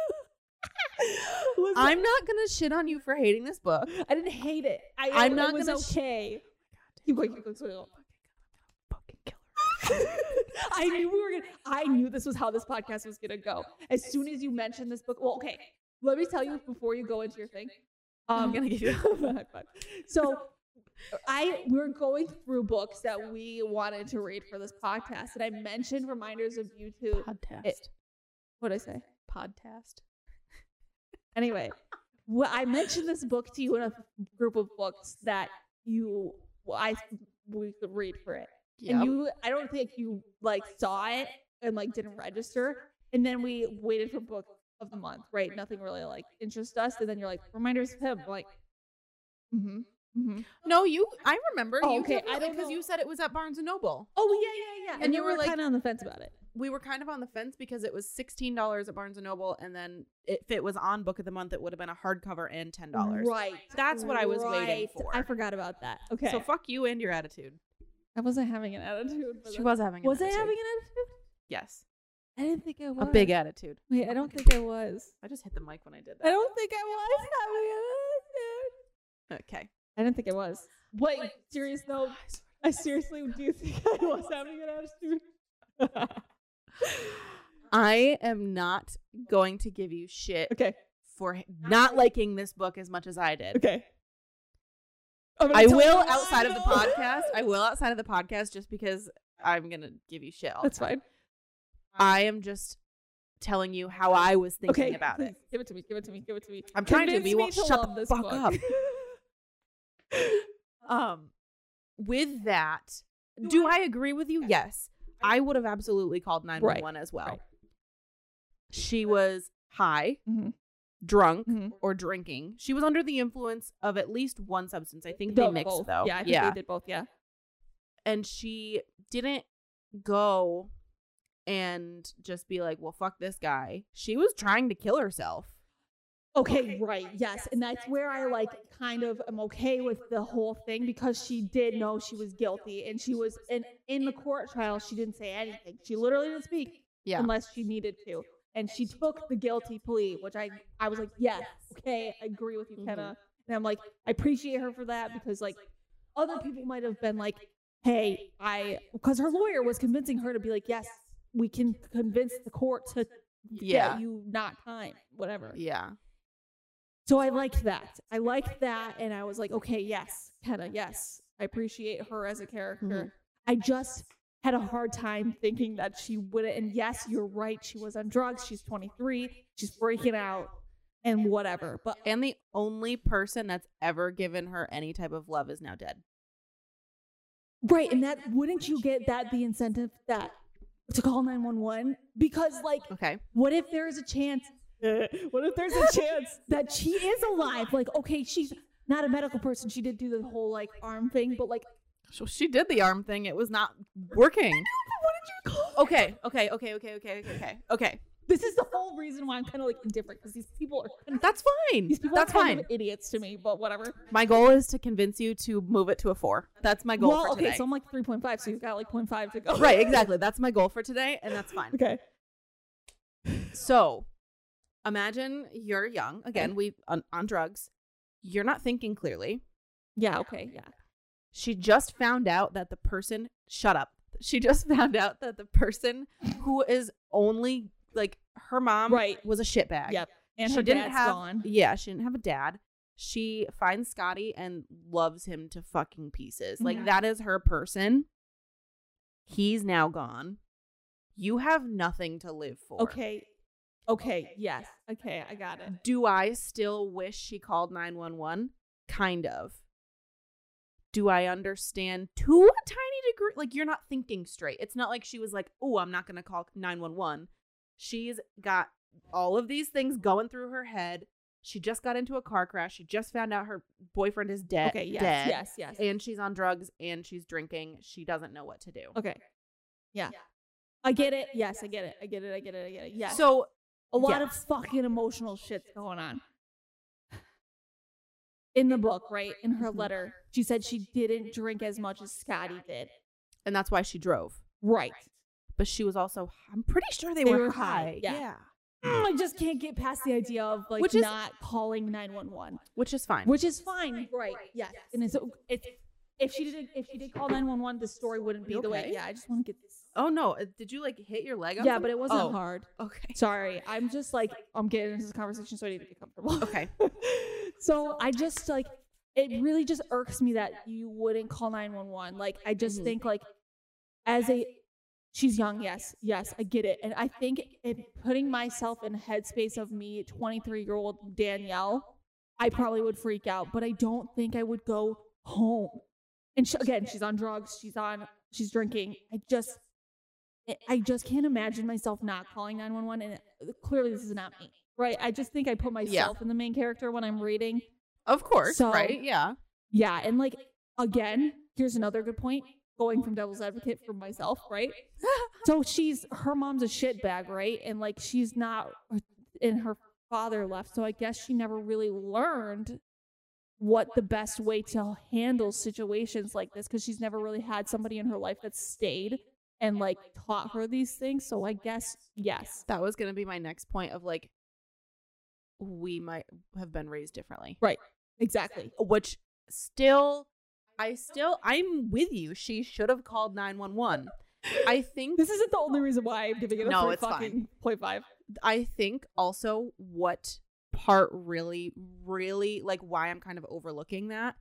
Speaker 1: Listen,
Speaker 2: I'm not gonna shit on you for hating this book.
Speaker 1: I didn't hate it. I,
Speaker 2: I'm
Speaker 1: it
Speaker 2: not
Speaker 1: was
Speaker 2: gonna sh- Oh
Speaker 1: okay. Keep going. Keep going. keep going. I knew we were gonna. I knew this was how this podcast was gonna go. As soon as you mentioned this book, well, okay. Let me tell you before you go into your thing. Um,
Speaker 2: I'm gonna give you.
Speaker 1: High five. so I we were going through books that we wanted to read for this podcast, and I mentioned reminders of you to
Speaker 2: Podcast.
Speaker 1: what did I say?
Speaker 2: podcast.
Speaker 1: Anyway, well, I mentioned this book to you in a group of books that you well, I we could read for it, and you I don't think you like saw it and like didn't register, and then we waited for book of the month, right? Nothing really like interests us, and then you're like reminders of him, like, mm-hmm, mm-hmm.
Speaker 2: no, you. I remember.
Speaker 1: Oh,
Speaker 2: you
Speaker 1: okay, I
Speaker 2: definitely-
Speaker 1: don't know.
Speaker 2: you said it was at Barnes and Noble.
Speaker 1: Oh yeah, yeah, yeah. And,
Speaker 2: you
Speaker 1: you
Speaker 2: were
Speaker 1: were
Speaker 2: like-
Speaker 1: kind of on the fence about it.
Speaker 2: We were kind of on the fence because it was sixteen dollars at Barnes and Noble, and then if it was on Book of the Month, it would have been a hardcover and ten dollars.
Speaker 1: Right.
Speaker 2: That's what I was waiting
Speaker 1: Right.
Speaker 2: for.
Speaker 1: I forgot about that. Okay.
Speaker 2: So fuck you and your attitude.
Speaker 1: I wasn't having an attitude. for this.
Speaker 2: was having.
Speaker 1: Was I having an
Speaker 2: Yes.
Speaker 1: attitude? I didn't think I was.
Speaker 2: attitude.
Speaker 1: Wait, I don't think I was.
Speaker 2: I just hit the mic when I did
Speaker 1: I
Speaker 2: that.
Speaker 1: don't think I was having an attitude.
Speaker 2: Okay.
Speaker 1: I didn't think I was. Wait, serious though. I seriously do think I was having an attitude.
Speaker 2: I am not going to give you shit
Speaker 1: okay.
Speaker 2: for h- not liking this book as much as I did.
Speaker 1: Okay. I'm gonna
Speaker 2: I
Speaker 1: tell
Speaker 2: will
Speaker 1: you why,
Speaker 2: outside of the
Speaker 1: though.
Speaker 2: podcast. I will outside of the podcast just because I'm going to give you shit all the
Speaker 1: That's fine.
Speaker 2: time. I am just telling you how I was thinking
Speaker 1: okay,
Speaker 2: about it.
Speaker 1: please, Give it to me. Give it to me. Give it to me.
Speaker 2: I'm trying to,
Speaker 1: Convince
Speaker 2: but you
Speaker 1: me
Speaker 2: won't shut
Speaker 1: love
Speaker 2: the
Speaker 1: this
Speaker 2: fuck
Speaker 1: book.
Speaker 2: up. Um with that, do I agree with you? Yes. I would have absolutely called 911 as well.
Speaker 1: right.
Speaker 2: She was high,
Speaker 1: Mhm.
Speaker 2: drunk,
Speaker 1: Mhm.
Speaker 2: or drinking. She was under the influence of at least one substance. I think they
Speaker 1: Though
Speaker 2: mixed
Speaker 1: both.
Speaker 2: though.
Speaker 1: Yeah, I think
Speaker 2: yeah.
Speaker 1: they did both. Yeah.
Speaker 2: And she didn't go and just be like, "Well, fuck this guy." She was trying to kill herself.
Speaker 1: Okay, right. Yes. And that's where I like kind of am okay with the whole thing because she did know she was guilty and she was in in the court trial she didn't say anything. She literally didn't speak
Speaker 2: Yeah.
Speaker 1: unless she needed to. And she took the guilty plea, which I I was like, "Yes, okay, I agree with you,
Speaker 2: Mhm.
Speaker 1: Kenna." And I'm like, I appreciate her for that because like other people might have been like, "Hey, I because her lawyer was convincing her to be like, "Yes, we can convince the court to
Speaker 2: Yeah.
Speaker 1: get you not time, whatever."
Speaker 2: Yeah.
Speaker 1: So I liked that. I liked that. And I was like, okay, yes, Kenna, yes. I appreciate her as a character. I just had a hard time thinking that she wouldn't. And yes, you're right. She was on drugs. She's 23. She's breaking out and whatever. But
Speaker 2: And the only person that's ever given her any type of love is now dead.
Speaker 1: Right, and that wouldn't you get that the incentive that to call 911 because like
Speaker 2: Okay.
Speaker 1: what if there is a chance what if there's a chance that she is alive like okay she's not a medical person she did do the whole like arm thing but like
Speaker 2: So she did the arm thing. It was not working.
Speaker 1: what did you call
Speaker 2: Okay. Okay. Okay. Okay. Okay. Okay. Okay. Okay.
Speaker 1: Oh, this is the whole reason why i'm kind of like indifferent because these people are kind of,
Speaker 2: That's fine.
Speaker 1: these people
Speaker 2: That's
Speaker 1: are kind
Speaker 2: fine.
Speaker 1: of idiots to me but whatever
Speaker 2: My goal is to convince you to move it to a four. That's my goal
Speaker 1: well
Speaker 2: for
Speaker 1: okay
Speaker 2: today.
Speaker 1: so i'm like 3.5 so you've got like 0.5 to go
Speaker 2: right. Exactly. That's my goal for today, and that's fine.
Speaker 1: okay
Speaker 2: So, imagine you're young again. We on, on drugs. You're not thinking clearly.
Speaker 1: yeah okay yeah
Speaker 2: She just found out that the person, shut up. She just found out that the person who is only like her mom
Speaker 1: Right.
Speaker 2: was a shitbag.
Speaker 1: Yep. and
Speaker 2: she
Speaker 1: her
Speaker 2: didn't
Speaker 1: dad's
Speaker 2: have
Speaker 1: gone
Speaker 2: Yeah, she didn't have a dad. She finds Scotty and loves him to fucking pieces. Like
Speaker 1: Mhm.
Speaker 2: that is her person. He's now gone. You have nothing to live for.
Speaker 1: okay okay yes okay i got it
Speaker 2: Do I still wish she called 911? Kind of. Do I understand to a tiny degree? Like, you're not thinking straight. It's not like she was like, oh, I'm not going to call 911. She's got all of these things going through her head. She just got into a car crash. She just found out her boyfriend is dead.
Speaker 1: okay yes
Speaker 2: dead.
Speaker 1: yes yes
Speaker 2: And she's on drugs and she's drinking. She doesn't know what to do.
Speaker 1: Okay. Yeah. I get it. Yes, I get it. I get it. I get it. I get it. Yes.
Speaker 2: So
Speaker 1: a lot
Speaker 2: yeah.
Speaker 1: of fucking emotional shit's going on. In the book, right? In her
Speaker 2: Mhm.
Speaker 1: letter, she said she didn't drink as much as Scotty did.
Speaker 2: and that's why she drove.
Speaker 1: Right.
Speaker 2: But she was also, I'm pretty sure they,
Speaker 1: They
Speaker 2: were,
Speaker 1: were
Speaker 2: high.
Speaker 1: high, yeah. Mm, I just can't get past the idea of like
Speaker 2: Which is-
Speaker 1: not calling 911,
Speaker 2: Which is fine.
Speaker 1: which is fine. Right. Yes. And it's, it's if she didn't if she did call 911, the story wouldn't be
Speaker 2: You
Speaker 1: the way.
Speaker 2: okay?
Speaker 1: Yeah, I just want to get this.
Speaker 2: Oh no! uh, Did you like hit your leg? on
Speaker 1: Yeah,
Speaker 2: something?
Speaker 1: but it wasn't
Speaker 2: Oh,
Speaker 1: hard.
Speaker 2: Okay.
Speaker 1: Sorry, I'm just like I'm getting into this conversation, so I need to get comfortable.
Speaker 2: Okay.
Speaker 1: so I just like it really just irks me that you wouldn't call 911. Like I just
Speaker 2: Mhm.
Speaker 1: think like as a she's young, yes, yes, I get it, and I think it, putting myself in a headspace of me, 23 year old Danielle, I probably would freak out, but I don't think I would go home. And she, again, she's on drugs, she's on, she's drinking. I just I- I just can't imagine myself not calling 911. And it- clearly, this is not me, right? I just think I put myself in the main character when I'm reading.
Speaker 2: Of course.
Speaker 1: So-
Speaker 2: right. Yeah.
Speaker 1: Yeah. And like, again, here's another good point going from devil's advocate for myself, right? so she's, her mom's a shitbag, right? And like, she's not, and her father left. So I guess she never really learned what the best way to handle situations like this because she's never really had somebody in her life that stayed and like taught her these things. So I guess, yes.
Speaker 2: That was gonna be my next point of like, we might have been raised differently.
Speaker 1: Exactly.
Speaker 2: Which still, I still, I'm with you. She should have called nine one one. I think.
Speaker 1: This isn't the only reason why I'm giving it a
Speaker 2: No,
Speaker 1: three
Speaker 2: it's fine.
Speaker 1: fucking point five.
Speaker 2: I think also what part really, really like why I'm kind of overlooking that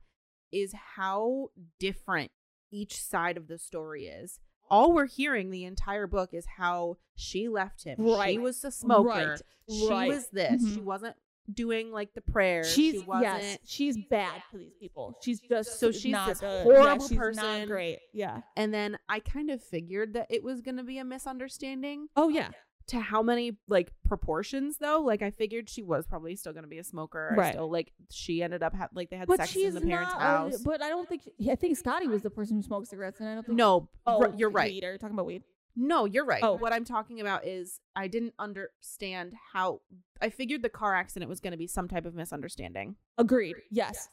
Speaker 2: is how different each side of the story is. All we're hearing the entire book is how she left him. She
Speaker 1: Right.
Speaker 2: was the smoker.
Speaker 1: Right.
Speaker 2: She
Speaker 1: Right.
Speaker 2: was this. She
Speaker 1: Mhm.
Speaker 2: wasn't doing like the prayer.
Speaker 1: She's
Speaker 2: she wasn't.
Speaker 1: yes, she's bad to these people. She's just
Speaker 2: So she's
Speaker 1: not
Speaker 2: this
Speaker 1: good.
Speaker 2: horrible
Speaker 1: yeah, she's
Speaker 2: person.
Speaker 1: Not great. Yeah.
Speaker 2: And then I kind of figured that it was going to be a misunderstanding
Speaker 1: Oh yeah.
Speaker 2: to how many like proportions though. Like I figured she was probably still going to be a smoker. I
Speaker 1: Right.
Speaker 2: Still, like she ended up ha- like they had
Speaker 1: But
Speaker 2: sex in
Speaker 1: she's
Speaker 2: the parents'
Speaker 1: not.
Speaker 2: house.
Speaker 1: But I don't think. I think Scotty was the person who smoked cigarettes, and I don't think. Oh,
Speaker 2: No, r- you're right.
Speaker 1: Weed. Are you talking about weed?
Speaker 2: No, you're right.
Speaker 1: Oh.
Speaker 2: What I'm talking about is I didn't understand how I figured the car accident was going to be some type of misunderstanding.
Speaker 1: Agreed. Yes.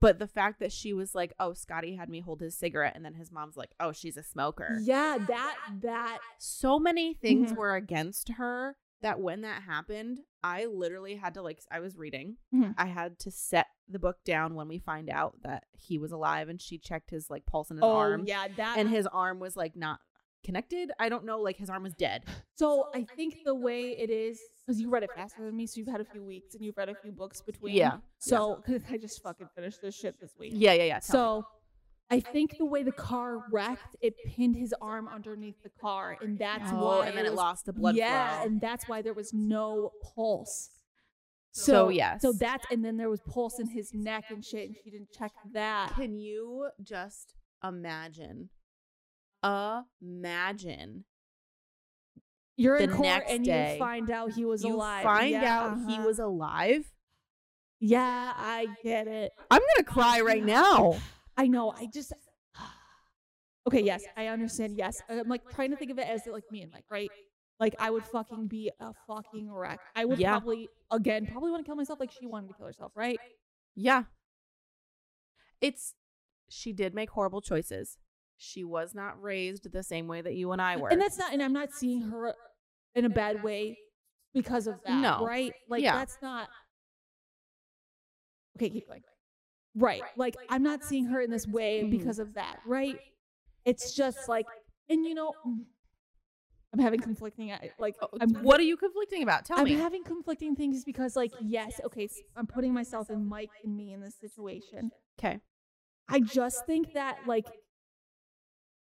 Speaker 2: But the fact that she was like, "Oh, Scotty had me hold his cigarette," and then his mom's like, "Oh, she's a smoker."
Speaker 1: Yeah. That. That.
Speaker 2: So many things
Speaker 1: Mhm.
Speaker 2: were against her that when that happened, I literally had to like I was reading.
Speaker 1: Mhm.
Speaker 2: I had to set the book down when we find out that he was alive and she checked his like pulse in his
Speaker 1: Oh
Speaker 2: arm
Speaker 1: yeah. That.
Speaker 2: and his arm was like not connected. I don't know, like his arm was dead.
Speaker 1: So I think the way it is, because you read it faster than me, so you've had a few weeks and you've read a few books between.
Speaker 2: Yeah.
Speaker 1: So because I just fucking finished this shit this week.
Speaker 2: Yeah, yeah, yeah. tell me.
Speaker 1: So I think the way the car wrecked, it pinned his arm underneath the car, and that's
Speaker 2: Oh,
Speaker 1: why
Speaker 2: and then it
Speaker 1: was-
Speaker 2: lost the blood
Speaker 1: Yeah,
Speaker 2: flow.
Speaker 1: and that's why there was no pulse.
Speaker 2: So, yes.
Speaker 1: So that's and then there was pulse in his neck and shit, and she didn't check that.
Speaker 2: Can you just imagine, imagine
Speaker 1: You're in
Speaker 2: The
Speaker 1: court
Speaker 2: next
Speaker 1: and
Speaker 2: day,
Speaker 1: you find out he was
Speaker 2: you
Speaker 1: alive.
Speaker 2: find
Speaker 1: Yeah,
Speaker 2: out he
Speaker 1: uh-huh.
Speaker 2: was alive.
Speaker 1: Yeah, I get it.
Speaker 2: I'm gonna cry right now.
Speaker 1: I know. I just. Okay, yes, I understand. Yes, I'm like trying to think of it as like me and Mike, right? Like I would fucking be a fucking wreck. I would
Speaker 2: Yeah.
Speaker 1: probably again probably want to kill myself like she wanted to kill herself, right?
Speaker 2: Yeah. It's she did make horrible choices. She was not raised the same way that you and I were.
Speaker 1: And that's not. And I'm not seeing her in a bad way because of that,
Speaker 2: No.
Speaker 1: right? Like
Speaker 2: Yeah.
Speaker 1: that's not. Okay, keep going. Right, like I'm not seeing her in this way
Speaker 2: Mhm.
Speaker 1: because of that, right? It's just like, and you know, I'm having conflicting I- like
Speaker 2: Oh,
Speaker 1: I'm
Speaker 2: what are you conflicting about? Tell
Speaker 1: I'm
Speaker 2: me.
Speaker 1: having conflicting things because, like, yes, okay, s- I'm putting myself in Mike and me in this situation.
Speaker 2: Okay.
Speaker 1: I just think that, like,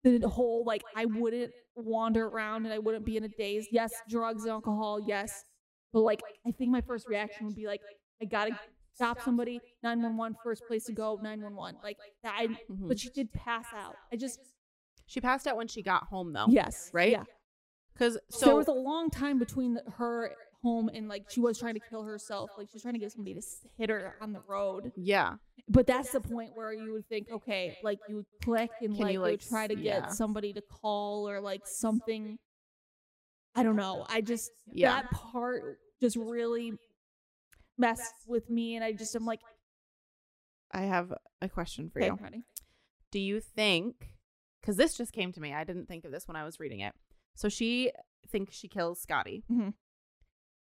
Speaker 1: the whole, like, I wouldn't wander around and I wouldn't be in a daze. Yes, drugs and alcohol, yes. But, like, I think my first reaction would be, like, I gotta stop somebody, 911, first place to go, 911. Like, that, I,
Speaker 2: Mhm.
Speaker 1: but she did pass out. I just,
Speaker 2: She passed out when she got home though.
Speaker 1: yes.
Speaker 2: Oh. Right?
Speaker 1: Yeah.
Speaker 2: Because
Speaker 1: So there
Speaker 2: so
Speaker 1: was a long time between the- her home and like she was trying to kill herself. Like she was trying to get somebody to s- hit her on the road.
Speaker 2: yeah.
Speaker 1: But that's the point where you would think, okay, like you would click and
Speaker 2: Can
Speaker 1: like
Speaker 2: you,
Speaker 1: you
Speaker 2: like,
Speaker 1: would try to
Speaker 2: s-
Speaker 1: get
Speaker 2: yeah.
Speaker 1: somebody to call or like something. I don't know. I just
Speaker 2: Yeah.
Speaker 1: that part just really messed with me, and I just am like,
Speaker 2: I have a question for
Speaker 1: okay,
Speaker 2: you.
Speaker 1: I'm ready.
Speaker 2: Do you think cuz this just came to me. I didn't think of this when I was reading it. So she thinks she kills Scotty.
Speaker 1: Mhm.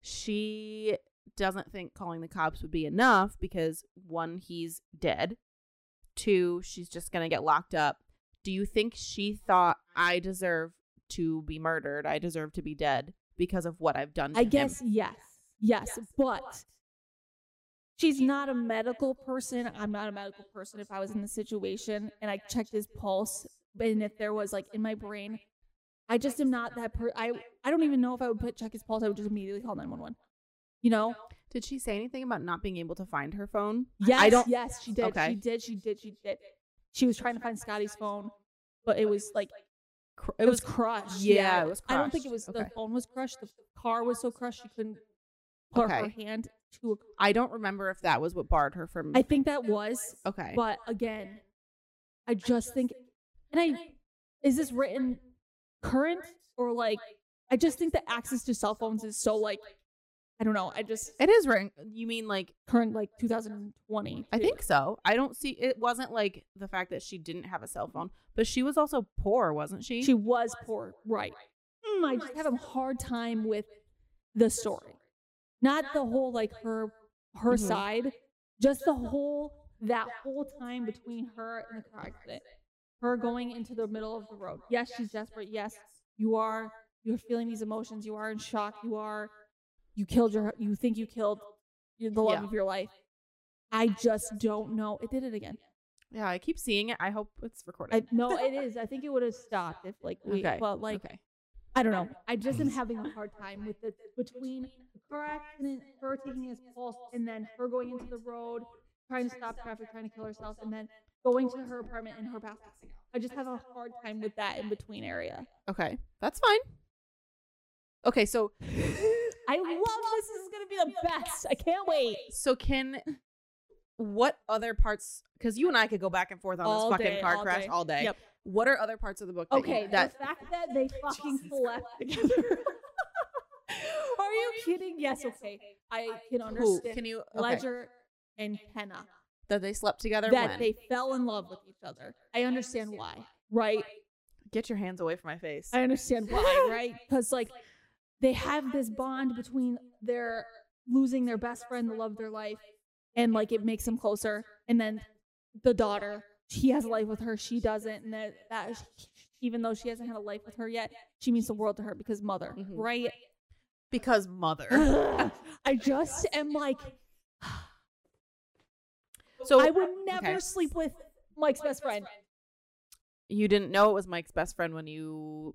Speaker 2: She doesn't think calling the cops would be enough because one he's dead. Two, she's just going to get locked up. Do you think she thought I deserve to be murdered? I deserve to be dead because of what I've done to
Speaker 1: I
Speaker 2: him?"
Speaker 1: guess yes, yes, but she's not a medical person. I'm not a medical person. If I was in the situation and I checked his pulse, and if there was like in my brain, I just am not that per. I I don't even know if I would put check his pulse. I would just immediately call nine one one. You know?
Speaker 2: Did she say anything about not being able to find her phone?
Speaker 1: Yes.
Speaker 2: I don't.
Speaker 1: Yes, she did.
Speaker 2: Okay.
Speaker 1: She did. She did. She did. She was trying to find Scotty's phone, but it was like
Speaker 2: cr- oh,
Speaker 1: it was crushed.
Speaker 2: Yeah, it was
Speaker 1: I don't think it
Speaker 2: crushed.
Speaker 1: was the
Speaker 2: Okay.
Speaker 1: phone was crushed. The car was so crushed she couldn't put her
Speaker 2: Okay.
Speaker 1: hand to a
Speaker 2: I don't remember if that was what barred her from.
Speaker 1: I think Mm-hmm. that was,
Speaker 2: okay.
Speaker 1: but again, I just think, and I, is this written current or like, I just think that access to cell phones is so like, I don't know, I just,
Speaker 2: it is written. You mean like?
Speaker 1: current like 2020.
Speaker 2: I think so. I don't see. It wasn't like the fact that she didn't have a cell phone, but she was also poor, wasn't she?
Speaker 1: she was poor, right? Mm, I just have a hard time with the story, not the whole like her, her
Speaker 2: Mhm.
Speaker 1: side, just the whole, that whole time between her and the car accident. her going into the middle of the road. Yes, she's desperate. Yes, you are. You're feeling these emotions. You are in shock. You are. You killed your. You think you killed your- the love
Speaker 2: Yeah.
Speaker 1: of your life. I just don't know. It did it again.
Speaker 2: yeah, I keep seeing it. I hope it's
Speaker 1: I
Speaker 2: recorded.
Speaker 1: no, it is. I think it would have stopped if like we.
Speaker 2: Okay.
Speaker 1: But like
Speaker 2: okay.
Speaker 1: I don't know. I just
Speaker 2: Mm.
Speaker 1: am having a hard time with the between the car accident, her taking his pulse, and then her going into the road, trying to stop traffic, trying to kill herself, and then going to her apartment and her passing out. I just have a hard time with that in between area.
Speaker 2: Okay, that's fine. Okay, so
Speaker 1: I love this. This is gonna be the best. I can't wait.
Speaker 2: so can what other parts? Because you and I could go back and forth on
Speaker 1: All
Speaker 2: this fucking
Speaker 1: day,
Speaker 2: car
Speaker 1: all
Speaker 2: crash
Speaker 1: day.
Speaker 2: all day.
Speaker 1: Yep.
Speaker 2: What are other parts of the book? that you-
Speaker 1: Okay,
Speaker 2: that
Speaker 1: the fact that they fucking slept together. Are you kidding? Yes. Okay, I can
Speaker 2: who
Speaker 1: understand.
Speaker 2: can you? Okay.
Speaker 1: Ledger and Kenna
Speaker 2: that they slept together.
Speaker 1: that
Speaker 2: when?
Speaker 1: they fell in love with each other. I understand why, right?
Speaker 2: Get your hands away from my face.
Speaker 1: I understand why, right? Because like they have this bond between their losing their best friend, the love of their life, and like it makes them closer. And then the daughter, he has a life with her, she doesn't, and that, that is- even though she hasn't had a life with her yet, she means the world to her because mother,
Speaker 2: Mhm.
Speaker 1: right?
Speaker 2: because mother.
Speaker 1: I just am like
Speaker 2: So uh,
Speaker 1: I would never
Speaker 2: okay.
Speaker 1: sleep with Mike's best friend.
Speaker 2: You didn't know it was Mike's best friend when you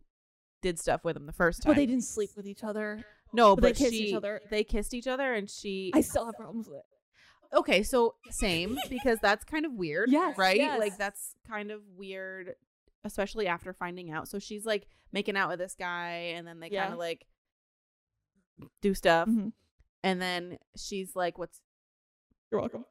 Speaker 2: did stuff with him the first time.
Speaker 1: But they didn't sleep with each other.
Speaker 2: No,
Speaker 1: but they
Speaker 2: Oh, but
Speaker 1: kissed
Speaker 2: she-
Speaker 1: each other.
Speaker 2: They kissed each other, and she.
Speaker 1: I still have problems with it.
Speaker 2: okay, so same because that's kind of weird.
Speaker 1: Yes,
Speaker 2: Right?
Speaker 1: yes.
Speaker 2: Like that's kind of weird, especially after finding out. So she's like making out with this guy and then they
Speaker 1: Yeah.
Speaker 2: kind of like do stuff.
Speaker 1: Mhm.
Speaker 2: And then she's like, what's
Speaker 1: You're welcome.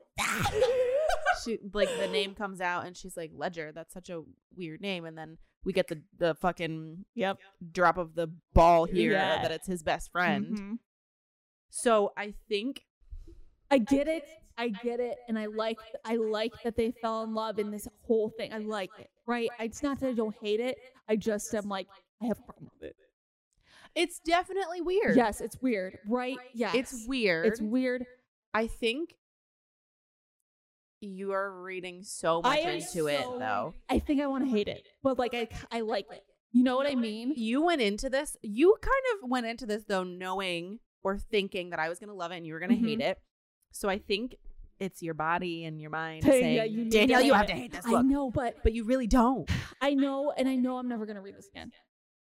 Speaker 2: she like the name comes out and she's like Ledger, that's such a weird name. And then we get the the fucking
Speaker 1: Yep.
Speaker 2: drop of the ball here
Speaker 1: Yeah.
Speaker 2: that it's his best friend.
Speaker 1: Mhm.
Speaker 2: So I think
Speaker 1: I get it. I get it, and I like I like that they fell in love in this whole thing. I like it, right? It's not that I don't hate it. I just am like I have a problem with it.
Speaker 2: it's definitely weird.
Speaker 1: Yes, it's weird, right? Yes,
Speaker 2: It's weird.
Speaker 1: It's weird.
Speaker 2: I think you are reading so much
Speaker 1: I am
Speaker 2: into it
Speaker 1: so
Speaker 2: though.
Speaker 1: I think I want to hate it, but like I I like it. You know what I mean?
Speaker 2: You went into this, you kind of went into this though knowing or thinking that I was going to love it and you were going to hate
Speaker 1: Mm-hmm.
Speaker 2: it. So I think it's your body and your mind
Speaker 1: Hey,
Speaker 2: saying,
Speaker 1: yeah, you need to
Speaker 2: Danielle, you
Speaker 1: hate
Speaker 2: have
Speaker 1: it."
Speaker 2: to hate this
Speaker 1: I
Speaker 2: book.
Speaker 1: know, but
Speaker 2: But you really don't.
Speaker 1: I know, and I know I'm never gonna read this again.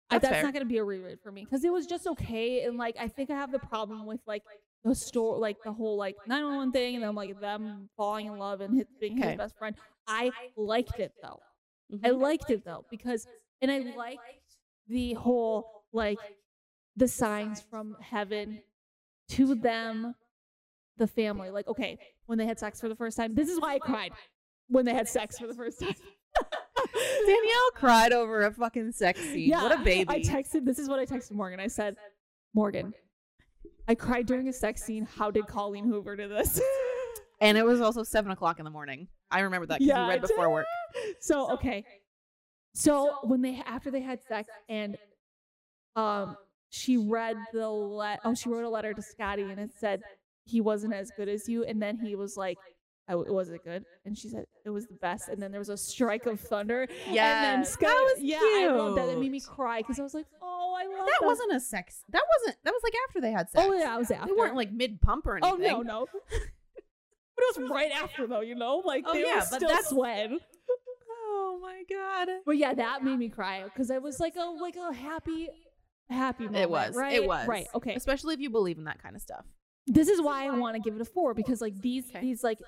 Speaker 1: I-
Speaker 2: That's
Speaker 1: That's,
Speaker 2: fair.
Speaker 1: not gonna be a reread for me because it was just okay, and like I think I have the problem with like the store, like the whole like 911 thing, and then like them falling in love and his, being
Speaker 2: Okay.
Speaker 1: his best friend. I liked it though. I
Speaker 2: Mm-hmm.
Speaker 1: liked it though because, and I liked the whole like the signs from heaven to them, the family. Like okay, when they had sex for the first time, this is why I cried when they had sex for the first time.
Speaker 2: Danielle cried over a fucking sex scene.
Speaker 1: Yeah,
Speaker 2: what a baby.
Speaker 1: I texted. This is what I texted Morgan. I said, Morgan, I cried during a sex scene. How did Colleen Hoover do this?
Speaker 2: and it was also seven o'clock in the morning. I remember that because
Speaker 1: Yeah,
Speaker 2: we
Speaker 1: I
Speaker 2: read before
Speaker 1: did.
Speaker 2: work.
Speaker 1: so okay. So when they after they had sex and um she read the let oh she wrote a letter to Scotty and it said he wasn't as good as you and then he was like I, was it good? And she said it was the best. And then there was a strike of thunder. And then
Speaker 2: Yes.
Speaker 1: Scott,
Speaker 2: That was
Speaker 1: yeah, I love that. It made me
Speaker 2: cute.
Speaker 1: cry because I was like, oh, I love
Speaker 2: That wasn't a sex. That wasn't. That was like after they had sex.
Speaker 1: Oh yeah, I was after.
Speaker 2: They weren't like mid pump or anything.
Speaker 1: Oh no, no. but it was right after though, you know, like
Speaker 2: Oh,
Speaker 1: they
Speaker 2: yeah,
Speaker 1: were
Speaker 2: but
Speaker 1: still
Speaker 2: that's-
Speaker 1: sweating.
Speaker 2: Oh my god.
Speaker 1: But yeah, that made me cry because I was like a like a happy, happy moment.
Speaker 2: It was.
Speaker 1: Right?
Speaker 2: It was.
Speaker 1: Right. Okay.
Speaker 2: Especially if you believe in that kind of stuff.
Speaker 1: This is why I want to give it a four because like these
Speaker 2: Okay.
Speaker 1: these like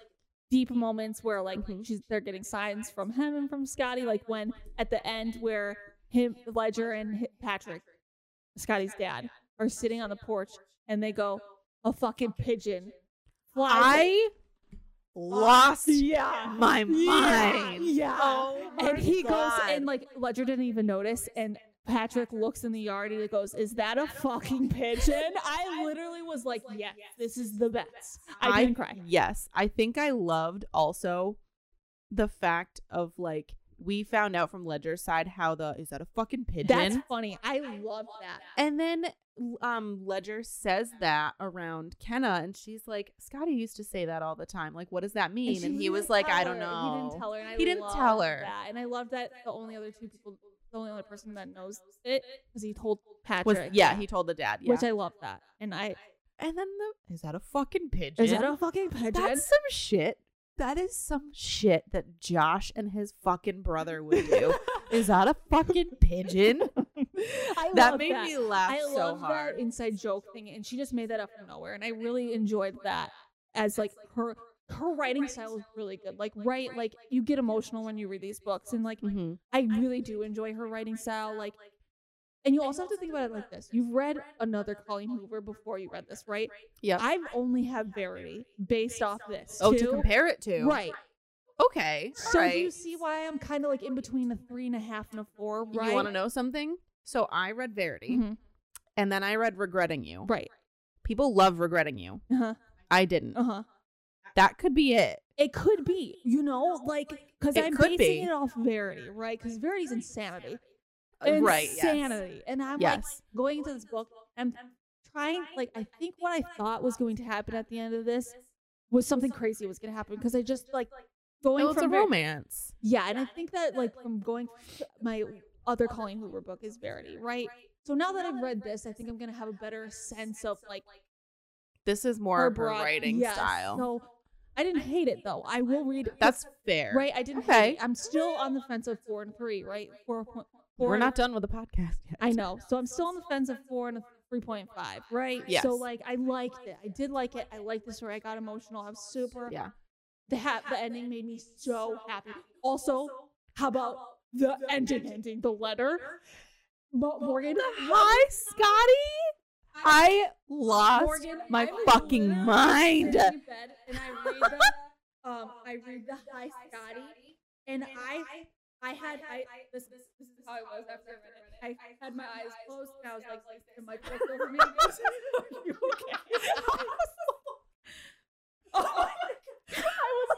Speaker 1: deep moments where like
Speaker 2: Mhm.
Speaker 1: she's they're getting signs from him and from Scotty, like when at the end where him Ledger and hi- Patrick, Scotty's dad, are sitting on the porch and they go, a fucking pigeon. flies
Speaker 2: I lost
Speaker 1: yeah.
Speaker 2: my mind.
Speaker 1: Yeah.
Speaker 2: Oh
Speaker 1: and
Speaker 2: my
Speaker 1: he
Speaker 2: God.
Speaker 1: goes and like Ledger didn't even notice and Patrick looks in the yard and he goes, "Is that a fucking pigeon?" I literally was like, "Yes, this is the best." I didn't cry.
Speaker 2: Yes, I think I loved also the fact of like we found out from Ledger's side how the is that a fucking pigeon?
Speaker 1: That's funny. I love that.
Speaker 2: and then um Ledger says that around Kenna and she's like Scotty used to say that all the time. Like what does that mean? And,
Speaker 1: she
Speaker 2: he
Speaker 1: didn't
Speaker 2: was like I
Speaker 1: tell her.
Speaker 2: don't know.
Speaker 1: He didn't tell her. And I
Speaker 2: He didn't tell
Speaker 1: loved
Speaker 2: her.
Speaker 1: That. And I love that the only other two people, the only other person that knows it, because he told
Speaker 2: was
Speaker 1: Patrick.
Speaker 2: yeah, he told the dad. Yeah.
Speaker 1: which I love that. And I
Speaker 2: and then the is that a fucking pigeon?
Speaker 1: is that a fucking pigeon?
Speaker 2: That's some shit. That is some shit that Josh and his fucking brother would do. is that a fucking pigeon?
Speaker 1: I
Speaker 2: that
Speaker 1: love
Speaker 2: made me laugh
Speaker 1: I
Speaker 2: so
Speaker 1: love
Speaker 2: hard.
Speaker 1: that inside joke thing, and she just made that up from nowhere, and I really enjoyed that as like her her writing style is really good. Like right, like you get emotional when you read these books, and like
Speaker 2: hmm
Speaker 1: I really do enjoy her writing style. Like, and you also have to think about it like this: you've read another Colleen Hoover before you read this, right?
Speaker 2: Yeah.
Speaker 1: I've only had Verity based off this.
Speaker 2: oh, to
Speaker 1: too.
Speaker 2: compare it to.
Speaker 1: right?
Speaker 2: Okay.
Speaker 1: So
Speaker 2: alright.
Speaker 1: do you see why I'm kind of like in between a three and a half and a four? Right?
Speaker 2: You want to know something? So I read Verity
Speaker 1: Mhm.
Speaker 2: and then I read Regretting You.
Speaker 1: Right.
Speaker 2: People love Regretting You.
Speaker 1: Uh huh.
Speaker 2: I didn't.
Speaker 1: Uh huh.
Speaker 2: That could be it.
Speaker 1: It could be, you know, like because
Speaker 2: It
Speaker 1: I'm
Speaker 2: could
Speaker 1: basing
Speaker 2: be.
Speaker 1: it off Verity, right? Because Verity's insanity,
Speaker 2: Right. Yes.
Speaker 1: Insanity, and I'm like
Speaker 2: Yes.
Speaker 1: going into this book, I'm trying, like, I think what I thought was going to happen at the end of this was something crazy was going to happen because I just like going
Speaker 2: Well, Oh, it's
Speaker 1: from
Speaker 2: a
Speaker 1: Ver-
Speaker 2: romance.
Speaker 1: yeah, and I think that like from going my other Colleen Hoover book is Verity, right? So now that I've read this, I think I'm gonna have a better sense of like
Speaker 2: This is more
Speaker 1: her
Speaker 2: of her
Speaker 1: broad-
Speaker 2: writing
Speaker 1: yes,
Speaker 2: style.
Speaker 1: So I didn't hate it though. I will read.
Speaker 2: That's fair.
Speaker 1: Right, I didn't.
Speaker 2: Okay.
Speaker 1: hate it. I'm still on the fence of four and three. Right, four. point- four
Speaker 2: We're
Speaker 1: and-
Speaker 2: not done with the podcast yet.
Speaker 1: I know, so I'm still on the fence of four and 3.5, right?
Speaker 2: Yes.
Speaker 1: So like I liked it. I did like it. I liked the story. I got emotional. I was super
Speaker 2: Yeah.
Speaker 1: the ha- the ending made me so happy. Also, how about the ending ending the letter? Mo- Morgan um,
Speaker 2: Hi, Scotty. I lost
Speaker 1: Morgan,
Speaker 2: my
Speaker 1: I was
Speaker 2: fucking
Speaker 1: literally
Speaker 2: mind.
Speaker 1: sitting in bed and I read the, um, I read the Hi Scotty, and I, I had, I, this, this, this is how I was after a minute. I had my eyes closed and I was like, am I clicked over me? Are you okay? Oh my God. I was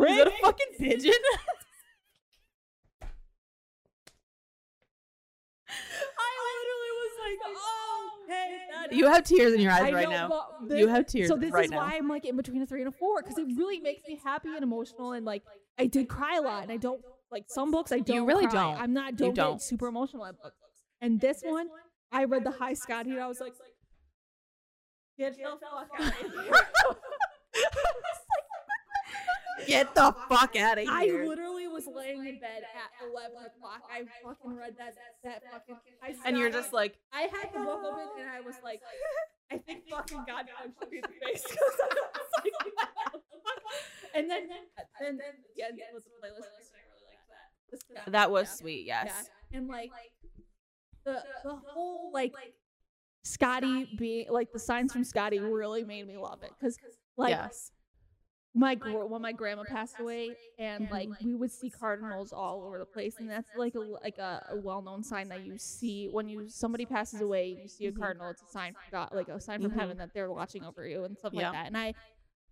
Speaker 1: like,
Speaker 2: Is that a fucking pigeon?
Speaker 1: I literally was like, oh, hey, that
Speaker 2: You have tears in your
Speaker 1: I
Speaker 2: eyes right
Speaker 1: know,
Speaker 2: now.
Speaker 1: but
Speaker 2: you
Speaker 1: this-
Speaker 2: have tears
Speaker 1: So this
Speaker 2: right
Speaker 1: is
Speaker 2: now.
Speaker 1: why I'm like in between a three and a four because it really makes me happy and emotional and like I did cry a lot and I don't like some books I don't.
Speaker 2: really
Speaker 1: cry.
Speaker 2: don't.
Speaker 1: I'm not
Speaker 2: You
Speaker 1: don't,
Speaker 2: don't.
Speaker 1: get super emotional at books. And this one, I read the High Scotty and I was like, get the fuck out of here.
Speaker 2: Get the fuck out of
Speaker 1: I
Speaker 2: here.
Speaker 1: literally was laying in bed at 11 o'clock. I fucking read that that fucking. I
Speaker 2: And you're
Speaker 1: stopped.
Speaker 2: just like,
Speaker 1: I had the book open and I was like, I think fucking God punched me in the face. 'cause I was like, "What the fuck?" and then, then, then the end was the playlist. and I really liked that. This-
Speaker 2: that was
Speaker 1: yeah,
Speaker 2: sweet.
Speaker 1: yeah.
Speaker 2: Yes.
Speaker 1: And like the the whole like Scotty being like the signs from Scotty really made me love it because like
Speaker 2: yes.
Speaker 1: my gr- when my grandma passed away and like we would see cardinals all over the place and that's like a like a, a well-known sign that you see when you somebody passes away and you see a
Speaker 2: Mhm.
Speaker 1: cardinal it's a sign from god like a sign from
Speaker 2: Mhm.
Speaker 1: heaven that they're watching over you and stuff
Speaker 2: Yeah.
Speaker 1: like that and i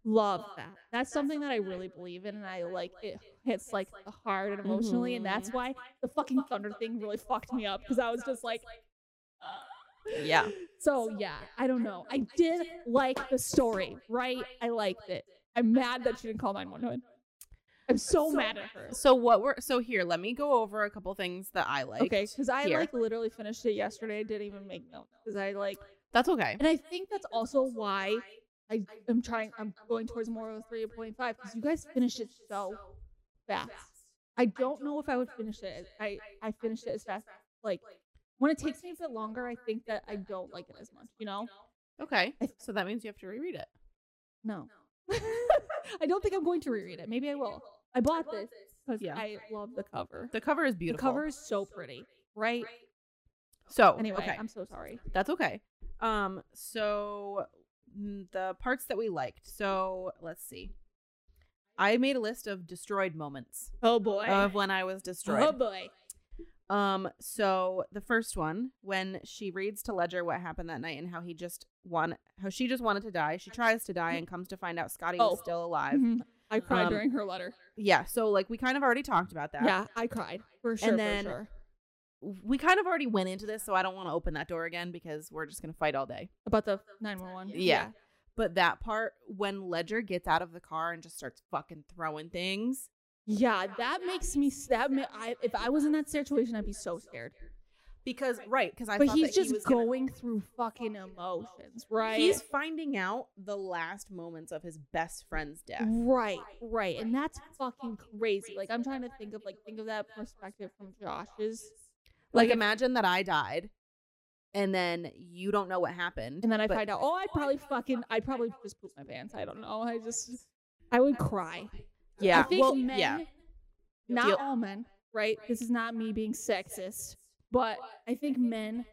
Speaker 1: love that that's something that i really believe in and i like it hits like the heart and emotionally and
Speaker 2: Mhm.
Speaker 1: that's why the fucking thunder thing really fucked me up because i was just like
Speaker 2: Yeah.
Speaker 1: so yeah i don't know i did like the story right i liked it I'm mad that she didn't call 911. I'm so, mad at her.
Speaker 2: So what we're so here, let me go over a couple things that I like.
Speaker 1: okay, because I
Speaker 2: here.
Speaker 1: like literally finished it yesterday. I didn't even make notes because I like,
Speaker 2: That's okay.
Speaker 1: and I think that's also why I am trying. I'm going towards more of a 3.5 because you guys finished it so fast. I don't know if I would finish it. as- I I finished it as fast. Like when it takes me a bit longer, I think that I don't like it as much. You know?
Speaker 2: Okay.
Speaker 1: I-
Speaker 2: So that means you have to reread it.
Speaker 1: No. I don't think I'm going to reread it. Maybe I will. I bought this because
Speaker 2: Yeah.
Speaker 1: I love the cover.
Speaker 2: The cover is
Speaker 1: The
Speaker 2: beautiful.
Speaker 1: cover is so pretty, right?
Speaker 2: So
Speaker 1: Anyway,
Speaker 2: okay.
Speaker 1: I'm so sorry.
Speaker 2: That's okay. Um, so mm, the parts that we liked. So let's see. I made a list of destroyed moments
Speaker 1: Oh boy.
Speaker 2: of when I
Speaker 1: oh
Speaker 2: was Uh, destroyed.
Speaker 1: boy. Oh.
Speaker 2: Um, so the first one, when she reads to Ledger what happened that night and how he just want how she just wanted to die. She tries to die and comes to find out Scotty was
Speaker 1: Mm-hmm. Oh.
Speaker 2: still alive.
Speaker 1: Mhm. I cried
Speaker 2: Um,
Speaker 1: during her letter.
Speaker 2: Yeah, so like we kind of already talked about that.
Speaker 1: Yeah, I cried for sure.
Speaker 2: then-
Speaker 1: for sure.
Speaker 2: We kind of already went into this, so I don't want to open that door again because we're just gonna fight all day.
Speaker 1: about the 911.
Speaker 2: Yeah. But that part when Ledger gets out of the car and just starts fucking throwing things.
Speaker 1: yeah, that makes me s- that. Ma- I if I was in that situation, I'd be so scared.
Speaker 2: Because right, because I
Speaker 1: But
Speaker 2: thought
Speaker 1: he's
Speaker 2: that
Speaker 1: just
Speaker 2: he was gonna-
Speaker 1: going through fucking emotions, right?
Speaker 2: he's finding out the last moments of his best friend's death.
Speaker 1: right, right, and that's fucking crazy. Like I'm trying to think of like think of that perspective from Josh's,
Speaker 2: Like
Speaker 1: if-
Speaker 2: imagine that I died and then you don't know what happened.
Speaker 1: And then I
Speaker 2: but-
Speaker 1: find out, oh, I probably fucking, I probably just pooped my pants. I don't know. I just, I would cry.
Speaker 2: Yeah.
Speaker 1: I think
Speaker 2: well,
Speaker 1: men,
Speaker 2: yeah.
Speaker 1: not
Speaker 2: Deal-
Speaker 1: all men, right? This is not me being sexist, but I think men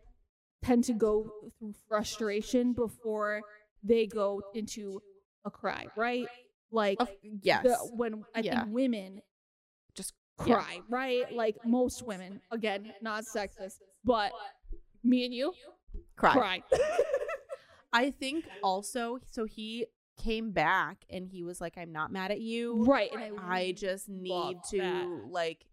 Speaker 1: tend to go through frustration before they go into a cry, right? Like,
Speaker 2: Of- yes.
Speaker 1: the, when I
Speaker 2: Yeah.
Speaker 1: think women
Speaker 2: Just- yeah.
Speaker 1: cry, right? Like most women, again, not sexist, but me and you
Speaker 2: cry.
Speaker 1: cry.
Speaker 2: I think also so he came back and he was like, I'm not mad at you.
Speaker 1: right. And I,
Speaker 2: I just need to
Speaker 1: that.
Speaker 2: like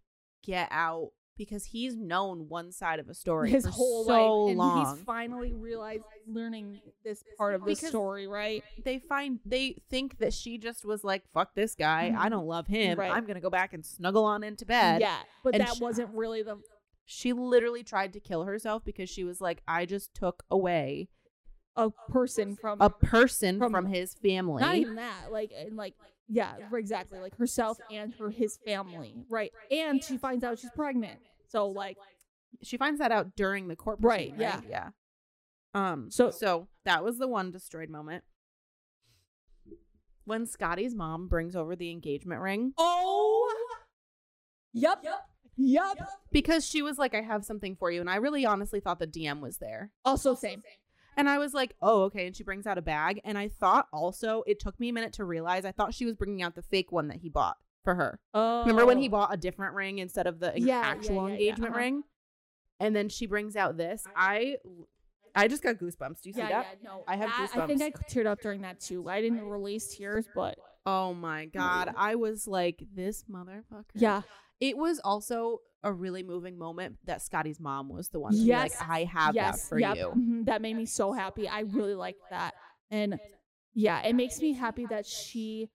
Speaker 2: get out because he's known one side of a story
Speaker 1: his
Speaker 2: for
Speaker 1: whole
Speaker 2: so
Speaker 1: life, and
Speaker 2: long.
Speaker 1: he's finally realized learning this part of the
Speaker 2: Because-
Speaker 1: story, right?
Speaker 2: they find they think that she just was like, "Fuck this guy, I
Speaker 1: Mhm.
Speaker 2: don't love him.
Speaker 1: Right.
Speaker 2: I'm gonna go back and snuggle on into bed."
Speaker 1: Yeah, but
Speaker 2: and
Speaker 1: that
Speaker 2: sh-
Speaker 1: wasn't really the
Speaker 2: She literally tried to kill herself because she was like, "I just took away
Speaker 1: a person from
Speaker 2: a person from,
Speaker 1: From-
Speaker 2: his family."
Speaker 1: not even that, like and like yeah, exactly, like herself and her his family, right? And she finds out she's pregnant, so like
Speaker 2: She finds that out during the court
Speaker 1: Right,
Speaker 2: proceeding, right. Yeah. Yeah. Um. So
Speaker 1: So-
Speaker 2: so that was the one destroyed moment. When Scotty's mom brings over the engagement ring
Speaker 1: Oh. Yup. Yup. Yup.
Speaker 2: because she was like, "I have something for you," and I really honestly thought the DM was there.
Speaker 1: Also same.
Speaker 2: And I was like, oh, okay. And she brings out a bag. And I thought also, it took me a minute to realize I thought she was bringing out the fake one that he bought for her.
Speaker 1: Oh.
Speaker 2: Remember when he bought a different ring instead of the en-
Speaker 1: Yeah, yeah, yeah,
Speaker 2: actual
Speaker 1: yeah,
Speaker 2: engagement
Speaker 1: uh-huh.
Speaker 2: ring? And then she brings out this. I I just got goosebumps. Do you see
Speaker 1: Yeah,
Speaker 2: that?
Speaker 1: yeah, no.
Speaker 2: I have
Speaker 1: that- I think
Speaker 2: goosebumps.
Speaker 1: I teared up during that too. I didn't release tears, but
Speaker 2: Oh my god. I was like, this motherfucker.
Speaker 1: yeah.
Speaker 2: It was also a really moving moment that Scotty's mom was the one to be
Speaker 1: Yes.
Speaker 2: like, I have
Speaker 1: yes,
Speaker 2: that for
Speaker 1: yep.
Speaker 2: you.
Speaker 1: mhm, That made me so happy. I really liked that. And yeah, it makes me happy that she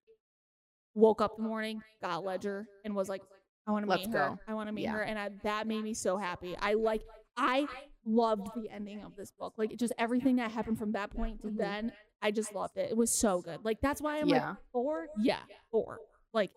Speaker 1: woke up the morning, got Ledger, and was like, I want to
Speaker 2: Let's
Speaker 1: meet her.
Speaker 2: go.
Speaker 1: I want to meet
Speaker 2: Yeah.
Speaker 1: her. And I, that made me so happy. I like, I loved the ending of this book. Like, just everything that happened from that point to
Speaker 2: Mhm.
Speaker 1: then, I just loved it. It was so good. Like, that's why I'm
Speaker 2: Yeah.
Speaker 1: like, four? Yeah, four. Like,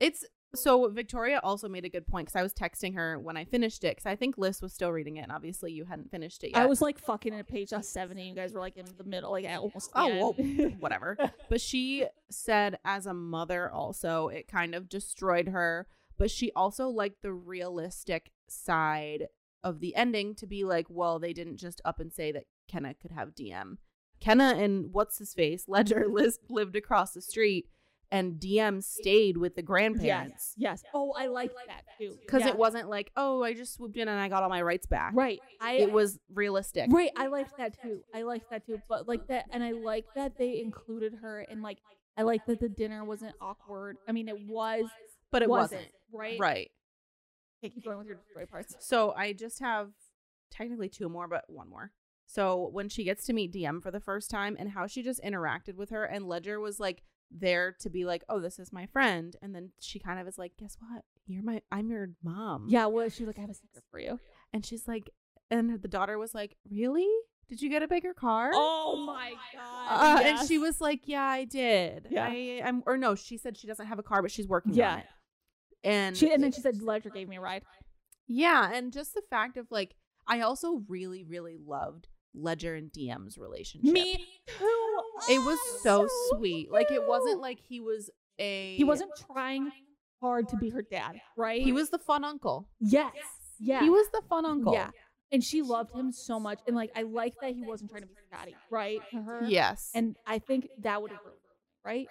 Speaker 2: It's so Victoria also made a good point because I was texting her when I finished it because I think Liz was still reading it and obviously you hadn't finished it yet.
Speaker 1: I was like fucking at page 70. You guys were like in the middle, like at almost. the
Speaker 2: Oh,
Speaker 1: end.
Speaker 2: whatever. But she said, as a mother, also, it kind of destroyed her. But she also liked the realistic side of the ending to be like, well, they didn't just up and say that Kenna could have DM. Kenna and what's his face, Ledger, Liz lived across the street, and DM stayed with the grandparents.
Speaker 1: Yes. Oh, I like that too.
Speaker 2: Because
Speaker 1: Yeah.
Speaker 2: it wasn't like, oh, I just swooped in and I got all my rights back.
Speaker 1: right. I
Speaker 2: It was realistic.
Speaker 1: right. I liked that too. I liked that too. But like that, and I like that they included her and like I like that the dinner wasn't awkward. I mean, it was,
Speaker 2: But it
Speaker 1: wasn't,
Speaker 2: wasn't.
Speaker 1: right.
Speaker 2: Right.
Speaker 1: Okay, keep going with your destroy parts.
Speaker 2: So I just have technically two more, but one more. So when she gets to meet DM for the first time and how she just interacted with her, and Ledger was like there to be like, oh, this is my friend. And then she kind of is like, guess what? You're my, I'm your mom.
Speaker 1: Yeah. Well, she was like, I have a secret for you.
Speaker 2: And she's like, and the daughter was like, really? Did you get a bigger car?
Speaker 1: Oh my god.
Speaker 2: Uh, And she was like, "Yeah, I did.
Speaker 1: Yeah.
Speaker 2: I, I'm." Or no, she said she doesn't have a car, but she's working on
Speaker 1: Yeah.
Speaker 2: it. And
Speaker 1: She, and then she said, Ledger gave me a ride.
Speaker 2: Yeah, and just the fact of like, I also really, really loved Ledger and DM's relationship.
Speaker 1: too.
Speaker 2: it was
Speaker 1: Ah,
Speaker 2: so, sweet. Like, it
Speaker 1: cute.
Speaker 2: wasn't like he was a
Speaker 1: He wasn't trying hard to be her dad, right?
Speaker 2: He was the fun uncle.
Speaker 1: Yes. Yeah.
Speaker 2: He was the fun uncle.
Speaker 1: Yeah. And she loved him so much. And like I like that he wasn't trying to be Scotty, right? To her.
Speaker 2: Yes.
Speaker 1: And I think that would have ruined it, right?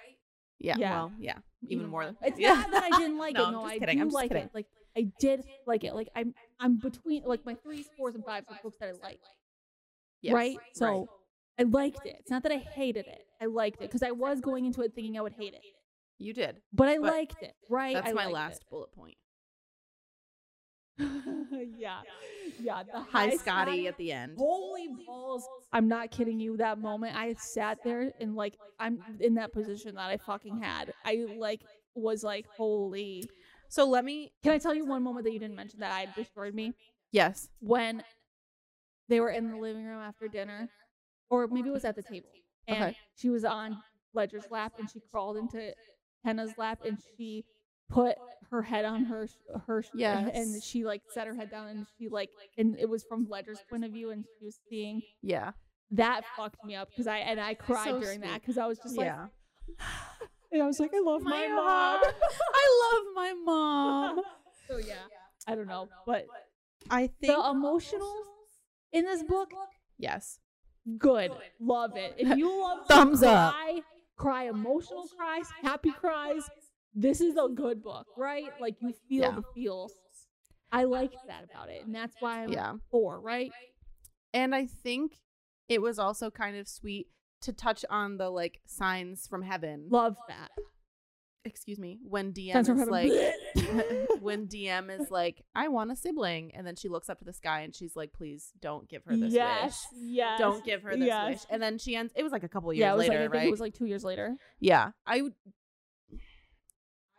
Speaker 2: yeah.
Speaker 1: yeah.
Speaker 2: Well, yeah. Even, more than
Speaker 1: it's
Speaker 2: yeah.
Speaker 1: not that I didn't like
Speaker 2: No,
Speaker 1: it.
Speaker 2: I'm
Speaker 1: No,
Speaker 2: just
Speaker 1: I
Speaker 2: kidding.
Speaker 1: do
Speaker 2: I'm just
Speaker 1: like
Speaker 2: kidding.
Speaker 1: it. Like I did like it. Like I'm I'm between like my threes, fours, and fives are books that I like.
Speaker 2: Yes.
Speaker 1: Right? So I liked it. It's not that I hated it. I liked it. Because I was going into it thinking I would hate it.
Speaker 2: you did.
Speaker 1: But I
Speaker 2: But
Speaker 1: liked it. Right.
Speaker 2: That's
Speaker 1: I
Speaker 2: my
Speaker 1: liked
Speaker 2: last
Speaker 1: it.
Speaker 2: bullet point.
Speaker 1: yeah. Yeah. The
Speaker 2: Hi, Scotty, at the end.
Speaker 1: Holy balls. I'm not kidding you. That moment I sat there and like I'm in that position that I fucking had. I like was like, holy.
Speaker 2: So let me.
Speaker 1: Can I tell you one moment that you didn't mention that I destroyed me?
Speaker 2: Yes.
Speaker 1: When they were in the living room after dinner, or maybe it was at the table, and
Speaker 2: Okay.
Speaker 1: she was on Ledger's lap and she crawled into Henna's lap and she put her head on her her
Speaker 2: Yes.
Speaker 1: and she like set her head down and she like and it was from Ledger's point of view and she was seeing
Speaker 2: Yeah.
Speaker 1: that fucked me up because I and I cried
Speaker 2: So
Speaker 1: during that
Speaker 2: sweet.
Speaker 1: because I was just like,
Speaker 2: yeah.
Speaker 1: and I was like, I love my, mom.
Speaker 2: I love my mom.
Speaker 1: so um, yeah, I don't know, but
Speaker 2: I think.
Speaker 1: the emotionals in this book,
Speaker 2: yes.
Speaker 1: good, love it. If you love to
Speaker 2: Thumbs up.
Speaker 1: cry, cry emotional cries, happy cries. This is a good book, right? Like you feel
Speaker 2: Yeah.
Speaker 1: the feels. I liked that about it, and that's why I'm
Speaker 2: Yeah.
Speaker 1: four, right?
Speaker 2: And I think it was also kind of sweet to touch on the like signs from heaven.
Speaker 1: Love that.
Speaker 2: Excuse me. When DM
Speaker 1: Sounds
Speaker 2: is
Speaker 1: from
Speaker 2: like
Speaker 1: heaven.
Speaker 2: when DM is like, I want a sibling. And then she looks up to the sky and she's like, please don't give her this
Speaker 1: yes,
Speaker 2: wish.
Speaker 1: yes.
Speaker 2: Don't give her this
Speaker 1: yes.
Speaker 2: wish. And then she ends it was like a couple years
Speaker 1: Yeah, it was
Speaker 2: later,
Speaker 1: like I think
Speaker 2: right?
Speaker 1: it was like two years later.
Speaker 2: yeah. I would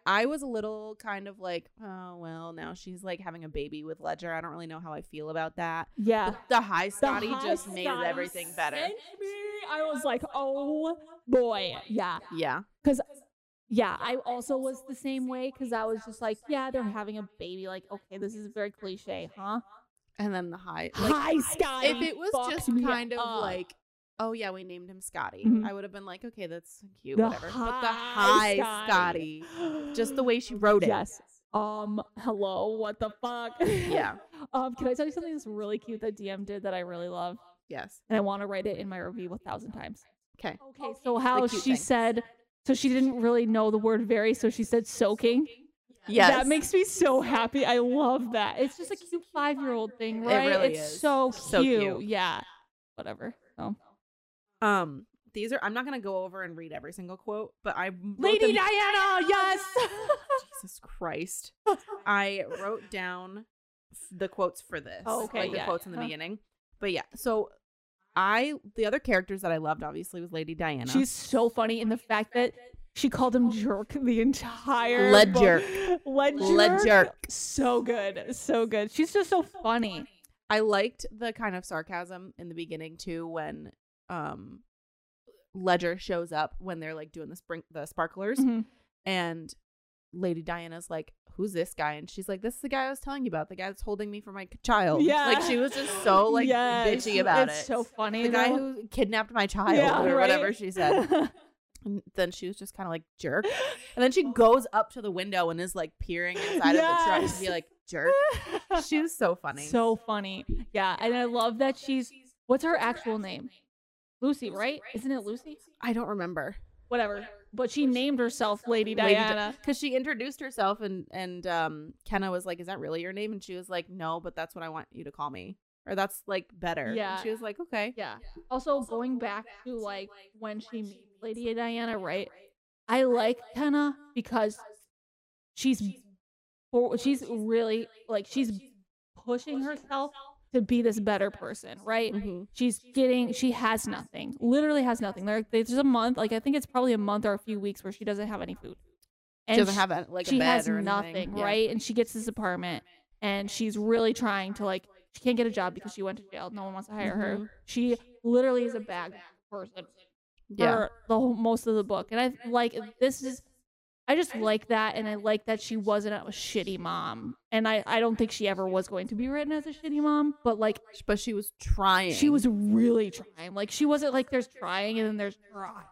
Speaker 2: I was a little kind of like, oh well, now she's like having a baby with Ledger. I don't really know how I feel about that.
Speaker 1: Yeah.
Speaker 2: The, the high Scotty
Speaker 1: high
Speaker 2: just made
Speaker 1: Scotty
Speaker 2: everything better.
Speaker 1: sent me. I was like, oh boy, yeah,
Speaker 2: Yeah.
Speaker 1: yeah. I also was the same way because I was just like, yeah, they're having a baby. Like, okay, this is very cliche, huh?
Speaker 2: and then the high. Like,
Speaker 1: Hi, Scotty.
Speaker 2: if it was
Speaker 1: fucked
Speaker 2: just
Speaker 1: me
Speaker 2: kind of
Speaker 1: up.
Speaker 2: like, oh yeah, we named him Scotty,
Speaker 1: Mhm.
Speaker 2: I would have been like, okay, that's cute,
Speaker 1: The
Speaker 2: whatever. But Mm-hmm. the
Speaker 1: hi,
Speaker 2: high Scotty. just the way she wrote it.
Speaker 1: Yes. Um, hello, what the fuck?
Speaker 2: Yeah.
Speaker 1: um, can I tell you something that's really cute that DM did that I really love?
Speaker 2: Yes.
Speaker 1: And I want to write it in my review a thousand times.
Speaker 2: Okay.
Speaker 1: Okay, so how
Speaker 2: The cute
Speaker 1: she
Speaker 2: thing.
Speaker 1: said so she didn't really know the word very, so she said soaking.
Speaker 2: Yes.
Speaker 1: That makes me so happy. I love that. Oh, It's just a cute five year old thing,
Speaker 2: It
Speaker 1: right?
Speaker 2: really
Speaker 1: it's
Speaker 2: is.
Speaker 1: so cute.
Speaker 2: So cute.
Speaker 1: Yeah. Whatever. So.
Speaker 2: um these are I'm not gonna go over and read every single quote, but I wrote
Speaker 1: Lady
Speaker 2: them-
Speaker 1: Diana, yes.
Speaker 2: Jesus Christ. I wrote down f- the quotes for this.
Speaker 1: Oh, okay,
Speaker 2: Like the
Speaker 1: yeah,
Speaker 2: quotes in the
Speaker 1: yeah.
Speaker 2: beginning. But yeah, so I the other characters that I loved obviously was Lady Diana.
Speaker 1: She's so funny in the fact that she called him jerk the entire
Speaker 2: Lead
Speaker 1: book.
Speaker 2: jerk.
Speaker 1: Lead
Speaker 2: Lead
Speaker 1: jerk.
Speaker 2: jerk.
Speaker 1: So good. So good. She's just so funny.
Speaker 2: I liked the kind of sarcasm in the beginning too when um Ledger shows up when they're like doing the spring the sparklers
Speaker 1: Mhm.
Speaker 2: and Lady Diana's like, "Who's this guy?" And she's like, "This is the guy I was telling you about, the guy that's holding me for my child."
Speaker 1: Yeah.
Speaker 2: like she was just so like
Speaker 1: Yes.
Speaker 2: bitchy about
Speaker 1: It's
Speaker 2: it.
Speaker 1: so funny.
Speaker 2: the guy
Speaker 1: though.
Speaker 2: who kidnapped my child
Speaker 1: Yeah,
Speaker 2: or whatever
Speaker 1: right?
Speaker 2: she said. And then she was just kind of like jerk, and then she goes up to the window and is like peering inside of the truck
Speaker 1: Yes.
Speaker 2: to be like jerk. She was so funny.
Speaker 1: So funny. Yeah, and I love that she's what's her actual name? Lucy, right? Isn't it Lucy?
Speaker 2: I don't remember.
Speaker 1: Whatever. But she named herself Lady
Speaker 2: Lady
Speaker 1: Diana.
Speaker 2: because she introduced herself and and um Kenna was like, "Is that really your name?" And she was like, "No, but that's what I want you to call me, or that's like better." And
Speaker 1: Yeah.
Speaker 2: she was like, "Okay."
Speaker 1: Yeah. Also going back to like when she meets Lady Diana, right? I like Kenna because she's for, she's really like she's pushing herself to be this better person, right?
Speaker 2: Mhm.
Speaker 1: She's getting, she has nothing, literally has nothing. There, there's a month, like I think it's probably a month or a few weeks where she doesn't have any food.
Speaker 2: She doesn't have a, like
Speaker 1: she
Speaker 2: a bed
Speaker 1: has
Speaker 2: or
Speaker 1: nothing,
Speaker 2: anything. Yeah.
Speaker 1: right? And she gets this apartment, and she's really trying to like. She can't get a job because she went to jail. No one wants to hire
Speaker 2: Mm-hmm.
Speaker 1: her. She literally is a bag person
Speaker 2: Yeah.
Speaker 1: for the whole, most of the book, and I like this is. I just like that, and I like that she wasn't a shitty mom, and I I don't think she ever was going to be written as a shitty mom, but like
Speaker 2: but she was trying.
Speaker 1: she was really trying. Like she wasn't like there's trying and then there's trying.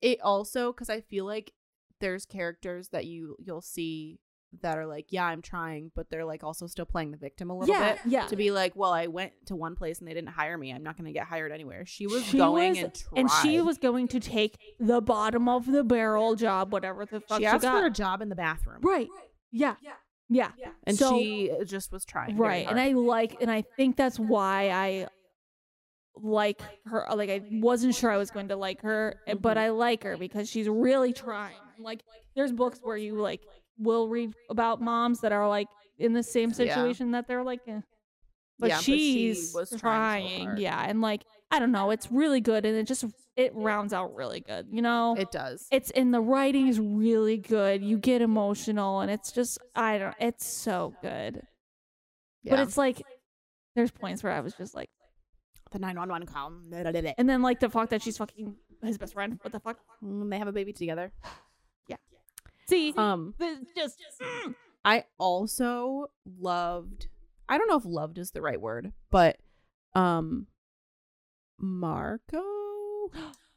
Speaker 2: It also because I feel like there's characters that you you'll see that are like, "Yeah, I'm trying," but they're like also still playing the victim a little
Speaker 1: yeah,
Speaker 2: bit.
Speaker 1: yeah.
Speaker 2: To be like, well, I went to one place and they didn't hire me. I'm not going to get hired anywhere. She was
Speaker 1: She
Speaker 2: going
Speaker 1: was-
Speaker 2: and trying.
Speaker 1: and she was going to take the bottom of the barrel job, whatever the fuck
Speaker 2: She
Speaker 1: she,
Speaker 2: asked
Speaker 1: got.
Speaker 2: for a job in the bathroom.
Speaker 1: right. Yeah. Yeah.
Speaker 2: and
Speaker 1: So-
Speaker 2: she uh, just was trying very
Speaker 1: Right. And
Speaker 2: hard.
Speaker 1: I like, and I think that's why I like her. Like I wasn't sure I was going to like her, eh, but
Speaker 2: Mhm.
Speaker 1: I like her because she's really trying. Like there's books where you like will read about moms that are like in the same
Speaker 2: Yeah.
Speaker 1: situation that they're like. eh. But
Speaker 2: Yeah, but she
Speaker 1: she's
Speaker 2: was trying so
Speaker 1: trying,
Speaker 2: hard.
Speaker 1: yeah, and like I don't know, it's really good, and it just it rounds out really good, you know.
Speaker 2: it does
Speaker 1: it's and the writing is really good. You get emotional, and it's just I don't. It's so good, but
Speaker 2: Yeah.
Speaker 1: it's like there's points where I was just like,
Speaker 2: the 911 call Blah, blah, blah, blah.
Speaker 1: and then like the fact that she's fucking his best friend. What the fuck?
Speaker 2: Mm, they have a baby together
Speaker 1: See,
Speaker 2: um
Speaker 1: this just mm.
Speaker 2: i also loved i don't know if loved is the right word but um marco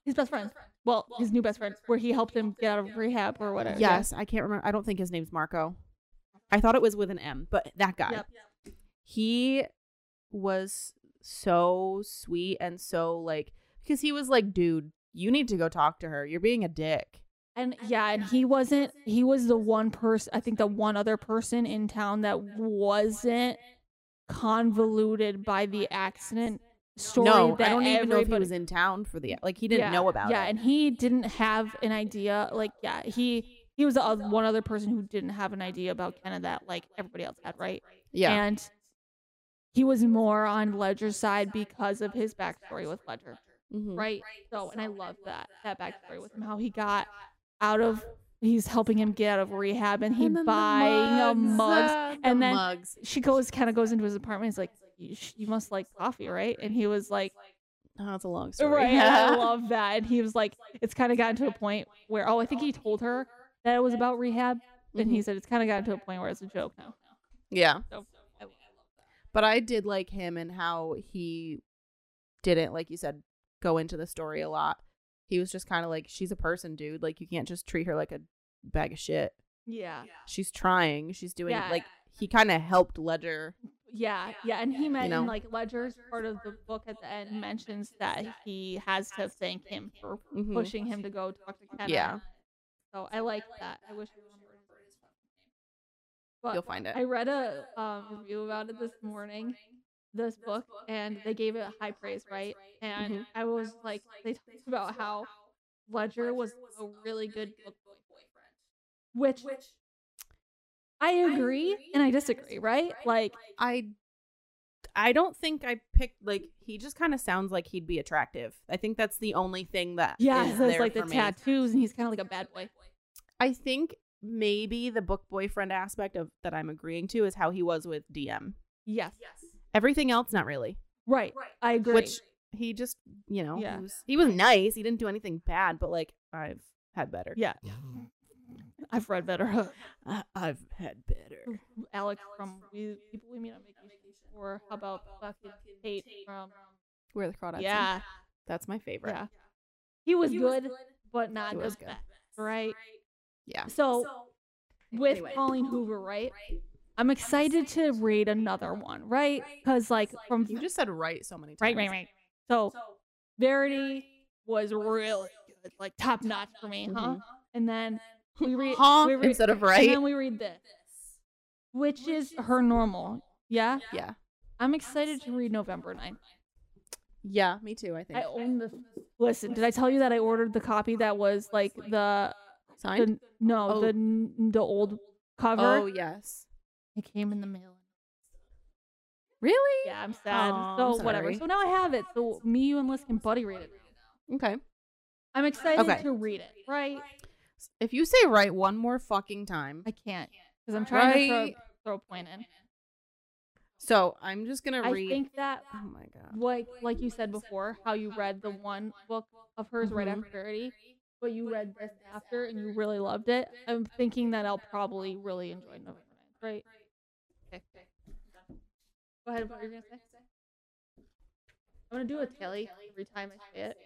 Speaker 1: his best friend. Well, his new best friend, where he helped him get out of rehab or whatever.
Speaker 2: yes i can't remember i don't think his name's marco i thought it was with an m but that guy
Speaker 1: Yep.
Speaker 2: he was so sweet and so like because he was like dude you need to go talk to her you're being a dick
Speaker 1: And yeah, and he wasn't. He was the one person. I think the one other person in town that wasn't convoluted by the accident story.
Speaker 2: no
Speaker 1: that
Speaker 2: i don't even know if he
Speaker 1: everybody-
Speaker 2: was in town for the like he didn't
Speaker 1: yeah,
Speaker 2: know about
Speaker 1: yeah,
Speaker 2: it
Speaker 1: and he didn't have an idea. Like, yeah, he he was the oth- one other person who didn't have an idea about Kenna that like everybody else had, right?
Speaker 2: yeah
Speaker 1: And he was more on Ledger's side because of his backstory with Ledger,
Speaker 2: Mhm.
Speaker 1: right? So, and I love that that backstory with him, how he got out of. He's helping him get out of rehab, and he
Speaker 2: And then the
Speaker 1: buying a mug.
Speaker 2: uh, the
Speaker 1: and then-
Speaker 2: mugs.
Speaker 1: She goes, kind of goes into his apartment. He's like, you, sh- "You must like coffee, right?" And he was like,
Speaker 2: Oh, that's a long story.
Speaker 1: Right. and I love that. And he was like, it's kind of gotten to a point where, oh, I think he told her that it was about rehab. And he said, it's kind of gotten to a point where it's a joke now.
Speaker 2: Mm-hmm. yeah.
Speaker 1: So, I love that.
Speaker 2: But I did like him and how he didn't, like you said, go into the story a lot. He was just kind of like, she's a person, dude. Like, you can't just treat her like a bag of shit.
Speaker 1: Yeah.
Speaker 2: She's trying. She's doing
Speaker 1: Yeah.
Speaker 2: like he kind of helped Ledger.
Speaker 1: Yeah, yeah, and he meant
Speaker 2: know?
Speaker 1: in like Ledger's part of the book at the end mentions that he has to thank him for
Speaker 2: Mhm.
Speaker 1: pushing him to go talk to Kenna.
Speaker 2: Yeah.
Speaker 1: So I like that. I wish I remembered his fucking name. But
Speaker 2: You'll find it.
Speaker 1: I read a um, review about it this morning, this book, and they gave it high praise, right? Mm-hmm. And
Speaker 2: Mhm.
Speaker 1: I was like, they talked about how Ledger was a really good book boyfriend, which I agree and I disagree, right? Like,
Speaker 2: I I don't think I picked like he just kind of sounds like he'd be attractive. I think that's the only thing that
Speaker 1: yeah,
Speaker 2: is
Speaker 1: he has
Speaker 2: there
Speaker 1: like the
Speaker 2: for me.
Speaker 1: tattoos, and he's kind of like a bad boy.
Speaker 2: I think maybe the book boyfriend aspect of that I'm agreeing to is how he was with DM.
Speaker 1: Yes,
Speaker 2: Everything else not really.
Speaker 1: right. I agree.
Speaker 2: Which he just, you know,
Speaker 1: Yeah.
Speaker 2: he, was, he was nice. He didn't do anything bad, but like I've had better.
Speaker 1: Yeah. I've read better.
Speaker 2: I- I've had better.
Speaker 1: Alex from we, People We Meet on Vacation, or how about fucking Tate from?
Speaker 2: Where the crawdads sing.
Speaker 1: Yeah,
Speaker 2: That's my favorite.
Speaker 1: yeah. He was good, but not
Speaker 2: He
Speaker 1: the
Speaker 2: was
Speaker 1: best,
Speaker 2: good.
Speaker 1: right?
Speaker 2: Yeah.
Speaker 1: So with Colleen Hoover, right? I'm excited to read another one, right? Because like from
Speaker 2: You just said right so many times.
Speaker 1: right, right, right. So Verity was really good, like top notch for me, huh? And then we read
Speaker 2: Huh?
Speaker 1: we read-
Speaker 2: Instead of
Speaker 1: and
Speaker 2: right.
Speaker 1: then we read this, which is her normal. Yeah,
Speaker 2: Yeah.
Speaker 1: I'm excited to read November 9th.
Speaker 2: Yeah, me too, I think.
Speaker 1: I own the. Listen, did I tell you that I ordered the copy that was like the, the
Speaker 2: Signed?
Speaker 1: no
Speaker 2: Oh.
Speaker 1: the the old cover?
Speaker 2: Oh, yes.
Speaker 1: It came in the mail.
Speaker 2: Really?
Speaker 1: Yeah, I'm sad.
Speaker 2: Aw,
Speaker 1: so
Speaker 2: I'm
Speaker 1: whatever.
Speaker 2: sorry.
Speaker 1: So now I have it. So me, you, and Liz can buddy read it.
Speaker 2: Okay.
Speaker 1: I'm excited
Speaker 2: Okay.
Speaker 1: to read it. Right?
Speaker 2: If you say right one more fucking time.
Speaker 1: I can't because I'm trying to
Speaker 2: Right.
Speaker 1: throw, throw a point in.
Speaker 2: So I'm just going to
Speaker 1: I
Speaker 2: read.
Speaker 1: think that
Speaker 2: oh my God.
Speaker 1: like like you said before, how you read the one book of hers right
Speaker 2: Mhm.
Speaker 1: after Verity, but you read this after and you really loved it. I'm thinking that I'll probably really enjoy November 9th, right? Okay. Go ahead. What were you gonna say? I'm gonna do a tally every time I say it,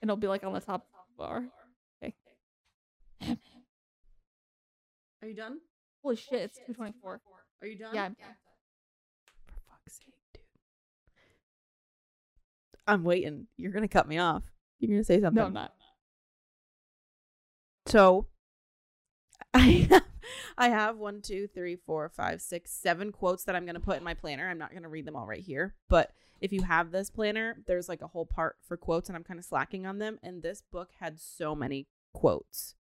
Speaker 1: and it'll be like on the top bar.
Speaker 2: Are you done?
Speaker 1: Holy shit! It's 224.
Speaker 2: Are you done?
Speaker 1: Yeah. I'm-
Speaker 2: For fuck's sake, dude. I'm waiting. You're going to cut me off. You're going to say something.
Speaker 1: No, I'm not.
Speaker 2: So I have, I have one, two, three, four, five, six, seven quotes that I'm going to put in my planner. I'm not going to read them all right here, but if you have this planner, there's like a whole part for quotes, and I'm kind of slacking on them. And this book had so many quotes.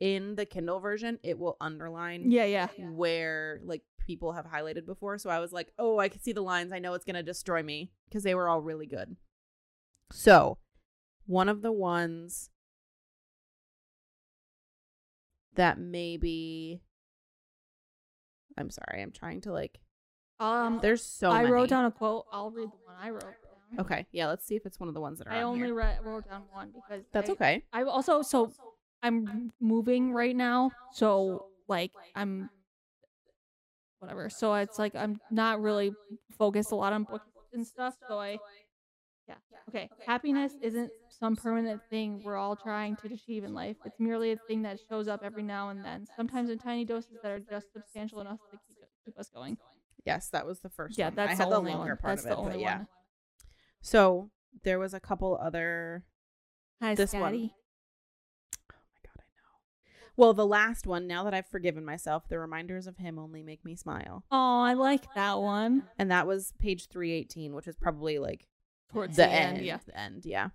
Speaker 2: In the Kindle version, it will underline
Speaker 1: Yeah, yeah.
Speaker 2: where like people have highlighted before. So I was like, oh, I can see the lines. I know it's going to destroy me because they were all really good. So one of the ones that maybe I'm sorry, I'm trying to like,
Speaker 1: Um,
Speaker 2: there's so
Speaker 1: I
Speaker 2: many.
Speaker 1: wrote down a quote. I'll read the one I wrote. Down.
Speaker 2: Okay. Yeah. Let's see if it's one of the ones that are
Speaker 1: I
Speaker 2: on
Speaker 1: only
Speaker 2: here.
Speaker 1: read, wrote down one because
Speaker 2: That's
Speaker 1: I-
Speaker 2: okay.
Speaker 1: I also so I'm moving right now, so like I'm whatever. So it's like I'm not really focused a lot on books and stuff. So I yeah okay. Happiness isn't some permanent thing we're all trying to achieve in life. It's merely a thing that shows up every now and then, sometimes in tiny doses that are just substantial enough to keep, keep us going.
Speaker 2: Yes, that was the first.
Speaker 1: Yeah,
Speaker 2: one.
Speaker 1: that's
Speaker 2: I had
Speaker 1: the
Speaker 2: the
Speaker 1: only
Speaker 2: longer
Speaker 1: one.
Speaker 2: part
Speaker 1: That's
Speaker 2: of
Speaker 1: the
Speaker 2: it, but
Speaker 1: only
Speaker 2: yeah.
Speaker 1: one.
Speaker 2: So there was a couple other
Speaker 1: Hi,
Speaker 2: This one. Scotty. my god, I know. Well, the last one, now that I've forgiven myself, the reminders of him only make me smile.
Speaker 1: Oh, I like that one.
Speaker 2: And that was page 318, which is probably like
Speaker 1: Towards
Speaker 2: the, end. The end, yeah.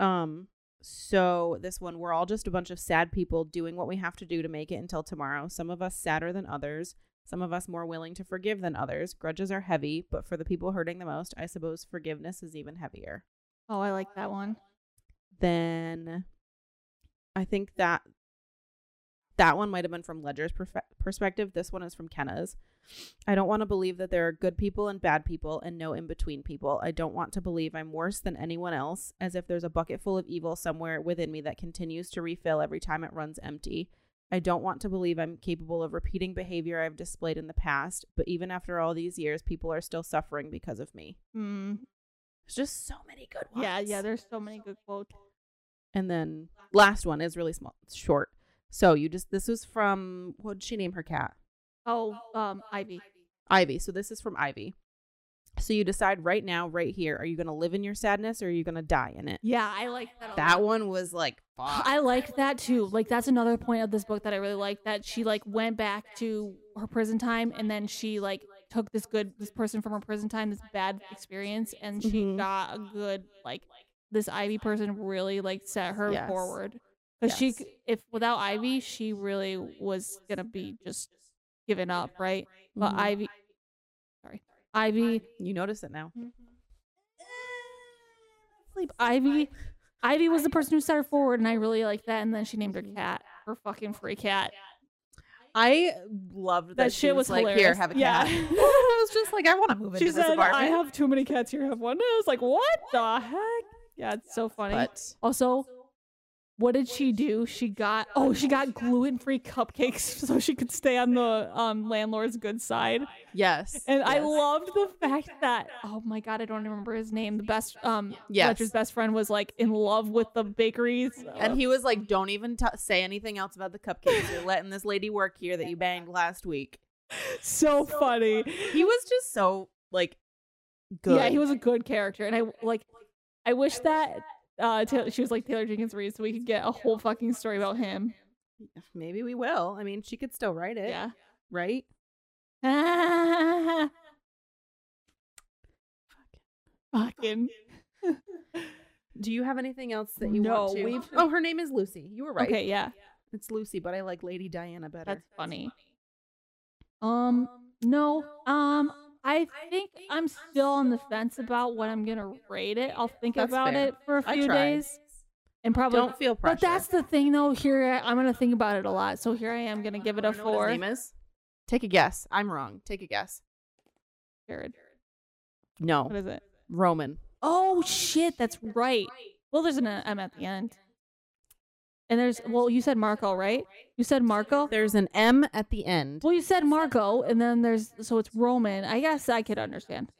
Speaker 2: Um so this one we're all just a bunch of sad people doing what we have to do to make it until tomorrow. Some of us sadder than others, some of us more willing to forgive than others. Grudges are heavy, but for the people hurting the most, I suppose forgiveness is even heavier.
Speaker 1: Oh, I like that one.
Speaker 2: then I think that that one might have been from Ledger's perfe- perspective. This one is from Kenna's. I don't want to believe that there are good people and bad people and no in between people. I don't want to believe I'm worse than anyone else, as if there's a bucket full of evil somewhere within me that continues to refill every time it runs empty. I don't want to believe I'm capable of repeating behavior I've displayed in the past, but even after all these years, people are still suffering because of me.
Speaker 1: Mm,
Speaker 2: There's just so many good ones.
Speaker 1: yeah, yeah. There's so many good quotes.
Speaker 2: And then last one is really small, short. So you just this was from what did she name her cat?
Speaker 1: Oh, um, Ivy.
Speaker 2: Ivy. So this is from Ivy. So you decide right now, right here, are you going to live in your sadness or are you going to die in it?
Speaker 1: Yeah, Oh, I like that. a lot.
Speaker 2: That one was like, fuck.
Speaker 1: I liked that too. Like that's another point of this book that I really liked that she like went back to her prison time and then she like took this good this person from her prison time this bad experience and she
Speaker 2: Mhm.
Speaker 1: got a good like this Ivy person really like set her
Speaker 2: Yes.
Speaker 1: forward because she
Speaker 2: Yes.
Speaker 1: c- if without Ivy she really was gonna be just given up right but
Speaker 2: Mhm.
Speaker 1: Ivy sorry Ivy
Speaker 2: You notice it now.
Speaker 1: Mm-hmm. sleep Ivy Ivy was the person who set her forward and I really liked that and then she named her cat her fucking free cat
Speaker 2: I loved that,
Speaker 1: That
Speaker 2: she
Speaker 1: shit was
Speaker 2: like, here,
Speaker 1: hilarious.
Speaker 2: have a
Speaker 1: Yeah.
Speaker 2: cat. I was just like, I want to move
Speaker 1: She
Speaker 2: into this
Speaker 1: said, "I
Speaker 2: apartment.
Speaker 1: have too many cats here. Have one." I was like, "What the heck?" Yeah, it's so funny.
Speaker 2: but
Speaker 1: also, what did she do? She got oh, she got gluten-free cupcakes so she could stay on the um landlord's good side.
Speaker 2: yes,
Speaker 1: And I
Speaker 2: yes.
Speaker 1: loved the fact that oh my god, I don't remember his name. The best um
Speaker 2: Yes.
Speaker 1: Fletcher's best friend was like in love with the bakeries.
Speaker 2: And he was like, "Don't even t- say anything else about the cupcakes. You're letting this lady work here that you banged last week."
Speaker 1: so funny.
Speaker 2: He was just so like good.
Speaker 1: Yeah, he was a good character, and I like. I wish that uh, Taylor, she was like Taylor Jenkins Reid, so we could get a whole fucking story about him.
Speaker 2: Maybe we will. I mean, she could still write it,
Speaker 1: Yeah.
Speaker 2: right?
Speaker 1: fucking.
Speaker 2: Do you have anything else that you
Speaker 1: No,
Speaker 2: want to?
Speaker 1: we've-
Speaker 2: Oh, her name is Lucy. You were right.
Speaker 1: Okay, yeah,
Speaker 2: It's Lucy, but I like Lady Diana better.
Speaker 1: that's funny. Um, no, um, I think I'm still on the fence about what I'm gonna rate it. I'll think
Speaker 2: That's
Speaker 1: about
Speaker 2: fair.
Speaker 1: it for a
Speaker 2: I
Speaker 1: few
Speaker 2: tried.
Speaker 1: days, and probably.
Speaker 2: Don't feel pressure.
Speaker 1: but that's the thing, though. Here, I, I'm gonna think about it a lot. So here Oh, I am gonna give it a
Speaker 2: Wanna know what his
Speaker 1: four.
Speaker 2: name is? Take a guess. I'm wrong. Take a guess.
Speaker 1: Jared,
Speaker 2: No,
Speaker 1: what is it?
Speaker 2: Roman.
Speaker 1: Oh shit, that's right. Well, there's an uh, M at the end. And there's well, you said Marco, right? You said Marco.
Speaker 2: There's an M at the end.
Speaker 1: Well, you said Marco, and then there's so it's Roman. I guess I could understand.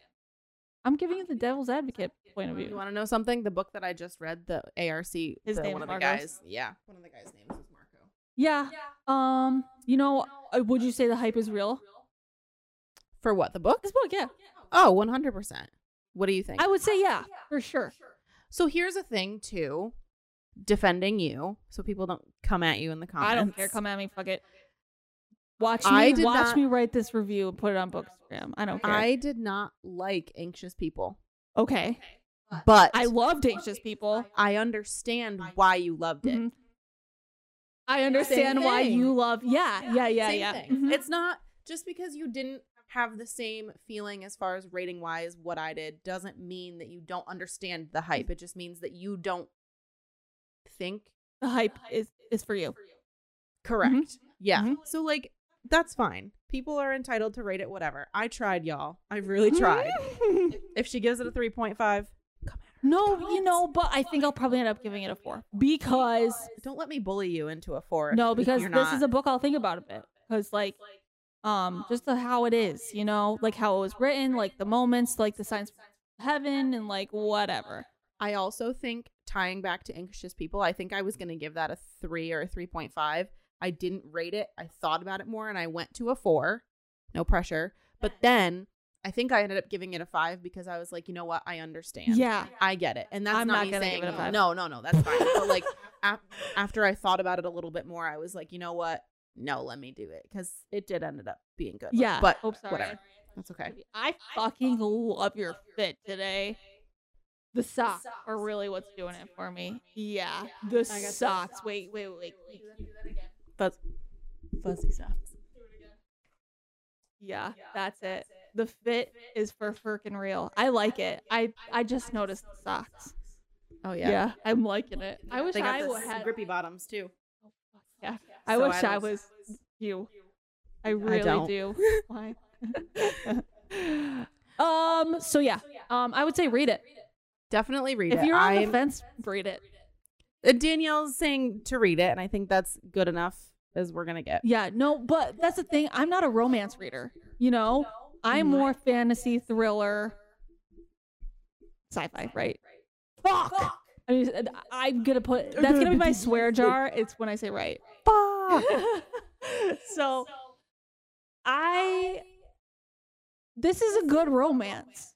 Speaker 1: I'm giving it the devil's advocate point of
Speaker 2: You
Speaker 1: view.
Speaker 2: want to know something? The book that I just read, the ARC,
Speaker 1: His
Speaker 2: the,
Speaker 1: name is
Speaker 2: one of the
Speaker 1: Marco?
Speaker 2: guys. Yeah, one of the guys' names is Marco.
Speaker 1: Yeah. Um. You know, uh, would you say the hype is real?
Speaker 2: For what? The book?
Speaker 1: This book, yeah.
Speaker 2: Oh, 100%. What do you think?
Speaker 1: I would say yeah, for sure.
Speaker 2: so here's a thing, too, defending you so people don't come at you in the comments.
Speaker 1: I don't care. Come at me. Fuck it. Watch me.
Speaker 2: I did
Speaker 1: watch
Speaker 2: not-
Speaker 1: me write this review and put it on Bookstagram. I don't care.
Speaker 2: I did not like anxious people,
Speaker 1: okay.
Speaker 2: but
Speaker 1: I loved anxious people.
Speaker 2: I understand why you loved it.
Speaker 1: Mhm. I understand why
Speaker 2: thing.
Speaker 1: you love. Yeah, yeah, yeah,
Speaker 2: Same
Speaker 1: yeah.
Speaker 2: thing.
Speaker 1: Mhm.
Speaker 2: It's not just because you didn't have the same feeling as far as rating wise what I did doesn't mean that you don't understand the hype. It just means that you don't think
Speaker 1: the hype is is for you. Mm-hmm.
Speaker 2: correct. Yeah.
Speaker 1: Mhm.
Speaker 2: So like that's fine. People are entitled to rate it whatever. I tried, y'all. I really
Speaker 1: Mm-hmm.
Speaker 2: tried. if she gives it a 3.5,
Speaker 1: no, you know, but I think I'll probably end up giving it a four because
Speaker 2: don't let me bully you into a 4.
Speaker 1: no,
Speaker 2: if
Speaker 1: because
Speaker 2: you're
Speaker 1: this
Speaker 2: not-
Speaker 1: is a book I'll think about a bit because like, um, just the, how it is, you know, like how it was written, like the moments, like the signs from heaven, and like whatever.
Speaker 2: I also think tying back to anxious people, I think I was going to give that a 3 or a 3.5. I didn't rate it. I thought about it more and I went to a 4. No pressure. But then I think I ended up giving it a 5 because I was like, you know what? I understand.
Speaker 1: Yeah.
Speaker 2: I get it. And that's
Speaker 1: I'm
Speaker 2: not,
Speaker 1: not
Speaker 2: me
Speaker 1: gonna
Speaker 2: saying
Speaker 1: give it a five.
Speaker 2: no, no, no, that's fine. but like a- after I thought about it a little bit more, I was like, you know what? No, let me do it cuz it did ended up being good.
Speaker 1: Yeah.
Speaker 2: But
Speaker 1: Oops, sorry.
Speaker 2: whatever. That's okay.
Speaker 1: I fucking love your fit today. The socks are really what's doing it for me. Yeah, the socks. Wait, wait, wait. wait.
Speaker 2: But fuzzy socks.
Speaker 1: Yeah, that's it. The fit is for freaking real. I like it. I I just noticed the socks.
Speaker 2: Oh yeah.
Speaker 1: Yeah, I'm liking it. I wish
Speaker 2: They got
Speaker 1: I
Speaker 2: the
Speaker 1: would
Speaker 2: s-
Speaker 1: had.
Speaker 2: grippy bottoms too.
Speaker 1: Yeah, I
Speaker 2: So
Speaker 1: wish
Speaker 2: I
Speaker 1: I
Speaker 2: was-
Speaker 1: was you. I really
Speaker 2: don't.
Speaker 1: do. Why? um. So yeah. Um. I would say read it.
Speaker 2: Definitely read it.
Speaker 1: If you're on the
Speaker 2: I'm-
Speaker 1: fence, read it.
Speaker 2: Uh, Danielle's saying to read it, and I think that's good enough as we're gonna get.
Speaker 1: Yeah, no, but that's the thing. I'm not a romance reader. You know, I'm
Speaker 2: Mm-hmm.
Speaker 1: more fantasy thriller, sci-fi, right? Fuck. I mean, uh, I'm gonna put that's gonna be my swear jar. It's when I say right. so I this is a good romance.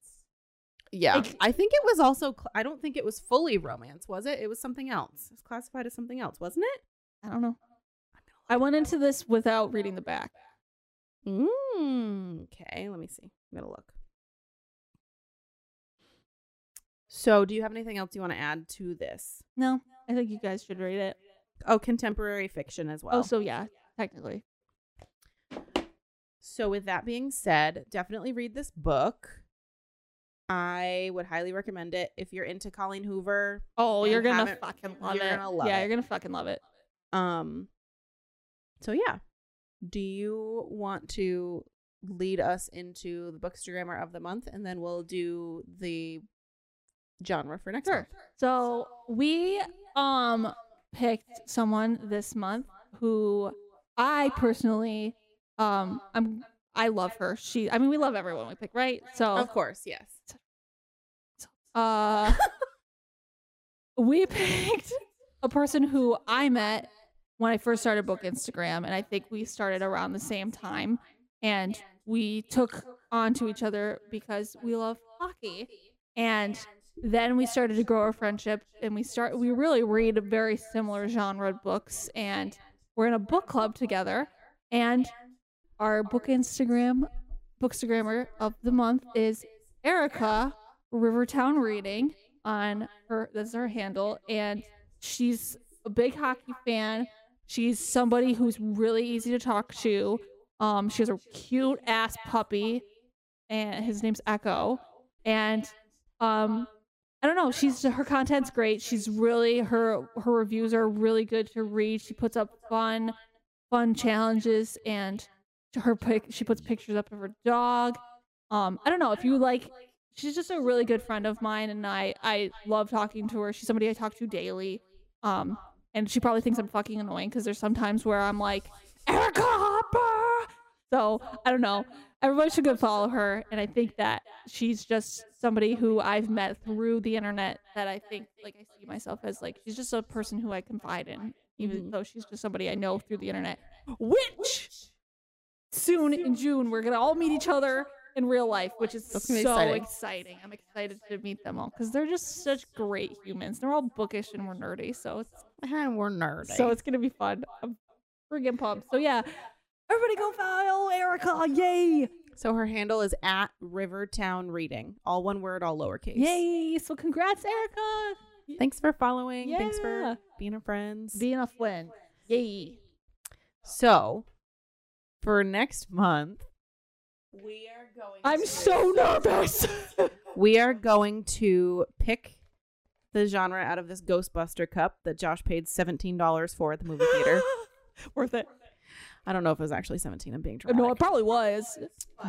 Speaker 2: Yeah,
Speaker 1: Like-
Speaker 2: I think it was also. Cl- I don't think it was fully romance, was it? It was something else. It was classified as something else, wasn't it?
Speaker 1: I don't know. I went into this without reading the back.
Speaker 2: Mm, okay, let me see. I'm gonna look. So, do you have anything else you want to add to this?
Speaker 1: No, I think you guys should read it.
Speaker 2: Oh, contemporary fiction as well.
Speaker 1: Oh, so yeah, technically.
Speaker 2: So, with that being said, definitely read this book. I would highly recommend it if you're into Colleen Hoover.
Speaker 1: Oh,
Speaker 2: And
Speaker 1: you're gonna
Speaker 2: haven't-
Speaker 1: fucking love
Speaker 2: you're
Speaker 1: it.
Speaker 2: gonna love
Speaker 1: yeah,
Speaker 2: it.
Speaker 1: you're gonna fucking love it.
Speaker 2: Um So yeah. Do you want to lead us into the bookstagrammer of the month and then we'll do the genre for next
Speaker 1: Sure.
Speaker 2: month?
Speaker 1: So we um picked someone this month who I personally um I'm I love her. She I mean we love everyone we pick, right? So
Speaker 2: Of course, yes.
Speaker 1: uh we picked a person who I met when I first started book Instagram and I think we started around the same time and we took on to each other because we love hockey and then we started to grow our friendship and we start we really read very similar genre books and we're in a book club together and our book instagram bookstagrammer of the month is erica rivertown reading on her that's her handle and she's a big hockey fan she's somebody who's really easy to talk to um she has a cute ass puppy and his name's echo and um I don't know. She's her content's great. She's really her her reviews are really good to read. She puts up fun, fun challenges, and her pic she puts pictures up of her dog. Um, I don't know if you like. She's just a really good friend of mine, and I I love talking to her. She's somebody I talk to daily. Um, and she probably thinks I'm fucking annoying because there's sometimes where I'm like Erica Hopper. So I don't know everybody should go follow her and i think that she's just somebody who i've met through the internet that i think like i see myself as like she's just a person who i confide in even
Speaker 2: Mhm.
Speaker 1: though she's just somebody i know through the internet which soon in june we're gonna all meet each other in real life which is
Speaker 2: That's
Speaker 1: so
Speaker 2: gonna be
Speaker 1: exciting.
Speaker 2: exciting.
Speaker 1: i'm excited to meet them all because they're just such great humans they're all bookish and we're nerdy so it's
Speaker 2: And we're nerdy.
Speaker 1: so it's gonna be fun i'm friggin' pumped so yeah everybody go follow erica yay
Speaker 2: so her handle is at Rivertown Reading. All one word, all lowercase.
Speaker 1: Yay! So congrats, Erica.
Speaker 2: Thanks for following. Thanks
Speaker 1: Yeah.
Speaker 2: for being our friends.
Speaker 1: Being a friend. Yay.
Speaker 2: so for next month, we are going
Speaker 1: I'm so nervous.
Speaker 2: We are going to pick the genre out of this Ghostbuster cup that Josh paid $17 for at the movie theater.
Speaker 1: Worth it.
Speaker 2: I don't know if it was actually 17. I'm being dramatic.
Speaker 1: Uh, No, it probably was.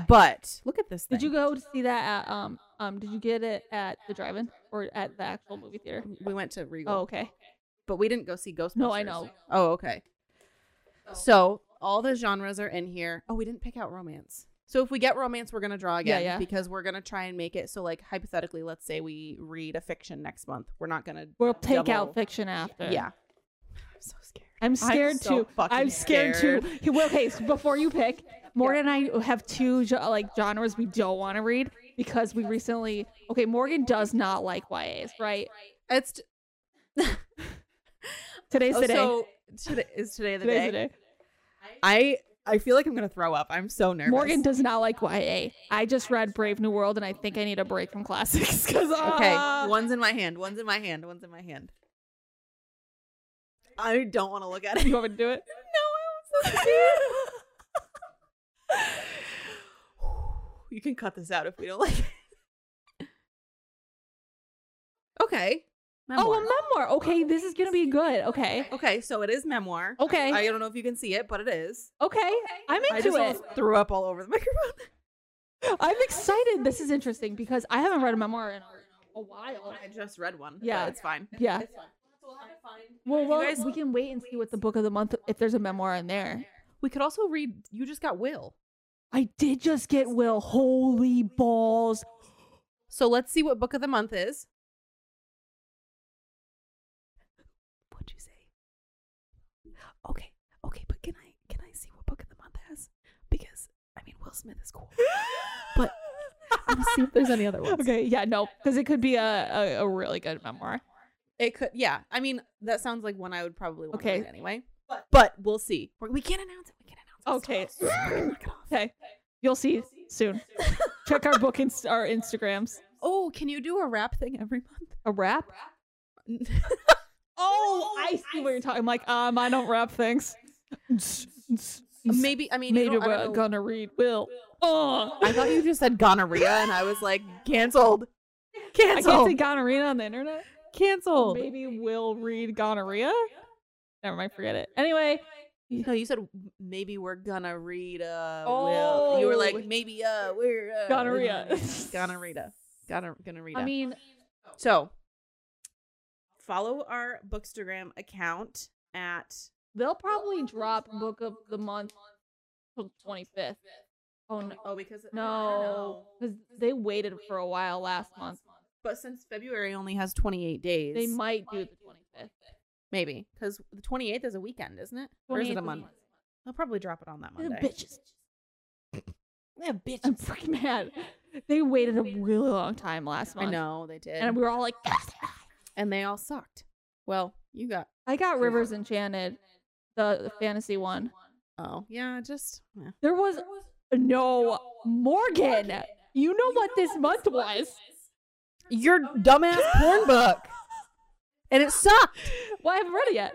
Speaker 2: but look at this thing.
Speaker 1: Did you go to see that at um um did you get it at the drive-in or at the actual movie theater?
Speaker 2: We went to Regal.
Speaker 1: Oh, okay.
Speaker 2: But we didn't go see Ghostbusters.
Speaker 1: No, I know.
Speaker 2: Oh, okay. So all the genres are in here. Oh, we didn't pick out romance. So if we get romance, we're gonna draw again
Speaker 1: yeah.
Speaker 2: because we're gonna try and make it. So like hypothetically, let's say we read a fiction next month. We're not gonna.
Speaker 1: We'll take
Speaker 2: Double.
Speaker 1: out fiction after.
Speaker 2: Yeah.
Speaker 1: I'm
Speaker 2: I'm so scared.
Speaker 1: scared
Speaker 2: so
Speaker 1: too.
Speaker 2: fucking
Speaker 1: I'm scared,
Speaker 2: scared.
Speaker 1: too. He- Well, okay, so before you pick, Morgan and I have two ge- like genres we don't want to read because we recently okay, Morgan does not like YAs, right?
Speaker 2: It's
Speaker 1: Today's
Speaker 2: oh,
Speaker 1: the day.
Speaker 2: so today is today the
Speaker 1: Today's
Speaker 2: day.
Speaker 1: the day.
Speaker 2: I I feel like I'm gonna throw up. I'm so nervous.
Speaker 1: Morgan does not like YA. I just read Brave New World, and I think I need a break from classics ah, because
Speaker 2: Okay, one's in my hand. One's in my hand. One's in my hand. I don't want to look at it.
Speaker 1: you want me to do it?
Speaker 2: No, I'm so scared. you can cut this out if we don't like it. Okay.
Speaker 1: Oh,
Speaker 2: Memoir.
Speaker 1: a memoir. Okay, this is gonna be good. Okay,
Speaker 2: okay, so it is memoir. I
Speaker 1: okay,
Speaker 2: don't know if you can see it, but it is.
Speaker 1: okay. I'm
Speaker 2: I just
Speaker 1: into it.
Speaker 2: almost threw up all over the microphone.
Speaker 1: I'm excited. This is interesting because I haven't read a memoir in a- a while.
Speaker 2: I just read one.
Speaker 1: Yeah.
Speaker 2: Yeah, it's fine.
Speaker 1: Yeah.
Speaker 2: We'll have to find.
Speaker 1: Well,
Speaker 2: You
Speaker 1: well
Speaker 2: guys-
Speaker 1: we can wait and see what the book of the month if there's a memoir in there.
Speaker 2: We could also read. You just got Will.
Speaker 1: I did just get Will. Holy balls.
Speaker 2: So let's see what book of the month is. What'd you say? Okay, okay, but can I can I see what book of the month has? Because I mean, Will Smith is cool. But- Let's see if there's any other ones.
Speaker 1: Okay, yeah, no, because it could be a, a, a really good memoir.
Speaker 2: It could, yeah. I mean, that sounds like one I would probably want
Speaker 1: Okay.
Speaker 2: to read anyway. But, but we'll see. We're, we can't announce it. We can't announce it.
Speaker 1: Okay.
Speaker 2: Stop. Stop it, knock it off.
Speaker 1: Okay, you'll see soon. Check our book and our Instagrams.
Speaker 2: Oh, can you do a rap thing every
Speaker 1: A rap?
Speaker 2: month?
Speaker 1: Oh, I see what you're talking. I'm like, um, I don't rap things. Maybe
Speaker 2: Maybe I mean, you
Speaker 1: maybe
Speaker 2: don't- I don't
Speaker 1: we're
Speaker 2: know.
Speaker 1: gonna read Will. Oh,
Speaker 2: I thought you just said gonorrhea, and I was like, canceled,
Speaker 1: I can't
Speaker 2: canceled,
Speaker 1: say gonorrhea on the internet.
Speaker 2: canceled.
Speaker 1: Maybe we'll read gonorrhea. Never mind, forget it. Anyway,
Speaker 2: No, you said maybe we're gonna read. Uh, Will. you were
Speaker 1: Oh.
Speaker 2: like maybe uh, we're uh,
Speaker 1: Gonorrhea.
Speaker 2: gonorrhea, gonorrhea, gonorrhea.
Speaker 1: I mean,
Speaker 2: so follow our Bookstagram account at
Speaker 1: they'll probably drop book of the month till 25th. Oh no,
Speaker 2: oh because I don't
Speaker 1: no,
Speaker 2: know.
Speaker 1: because they waited for a while last month.
Speaker 2: but since February only has twenty eight days,
Speaker 1: They might do the 25th.
Speaker 2: maybe because the twenty eighth is a weekend, isn't it? Or is
Speaker 1: 28th
Speaker 2: it a
Speaker 1: is
Speaker 2: month? They'll probably drop it on that
Speaker 1: They're
Speaker 2: Monday.
Speaker 1: bitches. They're bitches. I'm freaking mad. They waited a really long time last
Speaker 2: I
Speaker 1: month.
Speaker 2: know they did,
Speaker 1: And we were all like, "Yes!"
Speaker 2: and they all sucked. Well, you got
Speaker 1: I got Rivers Enchanted, the, the fantasy one.
Speaker 2: oh yeah, just yeah.
Speaker 1: There was no Morgan. You know what this month was.
Speaker 2: your dumbass porn book, and it sucked.
Speaker 1: Well, I haven't read it yet.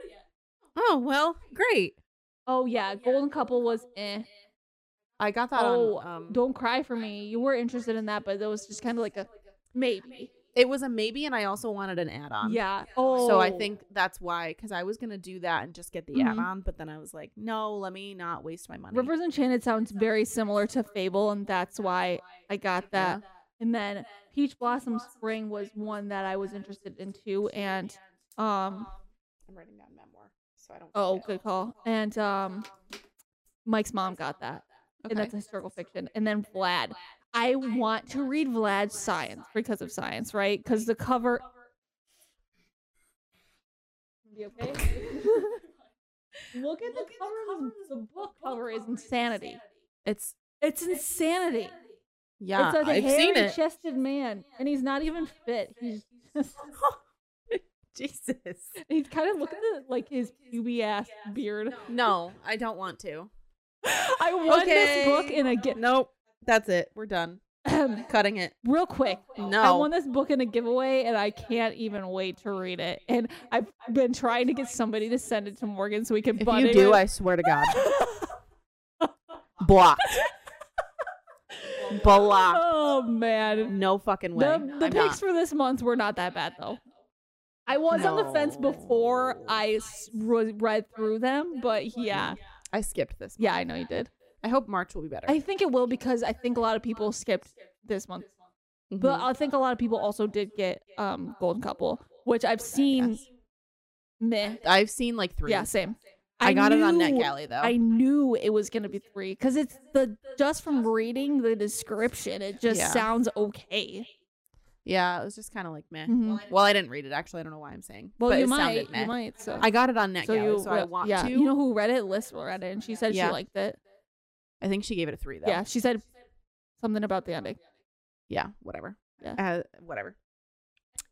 Speaker 2: Oh well, great.
Speaker 1: Oh yeah, Golden Couple was eh.
Speaker 2: I got that.
Speaker 1: Oh,
Speaker 2: on, um,
Speaker 1: Don't Cry for Me. You were interested in that, but it was just kind of like a maybe.
Speaker 2: it was a maybe, and I also wanted an add-on.
Speaker 1: Yeah. Oh.
Speaker 2: So I think that's why, because I was gonna do that and just get the
Speaker 1: Mhm.
Speaker 2: add-on, but then I was like, no, let me not waste my money.
Speaker 1: Rivers Enchanted sounds very similar to Fable, and that's why I got that. And then Peach Blossom Spring was one that I was interested in too, and um,
Speaker 2: I'm writing down memoir, so I don't.
Speaker 1: oh,
Speaker 2: forget.
Speaker 1: good call. And um, Mike's mom got that, and that's historical fiction. And then Vlad, I want to read Vlad's Science because of science, right? Because the cover. You okay? Look at the cover. of The the book cover is insanity.
Speaker 2: It's
Speaker 1: It's insanity.
Speaker 2: yeah,
Speaker 1: it's a
Speaker 2: I've seen it.
Speaker 1: hairy-chested man, and he's not even fit. He's just,
Speaker 2: Jesus.
Speaker 1: he's kind of look at the like his puby ass beard.
Speaker 2: No, I don't want to.
Speaker 1: I want this book
Speaker 2: Okay.
Speaker 1: in a gi-
Speaker 2: Nope. That's it. We're done. Cutting it.
Speaker 1: real quick. I
Speaker 2: No.
Speaker 1: won this book in a giveaway, and I can't even wait to read it. And I've been trying to get somebody to send it to Morgan so we can.
Speaker 2: if
Speaker 1: butt
Speaker 2: you
Speaker 1: it
Speaker 2: do,
Speaker 1: in.
Speaker 2: I swear to God. Blocked. Blocked.
Speaker 1: Oh man,
Speaker 2: No fucking way.
Speaker 1: the the
Speaker 2: I'm
Speaker 1: picks
Speaker 2: not.
Speaker 1: for this month were not that bad though. I was on the fence before I s- re- read through them, but yeah,
Speaker 2: I skipped this.
Speaker 1: yeah, I know you did.
Speaker 2: I hope March will be better.
Speaker 1: I think it will because I think a lot of people skipped this month.
Speaker 2: Mhm.
Speaker 1: But I think a lot of people also did get um Golden Couple, which I've seen meh.
Speaker 2: I've seen like three.
Speaker 1: Yeah, same.
Speaker 2: Mm-hmm. I, got it on
Speaker 1: knew-
Speaker 2: NetGalley though.
Speaker 1: I knew it was gonna be three because it's the just from reading the description, it just
Speaker 2: Yeah.
Speaker 1: sounds okay.
Speaker 2: yeah, it was just kind of like meh.
Speaker 1: Mhm.
Speaker 2: Well, I didn't read it actually. I don't know why I'm saying.
Speaker 1: Well,
Speaker 2: but
Speaker 1: you
Speaker 2: it
Speaker 1: might,
Speaker 2: sounded meh.
Speaker 1: you might. So,
Speaker 2: I got it on NetGalley, so,
Speaker 1: you,
Speaker 2: I
Speaker 1: will-
Speaker 2: want
Speaker 1: yeah.
Speaker 2: to.
Speaker 1: You know who read it? Liz read it, and she said
Speaker 2: Yeah.
Speaker 1: she liked it.
Speaker 2: I think she gave it a three though.
Speaker 1: Yeah, she said something about the ending.
Speaker 2: yeah, whatever.
Speaker 1: Yeah.
Speaker 2: Uh, whatever.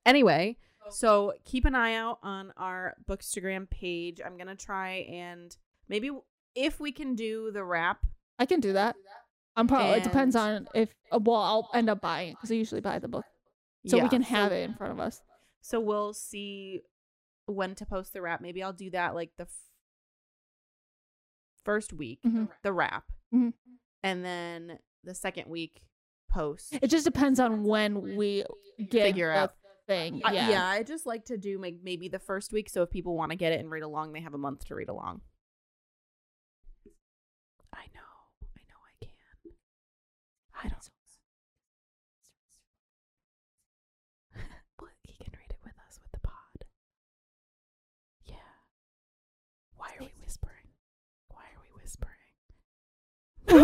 Speaker 2: Anyway, so keep an eye out on our Bookstagram page. I'm going to try and maybe w- if we can do the wrap.
Speaker 1: I can do that. I'm probably. It depends
Speaker 2: And-
Speaker 1: on if. uh, Well, I'll end up buying it because I usually buy the book, so
Speaker 2: Yeah.
Speaker 1: we can have it in front of us.
Speaker 2: So we'll see when to post the wrap. Maybe I'll do that like the f- first week,
Speaker 1: Mhm.
Speaker 2: the wrap.
Speaker 1: Mhm.
Speaker 2: And then the second week, post.
Speaker 1: It just depends on when we get
Speaker 2: Figure
Speaker 1: the
Speaker 2: out.
Speaker 1: thing.
Speaker 2: I-
Speaker 1: yeah.
Speaker 2: yeah, I just like to do like maybe the first week. So if people want to get it and read along, they have a month to read along. I know, I know, I can. I don't. but he can read it with us with the pod.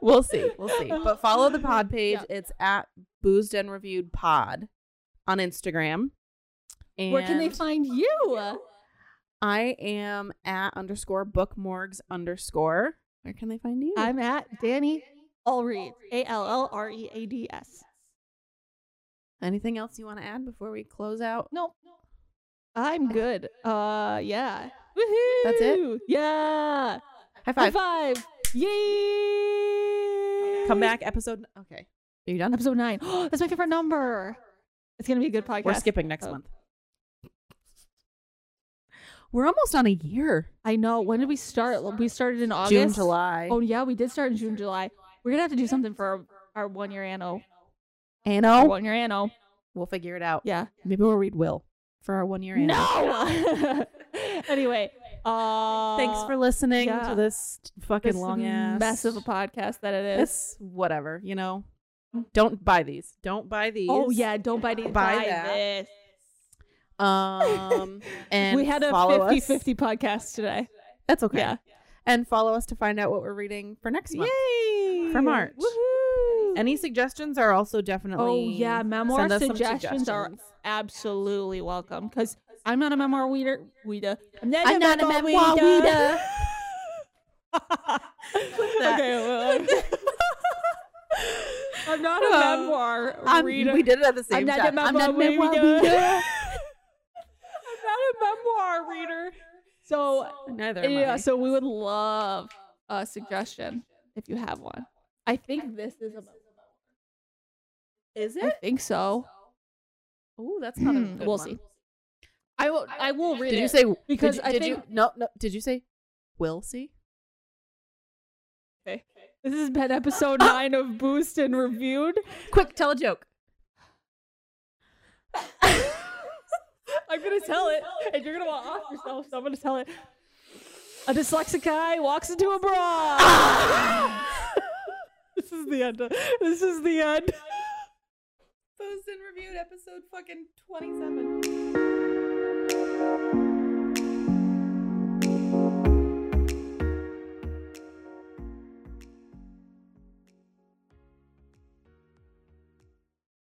Speaker 2: We'll see. We'll see. But follow the pod page.
Speaker 1: Yeah.
Speaker 2: It's at Boozed and Reviewed Pod on Instagram. And
Speaker 1: Where can they find you?
Speaker 2: I am at underscore bookmorgs underscore. Where can they find you?
Speaker 1: I'm at Danny Allread. A L L R E A D S.
Speaker 2: Anything else you want to add before we close out?
Speaker 1: Nope. I'm good. Uh, yeah.
Speaker 2: That's it?
Speaker 1: Woohoo! Yeah.
Speaker 2: High
Speaker 1: High
Speaker 2: five.
Speaker 1: five. Yay.
Speaker 2: Come back, episode. Okay. Are you done?
Speaker 1: Episode nine. That's my favorite number. It's gonna be a good podcast.
Speaker 2: We're skipping next
Speaker 1: Oh.
Speaker 2: month. We're almost on a year.
Speaker 1: I know. When did we start? We started in August.
Speaker 2: June, July.
Speaker 1: Oh yeah, we did start in June, July. We're gonna have to do something for our, our one year anno. Our
Speaker 2: Anno.
Speaker 1: one year anno.
Speaker 2: We'll figure it out.
Speaker 1: Yeah.
Speaker 2: Maybe we'll read Will for our one year anniversary.
Speaker 1: No. anyway. Uh,
Speaker 2: Thanks for listening
Speaker 1: yeah.
Speaker 2: to this fucking
Speaker 1: this
Speaker 2: long ass
Speaker 1: mess of a podcast that it is.
Speaker 2: It's whatever, you know. Don't buy these. Don't buy these.
Speaker 1: Oh yeah, don't buy these.
Speaker 2: Buy
Speaker 1: Buy,
Speaker 2: that.
Speaker 1: this.
Speaker 2: Um and
Speaker 1: we had a
Speaker 2: follow
Speaker 1: 50
Speaker 2: us.
Speaker 1: 50 podcast today.
Speaker 2: That's okay.
Speaker 1: Yeah.
Speaker 2: And follow us to find out what we're reading for next month.
Speaker 1: Yay!
Speaker 2: For March.
Speaker 1: Woohoo!
Speaker 2: Any suggestions are also definitely
Speaker 1: Oh yeah, memoir
Speaker 2: send us some
Speaker 1: suggestions are
Speaker 2: suggestions.
Speaker 1: absolutely welcome because I'm not a memoir reader. Reader. I'm not,
Speaker 2: I'm not a memoir reader. that.
Speaker 1: okay, well, I'm not a
Speaker 2: Uh,
Speaker 1: memoir
Speaker 2: I'm-
Speaker 1: reader.
Speaker 2: we did it at the same
Speaker 1: I'm not a
Speaker 2: time.
Speaker 1: memoir,
Speaker 2: memoir
Speaker 1: reader.
Speaker 2: reader.
Speaker 1: I'm not a memoir reader. So
Speaker 2: Neither am
Speaker 1: yeah,
Speaker 2: I.
Speaker 1: so we would love a suggestion if you have one. I think this is a memoir.
Speaker 2: Is
Speaker 1: I think so.
Speaker 2: Oh, that's not a good
Speaker 1: we'll
Speaker 2: one.
Speaker 1: see. I will. I will read
Speaker 2: Did you
Speaker 1: it.
Speaker 2: say
Speaker 1: Because
Speaker 2: did you,
Speaker 1: I
Speaker 2: did you
Speaker 1: think-
Speaker 2: no no did you say will see?
Speaker 1: This has been episode nine of Boost and Reviewed.
Speaker 2: Quick, tell a joke.
Speaker 1: I'm gonna tell it, and you're gonna want off yourself. So I'm gonna tell it. A dyslexic guy walks into a bra. this is the end. Of, this is the end.
Speaker 2: Posted and reviewed episode fucking twenty seven.